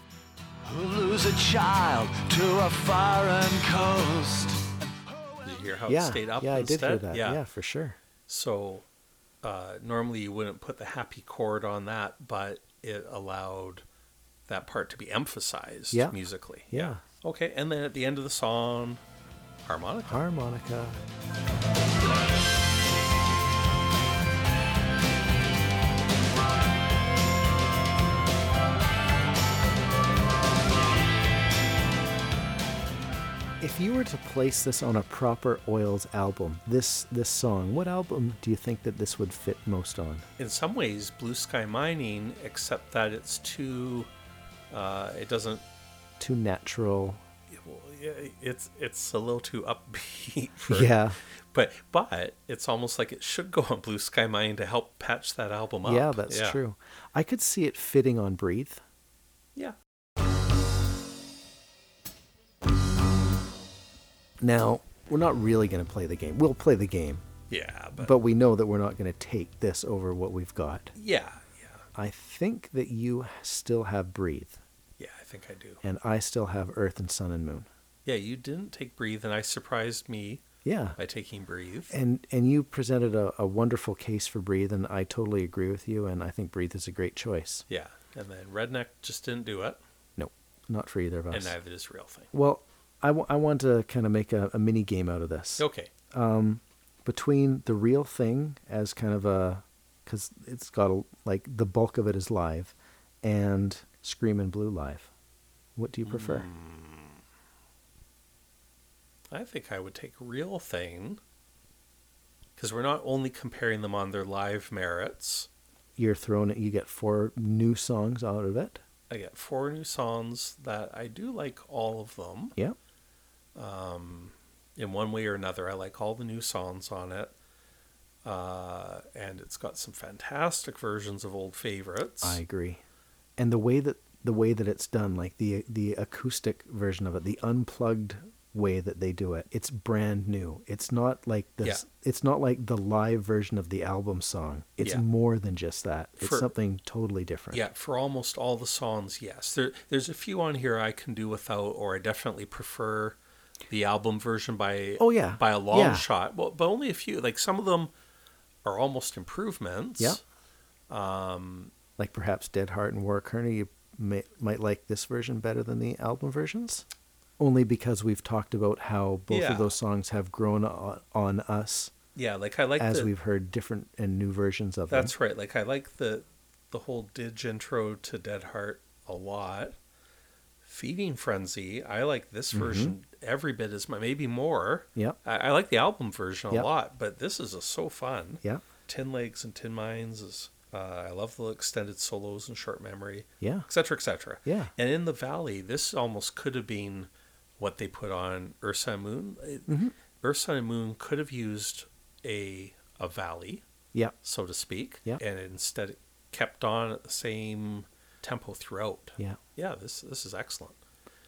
[SPEAKER 2] Lose a child to a foreign coast.
[SPEAKER 4] Did you hear how
[SPEAKER 5] yeah,
[SPEAKER 4] it stayed up?
[SPEAKER 5] yeah, I
[SPEAKER 4] instead?
[SPEAKER 5] did hear that. Yeah, for sure.
[SPEAKER 4] So uh, normally you wouldn't put the happy chord on that, but it allowed that part to be emphasized
[SPEAKER 5] Yeah.
[SPEAKER 4] musically.
[SPEAKER 5] Yeah,
[SPEAKER 4] Okay, and then at the end of the song, harmonica.
[SPEAKER 5] harmonica. If you were to place this on a proper Oils album, this this song, what album do you think that this would fit most on?
[SPEAKER 4] In some ways, Blue Sky Mining, except that it's too, uh, it doesn't.
[SPEAKER 5] Too natural.
[SPEAKER 4] It's it's a little too upbeat. For,
[SPEAKER 5] yeah.
[SPEAKER 4] but but it's almost like it should go on Blue Sky Mining to help patch that album up.
[SPEAKER 5] Yeah, that's true. I could see it fitting on Breathe.
[SPEAKER 4] Yeah,
[SPEAKER 5] Now, we're not really going to play the game. We'll play the game,
[SPEAKER 4] yeah, but,
[SPEAKER 5] but we know that we're not going to take this over what we've got.
[SPEAKER 4] yeah, yeah,
[SPEAKER 5] I think that you still have Breathe,
[SPEAKER 4] yeah. I think I do.
[SPEAKER 5] and I still have Earth and Sun and Moon.
[SPEAKER 4] Yeah, you didn't take breathe, and I surprised me
[SPEAKER 5] Yeah.
[SPEAKER 4] by taking breathe.
[SPEAKER 5] And and you presented a, a wonderful case for Breathe, and I totally agree with you, and I think Breathe is a great choice.
[SPEAKER 4] Yeah, and then redneck just didn't do it,
[SPEAKER 5] No, not for either of us.
[SPEAKER 4] and neither does real thing.
[SPEAKER 5] Well, I, w- I want to kind of make a, a mini game out of this.
[SPEAKER 4] Okay,
[SPEAKER 5] between the real thing as kind of a because it's got a, like the bulk of it is live and scream and blue live what do you prefer
[SPEAKER 4] I think I would take real thing because we're not only comparing them on their live merits.
[SPEAKER 5] you're thrown you get four new songs out of it
[SPEAKER 4] I get four new songs that I do like all of them
[SPEAKER 5] yeah
[SPEAKER 4] in one way or another. I like all the new songs on it. Uh, and it's got some fantastic versions of old favorites.
[SPEAKER 5] i agree and the way that the way that it's done like the the acoustic version of it the unplugged way that they do it it's brand new it's not like this it's not like the live version of the album song it's
[SPEAKER 4] Yeah.
[SPEAKER 5] more than just that it's
[SPEAKER 4] For-
[SPEAKER 5] something totally different
[SPEAKER 4] Yeah, for almost all the songs, yes. There, there's a few on here I can do without, or I definitely prefer the album version by
[SPEAKER 5] Oh, yeah.
[SPEAKER 4] by a long
[SPEAKER 5] Yeah.
[SPEAKER 4] shot. Well, but only a few. Like some of them are almost improvements.
[SPEAKER 5] Yeah.
[SPEAKER 4] Um,
[SPEAKER 5] like perhaps Dead Heart and War Kearney, you may, might like this version better than the album versions, only because we've talked about how both
[SPEAKER 4] Yeah.
[SPEAKER 5] of those songs have grown on, on us
[SPEAKER 4] yeah. Like I like
[SPEAKER 5] as
[SPEAKER 4] the,
[SPEAKER 5] we've heard different and new versions of them.
[SPEAKER 4] That's right. Like I like the the whole Didge intro to Dead Heart a lot. Feeding Frenzy, I like this version every bit as much, maybe more.
[SPEAKER 5] Mm-hmm. Yep.
[SPEAKER 4] I, I like the album version a
[SPEAKER 5] Yep.
[SPEAKER 4] lot, but this is a, so fun.
[SPEAKER 5] Yeah,
[SPEAKER 4] Tin Legs and Tin Mines is uh, I love the extended solos and short memory,
[SPEAKER 5] yeah,
[SPEAKER 4] et cetera, et cetera.
[SPEAKER 5] yeah,
[SPEAKER 4] And in the valley, this almost could have been what they put on Earth, Sun, and Moon. It,
[SPEAKER 5] Mm-hmm.
[SPEAKER 4] Earth, Sun, and Moon could have used a a valley,
[SPEAKER 5] yeah.
[SPEAKER 4] so to speak,
[SPEAKER 5] Yeah.
[SPEAKER 4] and instead it kept on at the same tempo throughout.
[SPEAKER 5] Yeah.
[SPEAKER 4] Yeah, this this is excellent.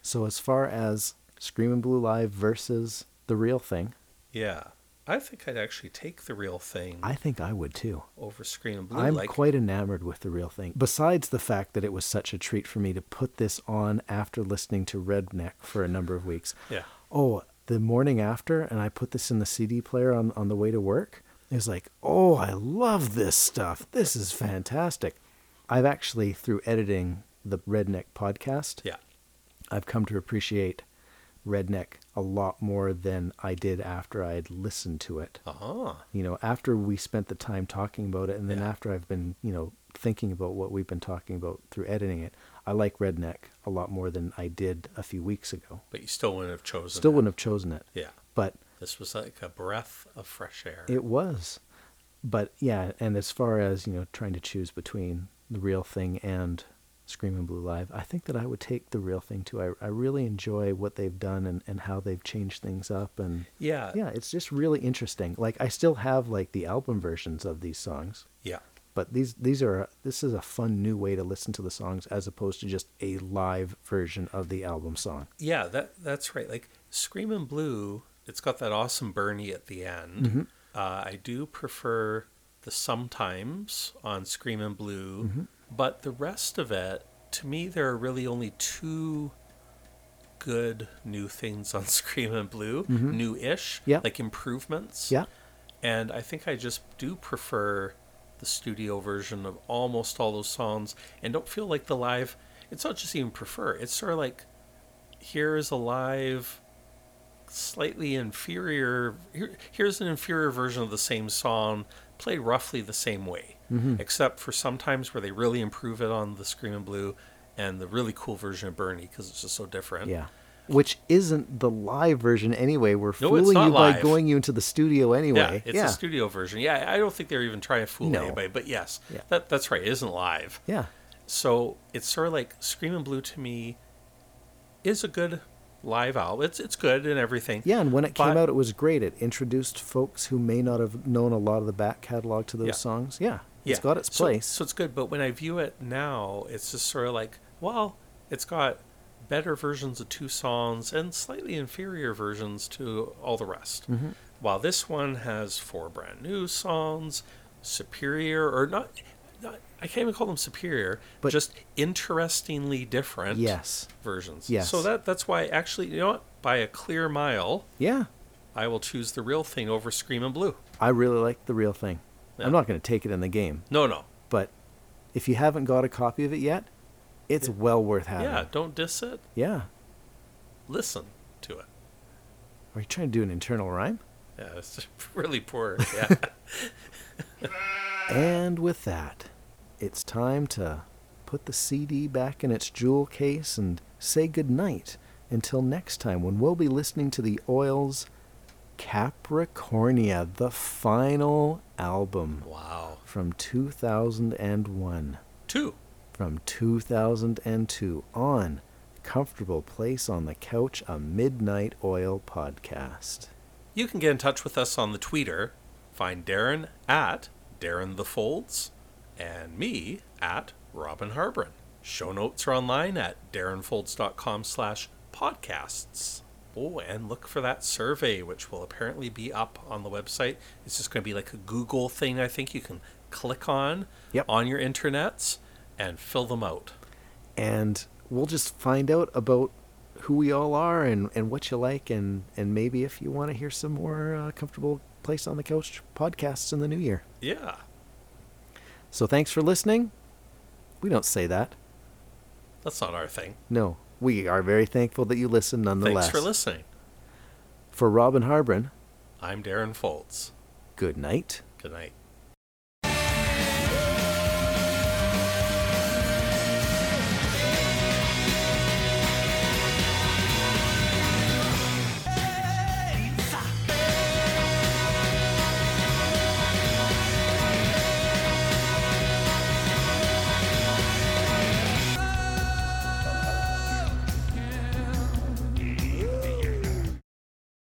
[SPEAKER 5] So as far as Screaming Blue Live versus the real thing,
[SPEAKER 4] Yeah, I think I'd actually take the real thing
[SPEAKER 5] I think I would too.
[SPEAKER 4] over Screen and Blue.
[SPEAKER 5] I'm
[SPEAKER 4] like,
[SPEAKER 5] quite enamored with the real thing. Besides the fact that it was such a treat for me to put this on after listening to Redneck for a number of weeks.
[SPEAKER 4] yeah,
[SPEAKER 5] oh, the morning after, and I put this in the CD player on, on the way to work. It was like, oh, I love this stuff. This is fantastic. I've actually, through editing the Redneck podcast,
[SPEAKER 4] yeah,
[SPEAKER 5] I've come to appreciate Redneck a lot more than I did after I had listened to it.
[SPEAKER 4] uh huh,
[SPEAKER 5] You know, after we spent the time talking about it, and then
[SPEAKER 4] Yeah.
[SPEAKER 5] after I've been, you know, thinking about what we've been talking about through editing it, I like Redneck a lot more than I did a few weeks ago.
[SPEAKER 4] but you still wouldn't have chosen.
[SPEAKER 5] Still
[SPEAKER 4] that.
[SPEAKER 5] wouldn't have chosen it,
[SPEAKER 4] Yeah.
[SPEAKER 5] but
[SPEAKER 4] This was like a breath of fresh air.
[SPEAKER 5] It was. But yeah, and as far as, you know, trying to choose between the real thing and Screaming Blue Live, I think that I would take the real thing too. I, I really enjoy what they've done and, and how they've changed things up and
[SPEAKER 4] yeah,
[SPEAKER 5] yeah, it's just really interesting. Like I still have like the album versions of these songs,
[SPEAKER 4] yeah.
[SPEAKER 5] But these these are this is a fun new way to listen to the songs as opposed to just a live version of the album song.
[SPEAKER 4] Yeah, that that's right. Like Screamin' Blue, it's got that awesome Bernie at the end. Uh, I do prefer the sometimes on Screamin' Blue, but the rest of it, to me, there are really only two good new things on Screamin' Blue, new-ish,
[SPEAKER 5] Yeah.
[SPEAKER 4] like improvements.
[SPEAKER 5] Yeah.
[SPEAKER 4] And I think I just do prefer the studio version of almost all those songs and don't feel like the live. It's not just even prefer, it's sort of like here is a live, slightly inferior. Here, here's an inferior version of the same song played roughly the same way, except for sometimes where they really improve it on the Screaming Blue and the really cool version of Bernie because it's just so different.
[SPEAKER 5] Yeah. Which isn't the live version anyway. We're
[SPEAKER 4] No, it's
[SPEAKER 5] fooling
[SPEAKER 4] not
[SPEAKER 5] you by
[SPEAKER 4] live.
[SPEAKER 5] going you into the studio
[SPEAKER 4] Yeah,
[SPEAKER 5] anyway.
[SPEAKER 4] it's a studio version. Yeah, I don't think they're even trying to fool
[SPEAKER 5] No.
[SPEAKER 4] anybody. But yes,
[SPEAKER 5] Yeah.
[SPEAKER 4] that that's right. It isn't live.
[SPEAKER 5] yeah.
[SPEAKER 4] So it's sort of like Screaming Blue to me is a good live album. It's it's good and everything.
[SPEAKER 5] Yeah, and when it came
[SPEAKER 4] But-
[SPEAKER 5] out, it was great. It introduced folks who may not have known a lot of the back catalog to those
[SPEAKER 4] Yeah.
[SPEAKER 5] songs. Yeah,
[SPEAKER 4] Yeah.
[SPEAKER 5] it's got its
[SPEAKER 4] So-
[SPEAKER 5] place.
[SPEAKER 4] So, it's good, but when I view it now, it's just sort of like, well, it's got better versions of two songs and slightly inferior versions to all the rest.
[SPEAKER 5] Mm-hmm.
[SPEAKER 4] While this one has four brand new songs, superior or not, not I can't even call them superior,
[SPEAKER 5] But-
[SPEAKER 4] but just interestingly different
[SPEAKER 5] Yes.
[SPEAKER 4] versions.
[SPEAKER 5] Yes.
[SPEAKER 4] So that that's why actually, you know what, by a clear mile,
[SPEAKER 5] yeah,
[SPEAKER 4] I will choose the real thing over Screamin' Blue.
[SPEAKER 5] I really like the real thing.
[SPEAKER 4] Yeah.
[SPEAKER 5] I'm not going to take it in the game,
[SPEAKER 4] No, no.
[SPEAKER 5] but if you haven't got a copy of it yet, it's well worth having.
[SPEAKER 4] Yeah, don't diss it.
[SPEAKER 5] Yeah.
[SPEAKER 4] Listen to it.
[SPEAKER 5] Are you trying to do an internal rhyme?
[SPEAKER 4] Yeah, it's really poor. Yeah.
[SPEAKER 5] And with that, it's time to put the CD back in its jewel case and say goodnight until next time when we'll be listening to the Oils Capricornia, the final album
[SPEAKER 4] wow.
[SPEAKER 5] from 2001.
[SPEAKER 4] Two.
[SPEAKER 5] From 2002 on Comfortable Place on the Couch, a Midnight Oil podcast.
[SPEAKER 4] You can get in touch with us on the Twitter. Find Darren at Darren the Folds and me at Robin Harbron. Show notes are online at darrenfolds.com slash podcasts. Oh, and look for that survey, which will apparently be up on the website. It's just going to be like a Google thing, I think you can click on
[SPEAKER 5] Yep.
[SPEAKER 4] on your internets and fill them out.
[SPEAKER 5] and we'll just find out about who we all are and, and what you like and, and maybe if you want to hear some more uh, comfortable place on the couch podcasts in the new year
[SPEAKER 4] Yeah.
[SPEAKER 5] so thanks for listening we don't say that
[SPEAKER 4] That's not our thing.
[SPEAKER 5] no we are very thankful that you listen nonetheless
[SPEAKER 4] Thanks for listening.
[SPEAKER 5] for robin harbin
[SPEAKER 4] I'm Darren Foltz.
[SPEAKER 5] good night
[SPEAKER 4] Good night.